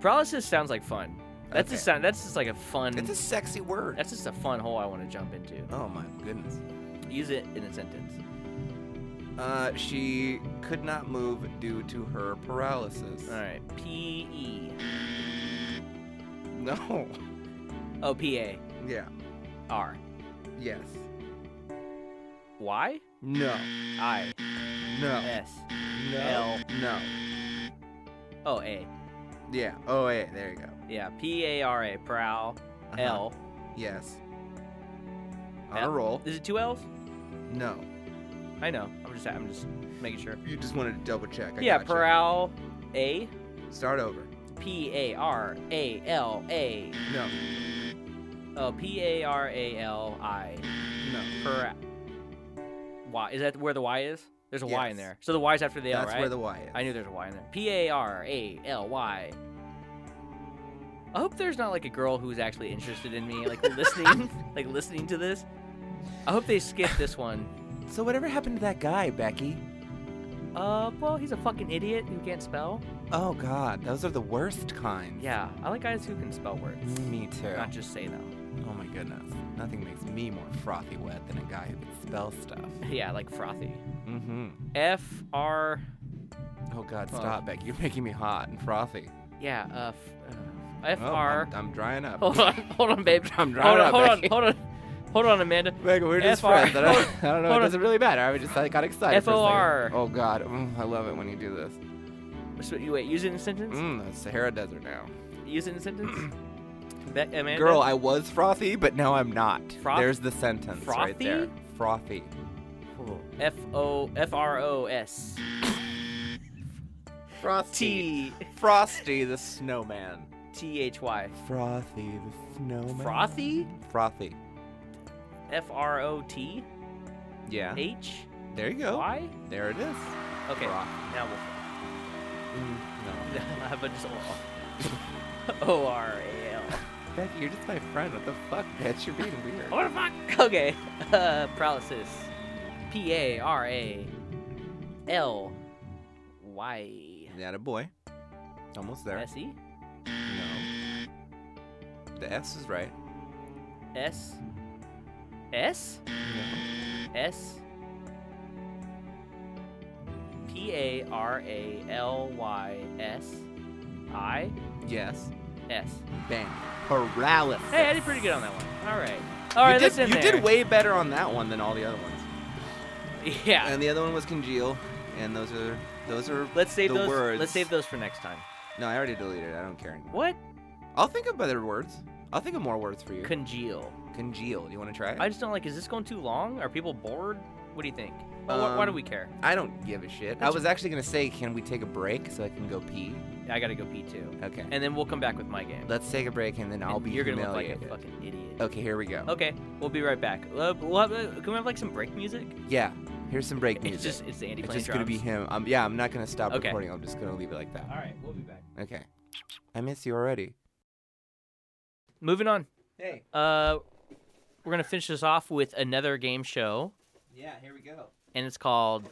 Speaker 1: paralysis sounds like fun. That's
Speaker 2: Okay.
Speaker 1: just sound. That's just like a fun.
Speaker 2: It's a sexy word.
Speaker 1: that's just a fun hole I want to jump into.
Speaker 2: Oh my goodness.
Speaker 1: Use it in a sentence.
Speaker 2: Uh, she could not move due to her paralysis.
Speaker 1: All right. P E.
Speaker 2: No.
Speaker 1: O oh, P A
Speaker 2: Yeah.
Speaker 1: R.
Speaker 2: Yes.
Speaker 1: Y.
Speaker 2: No.
Speaker 1: I.
Speaker 2: No.
Speaker 1: S.
Speaker 2: No.
Speaker 1: L.
Speaker 2: No.
Speaker 1: O A.
Speaker 2: Yeah. Oh wait. There you go.
Speaker 1: Yeah. P A R A. Prowl.
Speaker 2: Uh-huh.
Speaker 1: L.
Speaker 2: Yes. On a
Speaker 1: L.
Speaker 2: roll.
Speaker 1: Is it two L's?
Speaker 2: No.
Speaker 1: I know. I'm just. I'm just making sure.
Speaker 2: You just wanted to double check. I
Speaker 1: yeah.
Speaker 2: gotcha.
Speaker 1: Prowl. A.
Speaker 2: Start over.
Speaker 1: P A R A L A.
Speaker 2: No.
Speaker 1: Oh, P A R A L I.
Speaker 2: No.
Speaker 1: Per. Y. Is that where the Y is? There's a Y in
Speaker 2: Yes.
Speaker 1: there. So the Y is after the L,
Speaker 2: That's
Speaker 1: right?
Speaker 2: where the Y is.
Speaker 1: I knew there's a Y in there. P A R A L Y. I hope there's not like a girl who's actually interested in me, like listening, like listening to this. I hope they skip this one.
Speaker 2: So whatever happened to that guy, Becky?
Speaker 1: Uh, well, he's a fucking idiot who can't spell.
Speaker 2: Oh God, those are the worst kinds.
Speaker 1: Yeah, I like guys who can spell words,
Speaker 2: Me too.
Speaker 1: not just say them.
Speaker 2: Oh my goodness. Nothing makes me more frothy wet than a guy who can spell stuff.
Speaker 1: Yeah, like frothy.
Speaker 2: Mm-hmm.
Speaker 1: F R.
Speaker 2: Oh God,
Speaker 1: Oh.
Speaker 2: stop, Beck. You're making me hot and frothy.
Speaker 1: Yeah, uh, f
Speaker 2: Oh,
Speaker 1: R.
Speaker 2: I'm, I'm drying up.
Speaker 1: Hold on, hold on, babe.
Speaker 2: I'm drying
Speaker 1: Hold on,
Speaker 2: up.
Speaker 1: hold on,
Speaker 2: Becky.
Speaker 1: hold on, hold on, Amanda.
Speaker 2: Beck, we're just
Speaker 1: FR.
Speaker 2: friends. I don't, I don't know.
Speaker 1: Hold
Speaker 2: It
Speaker 1: on.
Speaker 2: doesn't really matter. I just I got excited. for a
Speaker 1: FOR.
Speaker 2: second. Oh God, mm, I love it when you do this.
Speaker 1: So, you- wait, use it in a sentence.
Speaker 2: Mm, the Sahara Desert now.
Speaker 1: Use it in a sentence. Be- Amanda.
Speaker 2: Mm-hmm. Girl, I was frothy, but now I'm not.
Speaker 1: Froth-
Speaker 2: There's the sentence right
Speaker 1: Frothy?
Speaker 2: there. Frothy.
Speaker 1: F O F R O S T
Speaker 2: Frosty the snowman.
Speaker 1: T H Y.
Speaker 2: Frothy the snowman.
Speaker 1: Frothy?
Speaker 2: Frothy.
Speaker 1: F R O T
Speaker 2: Yeah. Oh.
Speaker 1: H
Speaker 2: There you go.
Speaker 1: Y?
Speaker 2: There it is.
Speaker 1: Okay,
Speaker 2: Frothy.
Speaker 1: now we'll
Speaker 2: Mm,
Speaker 1: now I'll have a just O R A L.
Speaker 2: no. Becky, you're just my friend. What the fuck, bitch? You're being weird.
Speaker 1: What the fuck? Okay. Uh, paralysis. P A R A L Y E?
Speaker 2: That a boy. Almost there.
Speaker 1: S E
Speaker 2: No. The S is right.
Speaker 1: S S
Speaker 2: No.
Speaker 1: S P A R A L Y S I
Speaker 2: Yes.
Speaker 1: S.
Speaker 2: Bang.
Speaker 1: Hey,
Speaker 2: Paralysis.
Speaker 1: I did pretty good on that one. All right. All right,
Speaker 2: you
Speaker 1: that's
Speaker 2: did,
Speaker 1: in
Speaker 2: you
Speaker 1: there.
Speaker 2: did way better on that one than all the other ones.
Speaker 1: Yeah.
Speaker 2: And the other one was congeal, and those are those are.
Speaker 1: Let's save
Speaker 2: the
Speaker 1: those.
Speaker 2: Words.
Speaker 1: Let's save those for next time.
Speaker 2: No, I already deleted it. I don't care anymore.
Speaker 1: What?
Speaker 2: I'll think of better words. I'll think of more words for you.
Speaker 1: Congeal.
Speaker 2: congeal. Do you want to try it?
Speaker 1: I just don't like. Is this going too long? Are people bored? What do you think? Why- why- why
Speaker 2: Um,
Speaker 1: do we care?
Speaker 2: I don't give a shit. I was actually gonna say, can we take a break so I can go pee?
Speaker 1: I gotta go pee too.
Speaker 2: Okay.
Speaker 1: And then we'll come back with my game.
Speaker 2: Let's take a break, and then I'll
Speaker 1: And
Speaker 2: be
Speaker 1: You're gonna look like
Speaker 2: humiliated.
Speaker 1: a fucking idiot.
Speaker 2: okay, here we go.
Speaker 1: Okay, we'll be right back. Uh, we'll have, uh, can we have like some break music?
Speaker 2: Yeah, here's some break music.
Speaker 1: It's just it's the Andy
Speaker 2: It's
Speaker 1: playing
Speaker 2: just gonna be
Speaker 1: drums.
Speaker 2: him. Um, yeah, I'm not gonna stop
Speaker 1: Okay.
Speaker 2: recording. I'm just gonna leave it like that.
Speaker 1: All right, we'll be back.
Speaker 2: Okay. I miss you already.
Speaker 1: Moving on.
Speaker 2: Hey.
Speaker 1: Uh, we're gonna finish this off with another game show,
Speaker 2: Yeah, here we go.
Speaker 1: and it's called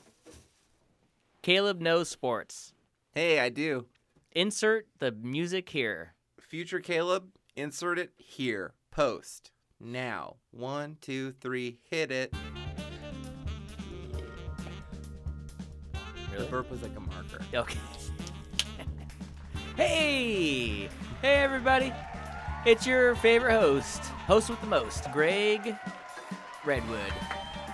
Speaker 1: Caleb Knows Sports.
Speaker 2: Hey, I do.
Speaker 1: Insert the music here.
Speaker 2: Future Caleb, insert it here. Post now. One, two, three. Hit it. The burp was like a marker.
Speaker 1: Okay. hey! Hey, everybody! It's your favorite host, host with the most, Greg Redwood.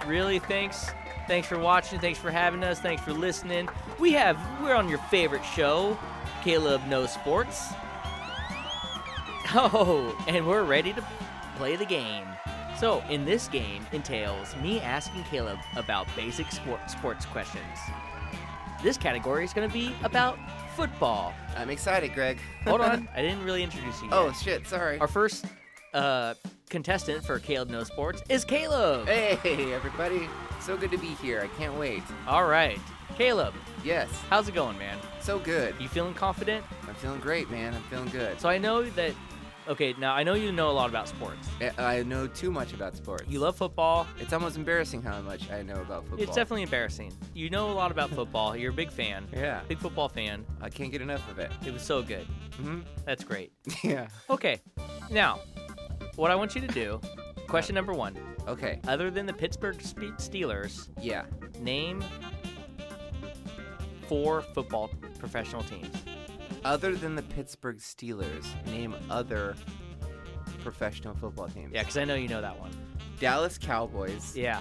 Speaker 1: Really, thanks. Thanks for watching. Thanks for having us. Thanks for listening. We have, we're on your favorite show, Caleb Knows Sports. Oh, and we're ready to play the game. So, in this game entails me asking Caleb about basic sport, sports questions. This category is going to be about football.
Speaker 2: I'm excited, Greg.
Speaker 1: Hold on, I didn't really introduce you. Yet.
Speaker 2: oh shit, sorry.
Speaker 1: our first uh, contestant for Caleb No Sports is Caleb.
Speaker 2: Hey, everybody. So good to be here. I can't wait.
Speaker 1: All right, Caleb,
Speaker 2: Yes,
Speaker 1: how's it going, man?
Speaker 2: so good.
Speaker 1: You feeling confident?
Speaker 2: I'm feeling great, man. I'm feeling good.
Speaker 1: So I know that. Okay, now I know you know a lot about sports.
Speaker 2: I- I know too much about sports.
Speaker 1: You love football.
Speaker 2: It's almost embarrassing how much I know about football.
Speaker 1: It's definitely embarrassing. You know a lot about football. You're a big fan,
Speaker 2: Yeah.
Speaker 1: big football fan.
Speaker 2: I can't get enough of it.
Speaker 1: It was so good.
Speaker 2: Mm-hmm.
Speaker 1: That's great.
Speaker 2: Yeah.
Speaker 1: Okay, now what I want you to do. Question number one.
Speaker 2: Okay.
Speaker 1: Other than the Pittsburgh Spe- Steelers,
Speaker 2: Yeah.
Speaker 1: Name four football professional teams.
Speaker 2: Other than the Pittsburgh Steelers, name other professional football teams.
Speaker 1: Yeah, because I know you know that one.
Speaker 2: Dallas Cowboys.
Speaker 1: Yeah,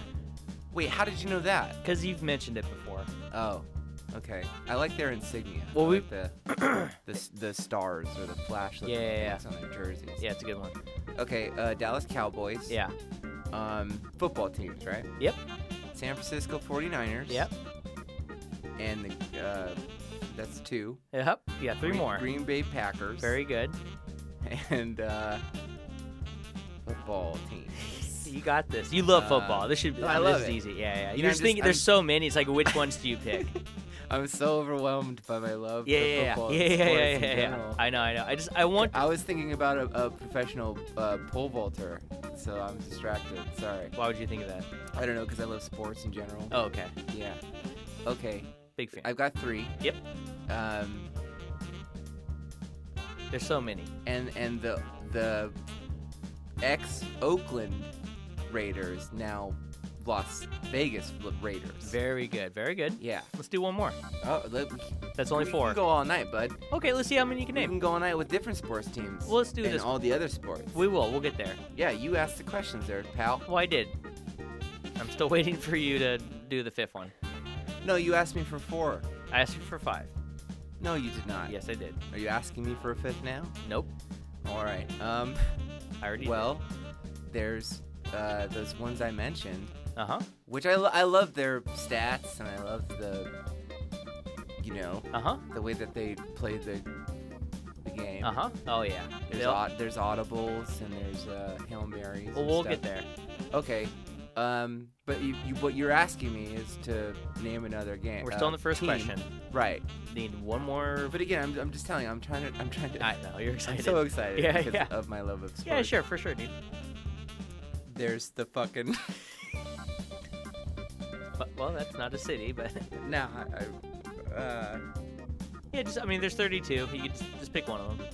Speaker 2: Wait, how did you know that?
Speaker 1: because you've mentioned it before.
Speaker 2: Oh. Okay. I like their insignia.
Speaker 1: Well,
Speaker 2: I
Speaker 1: we-
Speaker 2: like the, the s- the stars or the flash looking
Speaker 1: Yeah, yeah, yeah.
Speaker 2: things on their jerseys.
Speaker 1: Yeah, it's a good one.
Speaker 2: Okay, uh, Dallas Cowboys.
Speaker 1: Yeah.
Speaker 2: Um, football teams, right?
Speaker 1: Yep.
Speaker 2: San Francisco 49ers.
Speaker 1: Yep.
Speaker 2: And the, uh, that's two.
Speaker 1: Yep. You got three
Speaker 2: Green-
Speaker 1: more.
Speaker 2: Green Bay Packers.
Speaker 1: Very good.
Speaker 2: And uh, football teams.
Speaker 1: You got this. You love
Speaker 2: Uh,
Speaker 1: football. This should.
Speaker 2: I
Speaker 1: I mean,
Speaker 2: love
Speaker 1: this
Speaker 2: it.
Speaker 1: is easy. Yeah, yeah.
Speaker 2: You know,
Speaker 1: You're
Speaker 2: I'm
Speaker 1: just
Speaker 2: just-
Speaker 1: thinking.
Speaker 2: I'm-
Speaker 1: There's so many. It's like, which ones do you pick?
Speaker 2: I'm so overwhelmed by my love
Speaker 1: yeah,
Speaker 2: for
Speaker 1: yeah, yeah,
Speaker 2: football.
Speaker 1: yeah,
Speaker 2: and
Speaker 1: yeah, yeah,
Speaker 2: sports
Speaker 1: yeah,
Speaker 2: in
Speaker 1: yeah,
Speaker 2: general.
Speaker 1: I know, I know. I just, I want.
Speaker 2: I was thinking about a, a professional uh, pole vaulter, so I'm distracted. Sorry.
Speaker 1: Why would you think of that?
Speaker 2: I don't know because I love sports in general.
Speaker 1: Oh, okay.
Speaker 2: Yeah. Okay.
Speaker 1: Big fan.
Speaker 2: I've got three.
Speaker 1: Yep.
Speaker 2: Um,
Speaker 1: There's so many.
Speaker 2: and and the the ex Oakland Raiders now Las Vegas Raiders.
Speaker 1: Very good. Very good.
Speaker 2: yeah.
Speaker 1: Let's do one more.
Speaker 2: Oh, let, we,
Speaker 1: That's only
Speaker 2: we
Speaker 1: four.
Speaker 2: Can go all night, bud.
Speaker 1: Okay, let's see how many you can
Speaker 2: We
Speaker 1: name.
Speaker 2: can go all night with different sports teams.
Speaker 1: Well, let's do
Speaker 2: and
Speaker 1: this.
Speaker 2: all the other sports.
Speaker 1: We will. We'll get there.
Speaker 2: yeah, you asked the questions there, pal.
Speaker 1: Well, I did. I'm still waiting for you to do the fifth one.
Speaker 2: No, you asked me for four.
Speaker 1: I asked you for five.
Speaker 2: No, you did not.
Speaker 1: Yes, I did.
Speaker 2: Are you asking me for a fifth now?
Speaker 1: Nope.
Speaker 2: All right. Um.
Speaker 1: I already
Speaker 2: Well, there's uh, those ones I mentioned.
Speaker 1: Uh huh.
Speaker 2: which I, lo- I love their stats and I love the you know
Speaker 1: Uh huh.
Speaker 2: the way that they play the the game.
Speaker 1: Uh huh. Oh yeah.
Speaker 2: There's
Speaker 1: They'll-
Speaker 2: au- there's audibles and there's uh, hail marys.
Speaker 1: well,
Speaker 2: and
Speaker 1: we'll
Speaker 2: stuff.
Speaker 1: get there.
Speaker 2: Okay, um, but you, you what you're asking me is to name another game.
Speaker 1: We're still
Speaker 2: uh,
Speaker 1: on the first
Speaker 2: team.
Speaker 1: question.
Speaker 2: right?
Speaker 1: Need one more.
Speaker 2: But again, I'm, I'm just telling you, I'm trying to I'm trying to.
Speaker 1: I know you're
Speaker 2: I'm
Speaker 1: excited.
Speaker 2: so excited
Speaker 1: Yeah,
Speaker 2: because
Speaker 1: yeah.
Speaker 2: of my love of sports.
Speaker 1: yeah, sure, for sure, dude.
Speaker 2: There's the fucking
Speaker 1: But, well, that's not a city, but
Speaker 2: now. I, I, uh,
Speaker 1: yeah, just I mean, there's 32. You could just, just pick one of them.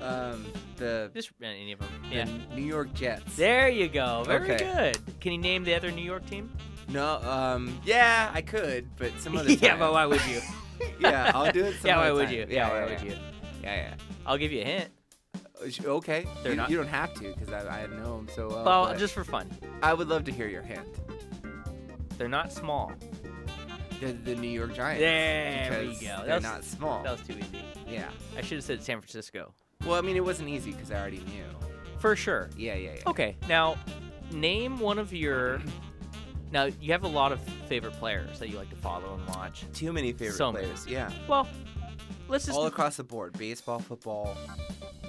Speaker 2: um, the,
Speaker 1: Just any of them.
Speaker 2: the
Speaker 1: Yeah.
Speaker 2: New York Jets.
Speaker 1: There you go. Very
Speaker 2: Okay.
Speaker 1: good. Can you name the other New York team?
Speaker 2: No, um, yeah, I could, but some other time.
Speaker 1: yeah, but why would you?
Speaker 2: yeah, I'll do it. Some
Speaker 1: yeah, why
Speaker 2: other
Speaker 1: would
Speaker 2: time.
Speaker 1: you?
Speaker 2: Yeah,
Speaker 1: Yeah, why would
Speaker 2: yeah.
Speaker 1: you?
Speaker 2: Yeah,
Speaker 1: I'll give you a hint.
Speaker 2: yeah. Sh- Okay.
Speaker 1: They're
Speaker 2: you,
Speaker 1: not-
Speaker 2: you don't have to because I, I know him so well.
Speaker 1: well,
Speaker 2: but
Speaker 1: just for fun.
Speaker 2: I would love to hear your hint.
Speaker 1: They're not small.
Speaker 2: The, the New York Giants.
Speaker 1: There we
Speaker 2: because
Speaker 1: go. That
Speaker 2: They're
Speaker 1: was-
Speaker 2: not small.
Speaker 1: That was too easy.
Speaker 2: yeah.
Speaker 1: I should have said San Francisco.
Speaker 2: Well, I mean, it wasn't easy because I already knew.
Speaker 1: For sure.
Speaker 2: Yeah, yeah, yeah.
Speaker 1: Okay, now name one of your. Now you have a lot of favorite players that you like to follow and watch.
Speaker 2: Too many favorite
Speaker 1: So many.
Speaker 2: players. Yeah.
Speaker 1: Well, let's just
Speaker 2: All across the board baseball, football,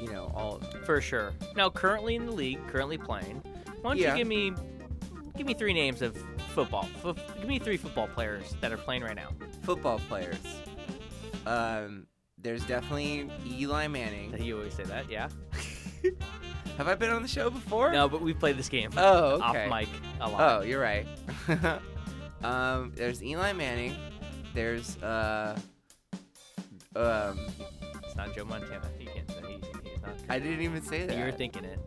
Speaker 2: you know, all.
Speaker 1: for sure. Now currently in the league, currently playing. Why don't
Speaker 2: Yeah.
Speaker 1: you give me give me three names of football? Fo- give me three football players that are playing right now.
Speaker 2: football players. Um, there's definitely Eli Manning.
Speaker 1: You always say that, yeah.
Speaker 2: Have I been on the show before?
Speaker 1: No, but we played this game
Speaker 2: Oh,
Speaker 1: off
Speaker 2: okay.
Speaker 1: mic a lot.
Speaker 2: oh, you're right. um, there's Eli Manning. There's uh, um,
Speaker 1: It's not Joe Montana. You can't say he's, he's not.
Speaker 2: I didn't even say that.
Speaker 1: You were thinking it.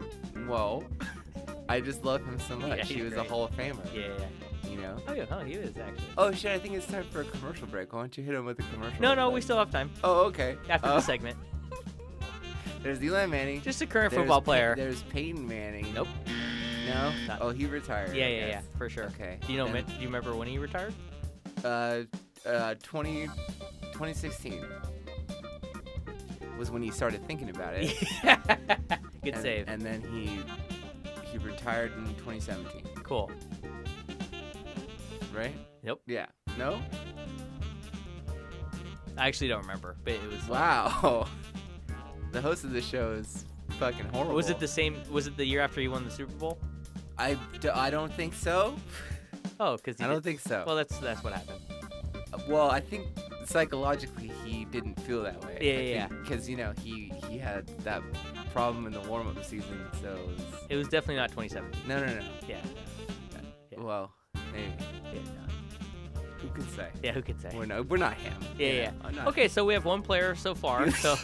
Speaker 2: Well, I just love him so much.
Speaker 1: Yeah,
Speaker 2: he
Speaker 1: he's
Speaker 2: was
Speaker 1: great.
Speaker 2: a Hall of Famer.
Speaker 1: Yeah. yeah, yeah.
Speaker 2: You know.
Speaker 1: Oh, yeah. Oh, he is actually.
Speaker 2: Oh shit! I think it's time for a commercial break. Why don't you hit him with a commercial?
Speaker 1: no,
Speaker 2: real
Speaker 1: no,
Speaker 2: quick?
Speaker 1: we still have time
Speaker 2: Oh, okay.
Speaker 1: after
Speaker 2: Uh,
Speaker 1: the segment.
Speaker 2: There's Eli Manning.
Speaker 1: Just a current
Speaker 2: There's
Speaker 1: football
Speaker 2: Pey-
Speaker 1: player.
Speaker 2: there's Peyton Manning.
Speaker 1: Nope.
Speaker 2: No.
Speaker 1: Not-
Speaker 2: Oh, he retired.
Speaker 1: Yeah,
Speaker 2: I
Speaker 1: yeah, yeah,
Speaker 2: guess.
Speaker 1: for sure.
Speaker 2: Okay.
Speaker 1: Do you know?
Speaker 2: Then,
Speaker 1: when- Do you remember when he retired?
Speaker 2: Uh, uh, 20, 2016 was when he started thinking about it.
Speaker 1: Good
Speaker 2: and,
Speaker 1: save.
Speaker 2: And then he he retired in 2017,
Speaker 1: cool.
Speaker 2: right?
Speaker 1: Nope.
Speaker 2: Yeah. No.
Speaker 1: I actually don't remember, but it was.
Speaker 2: Wow. The host of the show is fucking horrible.
Speaker 1: Was it the same? Was it the year after he won the Super Bowl?
Speaker 2: I, d- I don't think so.
Speaker 1: Oh, because
Speaker 2: I don't think so.
Speaker 1: Well, that's that's what happened.
Speaker 2: Well, I think psychologically he didn't feel that way.
Speaker 1: Yeah, yeah,
Speaker 2: Because you know he he had that problem in the warm up season, so it was...
Speaker 1: It was definitely not 2017.
Speaker 2: no, no, no.
Speaker 1: Yeah. Yeah.
Speaker 2: Well, maybe
Speaker 1: Yeah. no.
Speaker 2: who can say?
Speaker 1: Yeah. Who could say?
Speaker 2: We're not we're not him.
Speaker 1: Yeah,
Speaker 2: you
Speaker 1: yeah.
Speaker 2: know, I'm not-
Speaker 1: Okay, so we have one player so far. So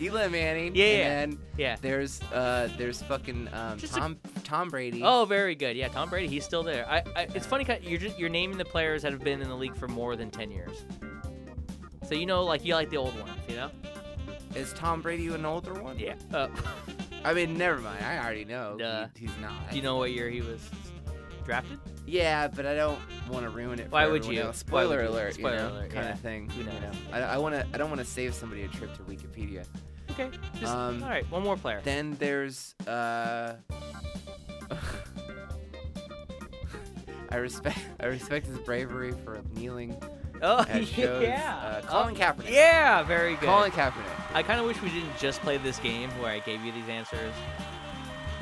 Speaker 2: Eli Manning.
Speaker 1: Yeah, yeah.
Speaker 2: And then
Speaker 1: yeah.
Speaker 2: there's uh there's fucking um
Speaker 1: Just a-
Speaker 2: Tom Tom Brady.
Speaker 1: Oh, very good. Yeah, Tom Brady. He's still there. I. I it's funny. 'cause You're just you're naming the players that have been in the league for more than 10 years. So you know, like you like the old ones, you know?
Speaker 2: Is Tom Brady an older one?
Speaker 1: Yeah. Uh,
Speaker 2: I mean, never mind. I already know. he-
Speaker 1: Duh.
Speaker 2: he's not.
Speaker 1: do you know what year he was drafted?
Speaker 2: Yeah, but I don't want to ruin it. For
Speaker 1: Why would
Speaker 2: everyone
Speaker 1: you?
Speaker 2: Else.
Speaker 1: Why would
Speaker 2: Spoiler
Speaker 1: you?
Speaker 2: alert.
Speaker 1: Spoiler
Speaker 2: you know,
Speaker 1: alert,
Speaker 2: Kind
Speaker 1: yeah.
Speaker 2: of thing.
Speaker 1: Who
Speaker 2: you
Speaker 1: knows?
Speaker 2: know? I, I want to. I don't want to save somebody a trip to Wikipedia.
Speaker 1: Okay. Just,
Speaker 2: Um,
Speaker 1: all right, one more player.
Speaker 2: Then there's. Uh, I respect. I respect his bravery for kneeling
Speaker 1: oh,
Speaker 2: at shows.
Speaker 1: yeah.
Speaker 2: Uh, Colin
Speaker 1: Oh,
Speaker 2: Kaepernick.
Speaker 1: Yeah, very good.
Speaker 2: Colin Kaepernick.
Speaker 1: I kind of wish we didn't just play this game where I gave you these answers.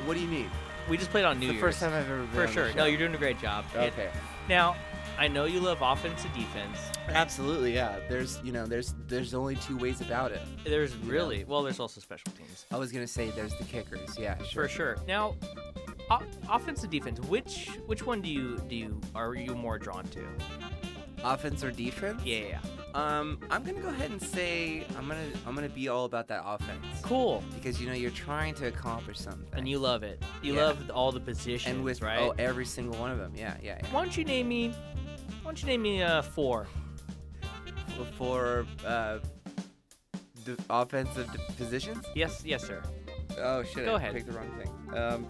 Speaker 2: What do you mean?
Speaker 1: We just played on New
Speaker 2: the
Speaker 1: Year's.
Speaker 2: first time I've ever been
Speaker 1: For
Speaker 2: on the
Speaker 1: sure.
Speaker 2: show.
Speaker 1: No, you're doing a great job. It-
Speaker 2: Okay.
Speaker 1: now, I know you love offense and defense.
Speaker 2: Absolutely. Yeah. There's. You know. There's. There's only two ways about it.
Speaker 1: There's really, well, there's also special teams.
Speaker 2: I was gonna say there's the kickers. Yeah. Sure.
Speaker 1: For sure. Now, o- offense and defense, which which one do you do you are you more drawn to?
Speaker 2: Offense or defense?
Speaker 1: Yeah, yeah. yeah.
Speaker 2: Um, I'm gonna go ahead and say I'm gonna I'm gonna be all about that offense
Speaker 1: Cool.
Speaker 2: because you know you're trying to accomplish something,
Speaker 1: And you love it. You
Speaker 2: Yeah.
Speaker 1: love all the positions,
Speaker 2: and with
Speaker 1: right?
Speaker 2: oh every single one of them, yeah, yeah, yeah.
Speaker 1: Why don't you name me? Why don't you name me uh, four?
Speaker 2: For uh, the offensive d- positions.
Speaker 1: Yes, yes, sir.
Speaker 2: Oh shit!
Speaker 1: Go
Speaker 2: I
Speaker 1: ahead.
Speaker 2: Picked the wrong thing. Um,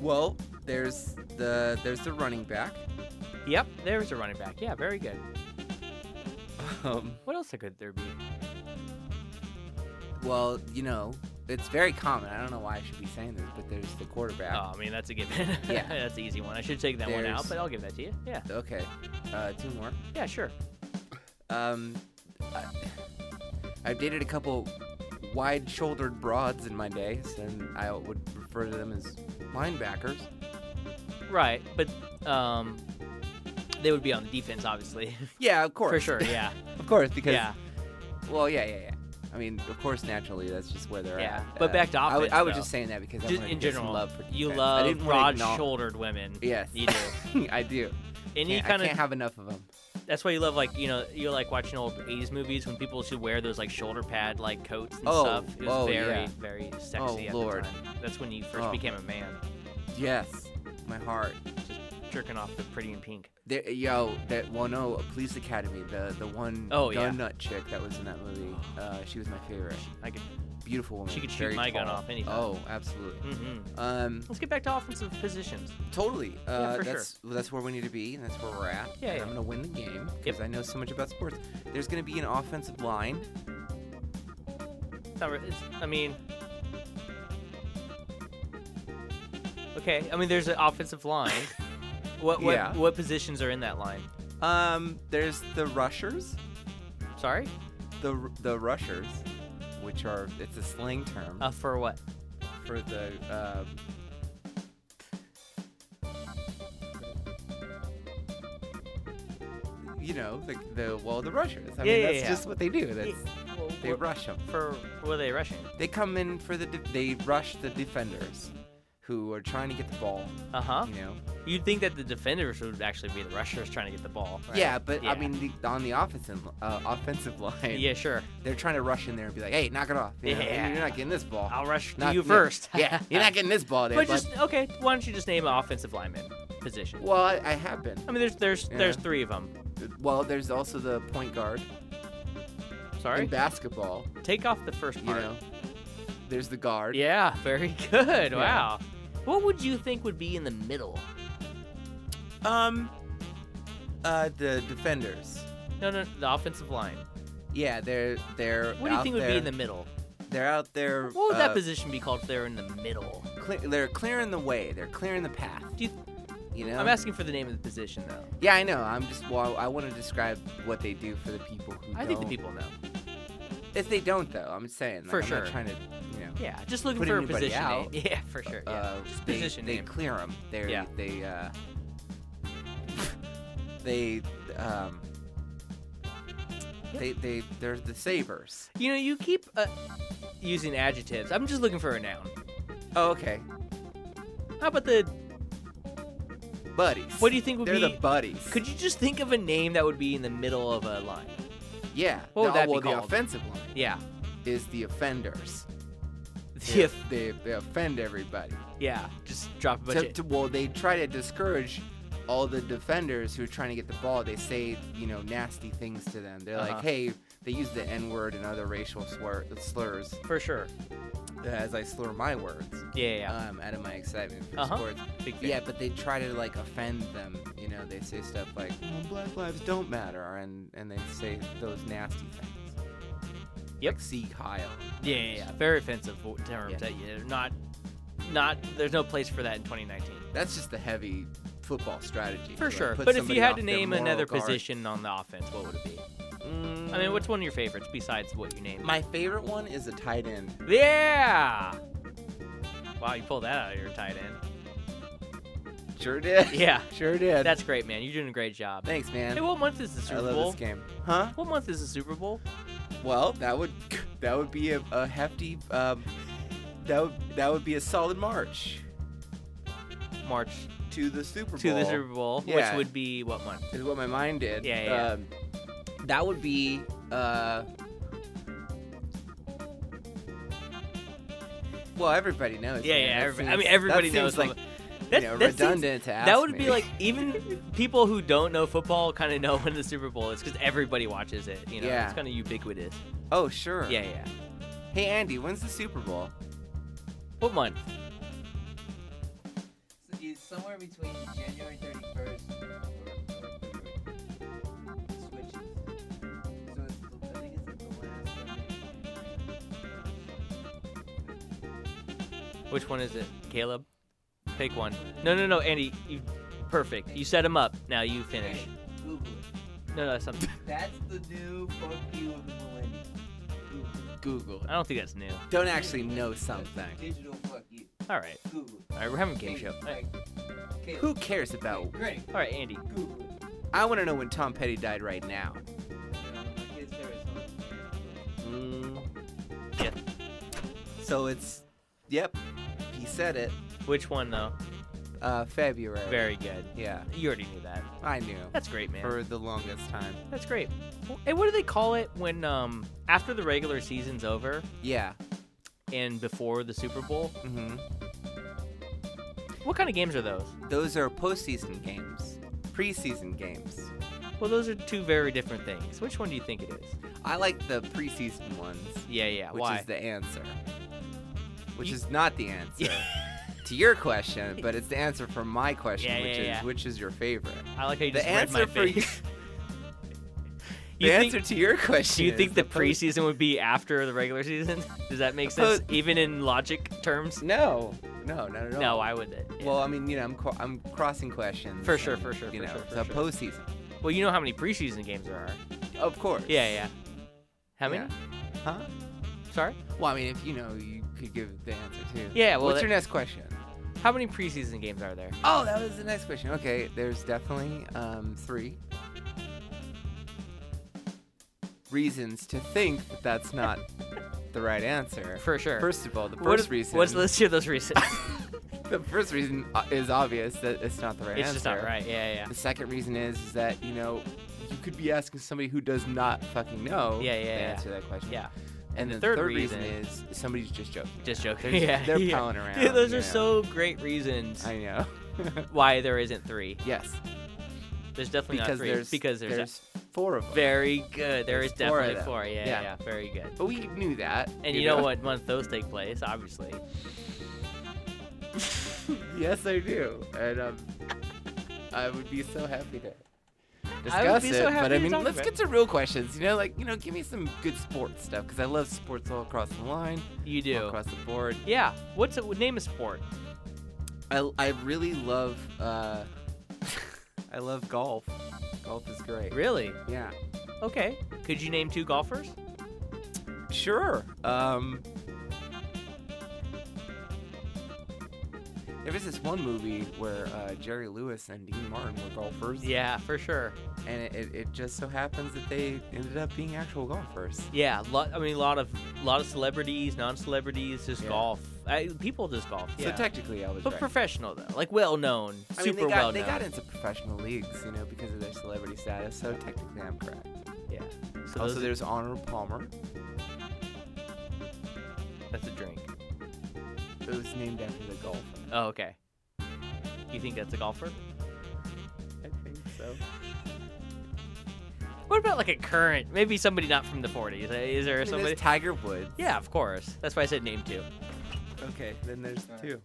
Speaker 2: well, there's the there's the running back.
Speaker 1: Yep, there's a running back. Yeah, very good.
Speaker 2: Um,
Speaker 1: What else could there be?
Speaker 2: well, you know it's very common. I don't know why I should be saying this, but there's the quarterback.
Speaker 1: Oh, I mean, that's a given.
Speaker 2: Yeah.
Speaker 1: that's an easy one. I should take that one out,
Speaker 2: There's-
Speaker 1: but I'll give that to you. Yeah,
Speaker 2: Okay, uh, two more.
Speaker 1: yeah, sure.
Speaker 2: Um, I, I've dated a couple wide-shouldered broads in my day, and I would refer to them as linebackers.
Speaker 1: Right, but um, they would be on the defense, obviously,
Speaker 2: Yeah, of course.
Speaker 1: for sure. Yeah,
Speaker 2: of course, because
Speaker 1: yeah,
Speaker 2: well, yeah, yeah, yeah. I mean, of course, naturally, that's just where they're
Speaker 1: Yeah,
Speaker 2: at.
Speaker 1: but back to
Speaker 2: I w-
Speaker 1: offense,
Speaker 2: I was
Speaker 1: though.
Speaker 2: just saying that because I
Speaker 1: Just
Speaker 2: wanted
Speaker 1: in
Speaker 2: to get some
Speaker 1: general,
Speaker 2: love for
Speaker 1: you
Speaker 2: defense. I
Speaker 1: love
Speaker 2: didn't wanna acknowl-
Speaker 1: broad-shouldered women.
Speaker 2: Yes,
Speaker 1: you do.
Speaker 2: I do.
Speaker 1: Any
Speaker 2: Can't-
Speaker 1: kind
Speaker 2: I
Speaker 1: of
Speaker 2: can't have enough of them.
Speaker 1: that's why you love like you know you like watching old '80s movies when people should wear those like shoulder pad like coats and
Speaker 2: Oh,
Speaker 1: stuff. It was
Speaker 2: oh,
Speaker 1: very
Speaker 2: yeah.
Speaker 1: very sexy.
Speaker 2: Oh,
Speaker 1: at
Speaker 2: Lord.
Speaker 1: the time. that's when you first
Speaker 2: Oh.
Speaker 1: became a man.
Speaker 2: Yes, my heart.
Speaker 1: jerking off to Pretty in Pink.
Speaker 2: There, yo, that one oh Police Academy, the the one
Speaker 1: Oh, yeah.
Speaker 2: gun nut chick that was in that movie. Uh, she was my favorite.
Speaker 1: I could.
Speaker 2: Beautiful woman.
Speaker 1: She could shoot
Speaker 2: very
Speaker 1: my gun
Speaker 2: tall.
Speaker 1: off anytime.
Speaker 2: Oh, absolutely.
Speaker 1: Mm-hmm.
Speaker 2: Um,
Speaker 1: Let's get back to offensive positions.
Speaker 2: totally. Uh,
Speaker 1: Yeah, for
Speaker 2: that's well, that's where we need to be, and that's where we're at.
Speaker 1: Yeah,
Speaker 2: And
Speaker 1: yeah.
Speaker 2: I'm gonna win the game because
Speaker 1: Yep.
Speaker 2: I know so much about sports. There's gonna be an offensive line.
Speaker 1: Not re- it's, I mean, okay. I mean, there's an offensive line. what what
Speaker 2: Yeah.
Speaker 1: what positions are in that line?
Speaker 2: Um, there's the rushers,
Speaker 1: Sorry,
Speaker 2: the r- the rushers, which are it's a slang term
Speaker 1: uh, for what?
Speaker 2: for the. Uh, You know the, the well the rushers. I
Speaker 1: Yeah,
Speaker 2: mean
Speaker 1: yeah,
Speaker 2: that's
Speaker 1: yeah.
Speaker 2: just what they do. That's
Speaker 1: Well,
Speaker 2: they
Speaker 1: what-
Speaker 2: rush them.
Speaker 1: for were they rushing?
Speaker 2: They come in for the de- they rush the defenders, who are trying to get the ball.
Speaker 1: Uh huh.
Speaker 2: You know.
Speaker 1: You'd think that the defenders would actually be the rushers trying to get the ball. right?
Speaker 2: Yeah, but
Speaker 1: Yeah.
Speaker 2: I mean the, on the offensive uh, offensive line,
Speaker 1: Yeah, sure.
Speaker 2: they're trying to rush in there and be like, "Hey, knock it off! You know,
Speaker 1: Yeah.
Speaker 2: you're not getting this ball.
Speaker 1: I'll rush to
Speaker 2: Knock
Speaker 1: you
Speaker 2: me.
Speaker 1: first.
Speaker 2: yeah, you're not getting this ball, there,
Speaker 1: But
Speaker 2: bud."
Speaker 1: just okay. Why don't you just name an offensive lineman position?
Speaker 2: well, I, I have been.
Speaker 1: I mean, there's there's
Speaker 2: Yeah.
Speaker 1: there's three of them.
Speaker 2: Well, there's also the point guard
Speaker 1: Sorry.
Speaker 2: in basketball.
Speaker 1: Take off the first
Speaker 2: You
Speaker 1: part.
Speaker 2: know, there's the guard.
Speaker 1: Yeah, very good.
Speaker 2: Yeah.
Speaker 1: Wow. What would you think would be in the middle?
Speaker 2: Um, uh, the defenders.
Speaker 1: No, no, the offensive line.
Speaker 2: Yeah, they're they're.
Speaker 1: What do you
Speaker 2: out
Speaker 1: think would be in
Speaker 2: there-
Speaker 1: the middle?
Speaker 2: They're out there.
Speaker 1: What would
Speaker 2: uh,
Speaker 1: that position be called if they were in the middle?
Speaker 2: cle- they're clearing the way. They're clearing the path.
Speaker 1: Do you,
Speaker 2: You know.
Speaker 1: I'm asking for the name of the position, though.
Speaker 2: Yeah, I know. I'm just. Well, I want to describe what they do for the people who.
Speaker 1: I
Speaker 2: don't.
Speaker 1: think the people know.
Speaker 2: If they don't, though, I'm saying. Like,
Speaker 1: For
Speaker 2: I'm
Speaker 1: sure.
Speaker 2: Not trying to, you know.
Speaker 1: Yeah, just looking
Speaker 2: Put
Speaker 1: for a
Speaker 2: anybody
Speaker 1: position
Speaker 2: out.
Speaker 1: name. Yeah, for sure. Yeah.
Speaker 2: Uh,
Speaker 1: just
Speaker 2: they,
Speaker 1: position
Speaker 2: They
Speaker 1: name.
Speaker 2: clear them. They're,
Speaker 1: Yeah.
Speaker 2: They. Uh, they. Um. They. They. They're the savers.
Speaker 1: you know, you keep uh, using adjectives. I'm just looking for a noun.
Speaker 2: Oh, okay.
Speaker 1: How about the?
Speaker 2: Buddies.
Speaker 1: What do you think would
Speaker 2: they're
Speaker 1: be?
Speaker 2: the buddies.
Speaker 1: could you just think of a name that would be in the middle of a line?
Speaker 2: Yeah.
Speaker 1: What would
Speaker 2: no,
Speaker 1: that be
Speaker 2: well, the
Speaker 1: called?
Speaker 2: offensive line
Speaker 1: Yeah.
Speaker 2: is the offenders.
Speaker 1: Yeah.
Speaker 2: They, they offend everybody.
Speaker 1: yeah. Just drop a bunch
Speaker 2: to,
Speaker 1: of.
Speaker 2: to- well, they try to discourage all the defenders who are trying to get the ball. They say, you know, nasty things to them. They're
Speaker 1: Uh-huh.
Speaker 2: like, hey, they use the N word and other racial slur- slurs
Speaker 1: for sure.
Speaker 2: uh, as I slur my words
Speaker 1: Yeah, yeah. yeah.
Speaker 2: um, out of my excitement for
Speaker 1: Uh-huh.
Speaker 2: sports.
Speaker 1: Big fan.
Speaker 2: Yeah, but they try to like offend them. You know, they say stuff like "Oh, "Black lives don't matter" and and they say those nasty things.
Speaker 1: Yep.
Speaker 2: Like see Kyle.
Speaker 1: Yeah, yeah, yeah. Very offensive w- terms
Speaker 2: Yeah.
Speaker 1: that you're not, not. There's no place for that in 2019.
Speaker 2: That's just the heavy football strategy.
Speaker 1: For
Speaker 2: to, like,
Speaker 1: sure.
Speaker 2: put
Speaker 1: But if
Speaker 2: somebody
Speaker 1: you had
Speaker 2: off
Speaker 1: to
Speaker 2: their
Speaker 1: name
Speaker 2: moral
Speaker 1: another
Speaker 2: guard.
Speaker 1: position on the offense, what would it be? I
Speaker 2: Mm.
Speaker 1: mean, what's one of your favorites besides what you named?
Speaker 2: My favorite one is a tight end.
Speaker 1: yeah. Wow, you pulled that out of your tight end.
Speaker 2: Sure did.
Speaker 1: Yeah.
Speaker 2: Sure did.
Speaker 1: That's great, man. You're doing a great job.
Speaker 2: Thanks, man.
Speaker 1: Hey, what month is the
Speaker 2: I
Speaker 1: Super
Speaker 2: love
Speaker 1: Bowl?
Speaker 2: this game. Huh?
Speaker 1: What month is the Super Bowl?
Speaker 2: Well, that would that would be a, a hefty um, that would that would be a solid march
Speaker 1: March
Speaker 2: to the Super Bowl.
Speaker 1: to the Super Bowl,
Speaker 2: Yeah.
Speaker 1: which would be what month?
Speaker 2: is what my mind did.
Speaker 1: Yeah, yeah, yeah.
Speaker 2: Um, that would be uh Well, everybody knows.
Speaker 1: Yeah,
Speaker 2: man.
Speaker 1: yeah.
Speaker 2: That
Speaker 1: Everybody, I
Speaker 2: seems-
Speaker 1: mean, everybody
Speaker 2: that
Speaker 1: knows.
Speaker 2: seems like
Speaker 1: what-
Speaker 2: you
Speaker 1: that,
Speaker 2: know,
Speaker 1: that seems-
Speaker 2: redundant to ask
Speaker 1: that would
Speaker 2: me.
Speaker 1: be like even people who don't know football kind of know when the Super Bowl is because everybody watches it. You know,
Speaker 2: Yeah.
Speaker 1: it's kind of ubiquitous.
Speaker 2: Oh, sure.
Speaker 1: Yeah, yeah.
Speaker 2: Hey Andy, when's the Super Bowl?
Speaker 1: What month?
Speaker 6: It's somewhere between January 31st or, or February. It switches. So it's the, I think it's like the last Sunday. in January.
Speaker 1: Which one is it? Caleb, pick one. No, no, no, Andy. You, perfect. You set him up. Now you finish.
Speaker 6: Hey, Google it.
Speaker 1: No, no, that's something.
Speaker 6: That's the new fuck you of the millennium. Google it.
Speaker 2: Google.
Speaker 1: I don't think that's new.
Speaker 2: Don't actually know something.
Speaker 6: Digital fuck you.
Speaker 1: All right,
Speaker 6: Google it.
Speaker 1: all right. We're having a game
Speaker 6: Hey,
Speaker 1: show. All right,
Speaker 6: Like, okay,
Speaker 2: Who cares
Speaker 6: okay,
Speaker 2: about?
Speaker 6: Great.
Speaker 1: all right, Andy.
Speaker 6: Google it.
Speaker 2: I want to know when Tom Petty died right now.
Speaker 6: You know, my kid's favorite song is Manic Pixie.
Speaker 1: Mm, Yeah.
Speaker 2: So it's, yep, he said it.
Speaker 1: Which one though?
Speaker 2: Uh, February.
Speaker 1: Very good.
Speaker 2: Yeah,
Speaker 1: You already knew that.
Speaker 2: I knew
Speaker 1: That's great, man.
Speaker 2: for the longest time.
Speaker 1: That's great. Hey, what do they call it when um after the regular season's over
Speaker 2: Yeah.
Speaker 1: and before the Super Bowl?
Speaker 2: Mm-hmm.
Speaker 1: What kind of games are those?
Speaker 2: Those are postseason games, preseason games.
Speaker 1: Well, those are two very different things. Which one do you think it is?
Speaker 2: I like the preseason ones.
Speaker 1: Yeah, yeah.
Speaker 2: which
Speaker 1: why?
Speaker 2: is the answer. Which
Speaker 1: Ye-
Speaker 2: is not the answer to your question, but it's the answer for my question,
Speaker 1: Yeah,
Speaker 2: which
Speaker 1: yeah,
Speaker 2: is
Speaker 1: yeah.
Speaker 2: which is your favorite.
Speaker 1: I like how you
Speaker 2: the
Speaker 1: just read my
Speaker 2: answer for you,
Speaker 1: face.
Speaker 2: the
Speaker 1: You think-
Speaker 2: answer to your question.
Speaker 1: Do you think
Speaker 2: is
Speaker 1: the
Speaker 2: post-
Speaker 1: preseason would be after the regular season? Does that make
Speaker 2: The po-
Speaker 1: sense, even in logic terms?
Speaker 2: No, no, not at all.
Speaker 1: No, I would. yeah.
Speaker 2: Well, I mean, you know, I'm co- I'm crossing questions.
Speaker 1: For sure,
Speaker 2: and,
Speaker 1: for sure,
Speaker 2: You
Speaker 1: for
Speaker 2: know,
Speaker 1: sure, for
Speaker 2: so
Speaker 1: sure.
Speaker 2: postseason,
Speaker 1: well, you know how many preseason games there are.
Speaker 2: of course.
Speaker 1: Yeah, yeah. How many?
Speaker 2: Yeah. Huh?
Speaker 1: Sorry.
Speaker 2: Well, I mean, if you know, you could give the answer too.
Speaker 1: Yeah, well,
Speaker 2: What's
Speaker 1: that-
Speaker 2: your next question?
Speaker 1: How many preseason games are there?
Speaker 2: Oh, that was the next question. Okay, there's definitely um, three reasons to think that that's not the right answer.
Speaker 1: For sure.
Speaker 2: First of all, the first
Speaker 1: What is-
Speaker 2: reason.
Speaker 1: What's let's hear those reasons.
Speaker 2: The first reason uh, is obvious that it's not the right
Speaker 1: it's
Speaker 2: answer.
Speaker 1: just not right. Yeah,
Speaker 2: The second reason is, is that you know you could be asking somebody who does not fucking know
Speaker 1: Yeah, yeah,
Speaker 2: to
Speaker 1: yeah.
Speaker 2: answer that question.
Speaker 1: yeah, yeah.
Speaker 2: And,
Speaker 1: the
Speaker 2: then
Speaker 1: third
Speaker 2: reason,
Speaker 1: reason-
Speaker 2: is somebody's just joking.
Speaker 1: Just joking.
Speaker 2: They're,
Speaker 1: yeah,
Speaker 2: they're
Speaker 1: yeah.
Speaker 2: palling around.
Speaker 1: Dude, those
Speaker 2: you
Speaker 1: are
Speaker 2: know.
Speaker 1: so great reasons
Speaker 2: I know.
Speaker 1: why there isn't three.
Speaker 2: yes.
Speaker 1: There's definitely
Speaker 2: because
Speaker 1: not three
Speaker 2: there's
Speaker 1: because there's,
Speaker 2: four of them.
Speaker 1: very good. There is
Speaker 2: There's four of
Speaker 1: definitely
Speaker 2: them.
Speaker 1: four. Yeah, yeah,
Speaker 2: Yeah.
Speaker 1: yeah, very good.
Speaker 2: But we knew that.
Speaker 1: And you know what month those take place? Obviously,
Speaker 2: yes, I do. And um, I would be so happy to discuss
Speaker 1: I would be
Speaker 2: it.
Speaker 1: so happy
Speaker 2: but I
Speaker 1: to
Speaker 2: mean,
Speaker 1: talk
Speaker 2: let's
Speaker 1: about
Speaker 2: get to real questions. You know, like you know, give me some good sports stuff because I love sports all across the line,
Speaker 1: you
Speaker 2: all
Speaker 1: do.
Speaker 2: across the board.
Speaker 1: Yeah. What's a, name a sport?
Speaker 2: I I really love uh, I love golf. Golf is great.
Speaker 1: Really?
Speaker 2: Yeah.
Speaker 1: Okay. Could you name two golfers?
Speaker 2: Sure. Um. There was this one movie where uh, Jerry Lewis and Dean Martin were golfers.
Speaker 1: Yeah, for sure.
Speaker 2: and it, it, it just so happens that they ended up being actual golfers.
Speaker 1: Yeah. Lot, I mean, a lot of lot of celebrities, non-celebrities, just
Speaker 2: Yeah.
Speaker 1: golf. I, people just golf. Yeah.
Speaker 2: So technically, I was
Speaker 1: but
Speaker 2: right.
Speaker 1: professional though, like well known,
Speaker 2: I
Speaker 1: super
Speaker 2: mean, they got,
Speaker 1: well
Speaker 2: they
Speaker 1: known.
Speaker 2: got into professional leagues, you know, because of their celebrity status. So technically, I'm correct.
Speaker 1: Yeah. So
Speaker 2: also,
Speaker 1: those are-
Speaker 2: there's Honor Palmer,
Speaker 1: that's a drink.
Speaker 2: who was named after the golfer.
Speaker 1: Oh, okay. You think that's a golfer?
Speaker 2: I think so.
Speaker 1: What about like a current? Maybe somebody not from the 40s. Uh, Is there somebody?
Speaker 2: there's Tiger Woods.
Speaker 1: Yeah, of course. That's why I said name two.
Speaker 2: Okay, then there's
Speaker 6: Alright.
Speaker 2: two.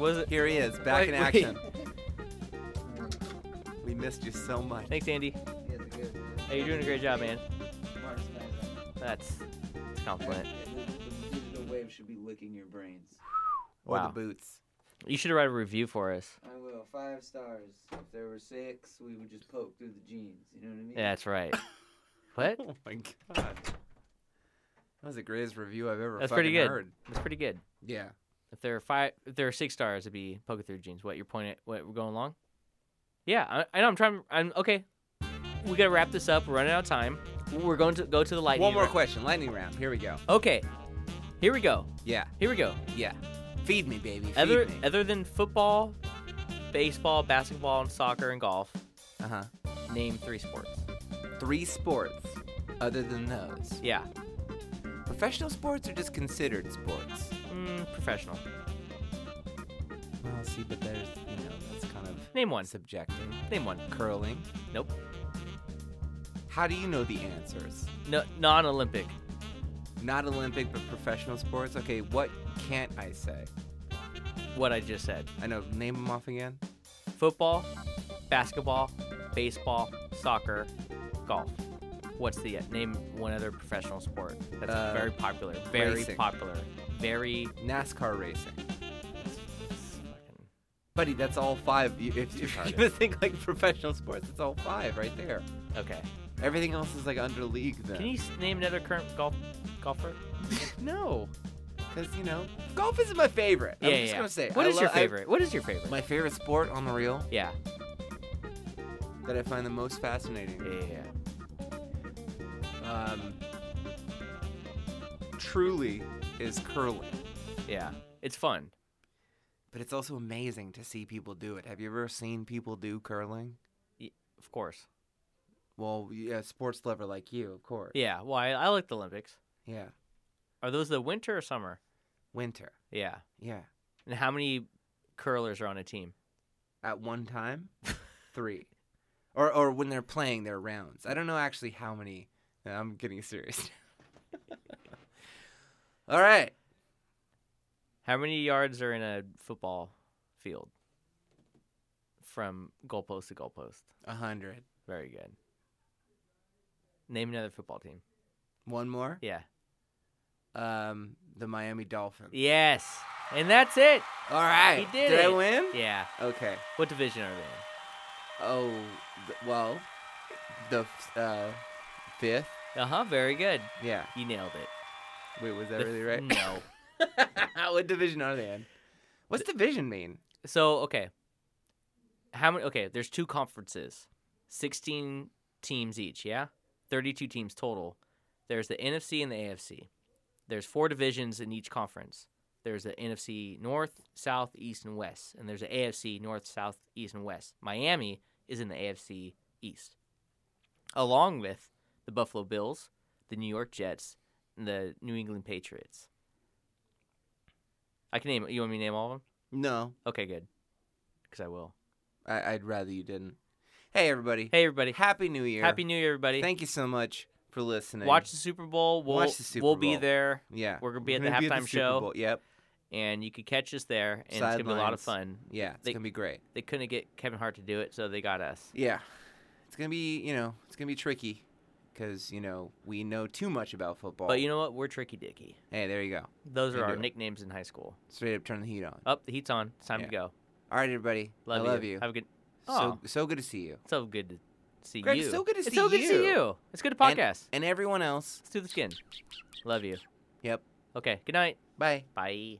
Speaker 1: Was it?
Speaker 2: Here he is, back
Speaker 1: Wait,
Speaker 2: in
Speaker 1: wait.
Speaker 2: action. We missed you so much.
Speaker 1: Thanks, Andy.
Speaker 6: He has a good one.
Speaker 1: Hey, you're doing a great job, man.
Speaker 6: Smartest guy I know.
Speaker 1: That's it's a compliment.
Speaker 6: The digital wave should be licking your brains.
Speaker 2: Or
Speaker 1: Wow.
Speaker 2: the boots.
Speaker 1: You should write a review for us.
Speaker 6: I will. Five stars. If there were six, we would just poke through the jeans. You know what I mean?
Speaker 1: Yeah, that's right. What?
Speaker 2: Oh my god. That was the greatest review I've ever
Speaker 1: That's
Speaker 2: fucking
Speaker 1: pretty good.
Speaker 2: heard.
Speaker 1: That's pretty good.
Speaker 2: Yeah.
Speaker 1: If there are five, if there are six stars, it'd be poker through jeans. What you're pointing? At, what we're going long? Yeah, I, I know. I'm trying. I'm okay. We gotta wrap this up. We're running out of time. We're going to go to the lightning.
Speaker 2: One more
Speaker 1: round.
Speaker 2: question. Lightning round. Here we go.
Speaker 1: Okay, here we go.
Speaker 2: Yeah.
Speaker 1: Here we go.
Speaker 2: Yeah. Feed me, baby. Feed
Speaker 1: Other
Speaker 2: me.
Speaker 1: other than football, baseball, basketball, and soccer and golf,
Speaker 2: Uh huh.
Speaker 1: name three sports.
Speaker 2: Three sports other than those.
Speaker 1: Yeah,
Speaker 2: Professional sports are just considered sports.
Speaker 1: mm, professional.
Speaker 2: Well, see, but there's, you know, that's kind of
Speaker 1: Name one.
Speaker 2: subjective.
Speaker 1: Name one.
Speaker 2: Curling.
Speaker 1: Nope.
Speaker 2: How do you know the answers?
Speaker 1: No, non-Olympic.
Speaker 2: Not Olympic, but professional sports. Okay, what can't I say?
Speaker 1: What I just said.
Speaker 2: I know. Name them off again.
Speaker 1: Football, basketball, baseball, soccer, golf. What's the uh, name? One other professional sport that's
Speaker 2: Uh,
Speaker 1: very popular. Very
Speaker 2: racing.
Speaker 1: popular. Very.
Speaker 2: NASCAR racing.
Speaker 1: it's- it's fucking-
Speaker 2: Buddy, that's all five. You- If, if
Speaker 1: Retarded.
Speaker 2: you're gonna think like professional sports, it's all five right there.
Speaker 1: Okay.
Speaker 2: Everything else is like under league then.
Speaker 1: Can you s- name another current golf golfer?
Speaker 2: No, because you know, golf isn't my favorite. I'm
Speaker 1: yeah,
Speaker 2: just
Speaker 1: yeah.
Speaker 2: gonna say.
Speaker 1: What
Speaker 2: I
Speaker 1: is your
Speaker 2: lo- I-
Speaker 1: favorite? what is your favorite?
Speaker 2: my favorite sport on the real
Speaker 1: yeah.
Speaker 2: that I find the most fascinating.
Speaker 1: Yeah. yeah, yeah.
Speaker 2: Um, truly is curling,
Speaker 1: Yeah, it's fun.
Speaker 2: but it's also amazing to see people do it. Have you ever seen people do curling?
Speaker 1: Of course.
Speaker 2: Well, yeah, a sports lover like you, of course.
Speaker 1: Yeah. Well, I, I like the Olympics.
Speaker 2: Yeah.
Speaker 1: Are those the winter or summer?
Speaker 2: Winter.
Speaker 1: Yeah.
Speaker 2: Yeah.
Speaker 1: And how many curlers are on a team?
Speaker 2: at one time, three, or or when they're playing their rounds. I don't know actually how many. No, I'm getting serious. All right,
Speaker 1: How many yards are in a football field from goalpost to goalpost?
Speaker 2: a hundred.
Speaker 1: Very good. Name another football team.
Speaker 2: One more.
Speaker 1: Yeah.
Speaker 2: Um, the Miami Dolphins.
Speaker 1: Yes. And that's it.
Speaker 2: All right.
Speaker 1: He did
Speaker 2: I
Speaker 1: it.
Speaker 2: win?
Speaker 1: Yeah.
Speaker 2: Okay.
Speaker 1: What division are they in?
Speaker 2: Oh, th- well, the f- uh, fifth.
Speaker 1: Uh huh. Very good.
Speaker 2: Yeah.
Speaker 1: You nailed it.
Speaker 2: Wait, was that
Speaker 1: The- mm.
Speaker 2: really right?
Speaker 1: No.
Speaker 2: what division are they in? What's division mean?
Speaker 1: So okay, how many? Okay, there's two conferences, sixteen teams each. Yeah, thirty-two teams total. There's the NFC and the AFC. There's four divisions in each conference. There's the NFC North, South, East, and West, and there's the AFC North, South, East, and West. Miami is in the AFC East, along with the Buffalo Bills, the New York Jets, and the New England Patriots. I can name. You want me to name all of them?
Speaker 2: No,
Speaker 1: Okay, good. Because I will.
Speaker 2: I- I'd rather you didn't. Hey, everybody.
Speaker 1: Hey, everybody.
Speaker 2: Happy New Year.
Speaker 1: Happy New Year, everybody.
Speaker 2: Thank you so much for listening.
Speaker 1: Watch the Super Bowl. We'll,
Speaker 2: Watch the Super
Speaker 1: we'll be
Speaker 2: Bowl.
Speaker 1: there,
Speaker 2: Yeah,
Speaker 1: we're gonna be at the halftime
Speaker 2: Super
Speaker 1: show.
Speaker 2: Bowl. Yep.
Speaker 1: and you could catch us there, and it's going to be a lot of
Speaker 2: Sidelines.
Speaker 1: fun.
Speaker 2: Yeah, it's
Speaker 1: They-
Speaker 2: gonna be great.
Speaker 1: They couldn't get Kevin Hart to do it, so they got us.
Speaker 2: Yeah, it's gonna be you know it's gonna be tricky because you know we know too much about football.
Speaker 1: But you know what? We're Tricky Dicky.
Speaker 2: hey, there you go.
Speaker 1: Those
Speaker 2: You
Speaker 1: are our
Speaker 2: do.
Speaker 1: nicknames in high school.
Speaker 2: Straight up, turn the heat on.
Speaker 1: Up, the heat's on. It's time
Speaker 2: Yeah.
Speaker 1: to go.
Speaker 2: All right, everybody.
Speaker 1: Love
Speaker 2: I love you.
Speaker 1: Have a good.
Speaker 2: So
Speaker 1: Oh,
Speaker 2: so good to see you.
Speaker 1: it's so good to see
Speaker 2: Greg,
Speaker 1: you.
Speaker 2: it's so good to
Speaker 1: It's
Speaker 2: see
Speaker 1: so good to see
Speaker 2: you.
Speaker 1: you. It's good to
Speaker 2: And-
Speaker 1: podcast.
Speaker 2: and everyone else.
Speaker 1: Let's do this again. Love you.
Speaker 2: Yep.
Speaker 1: Okay. Good night.
Speaker 2: Bye.
Speaker 1: Bye.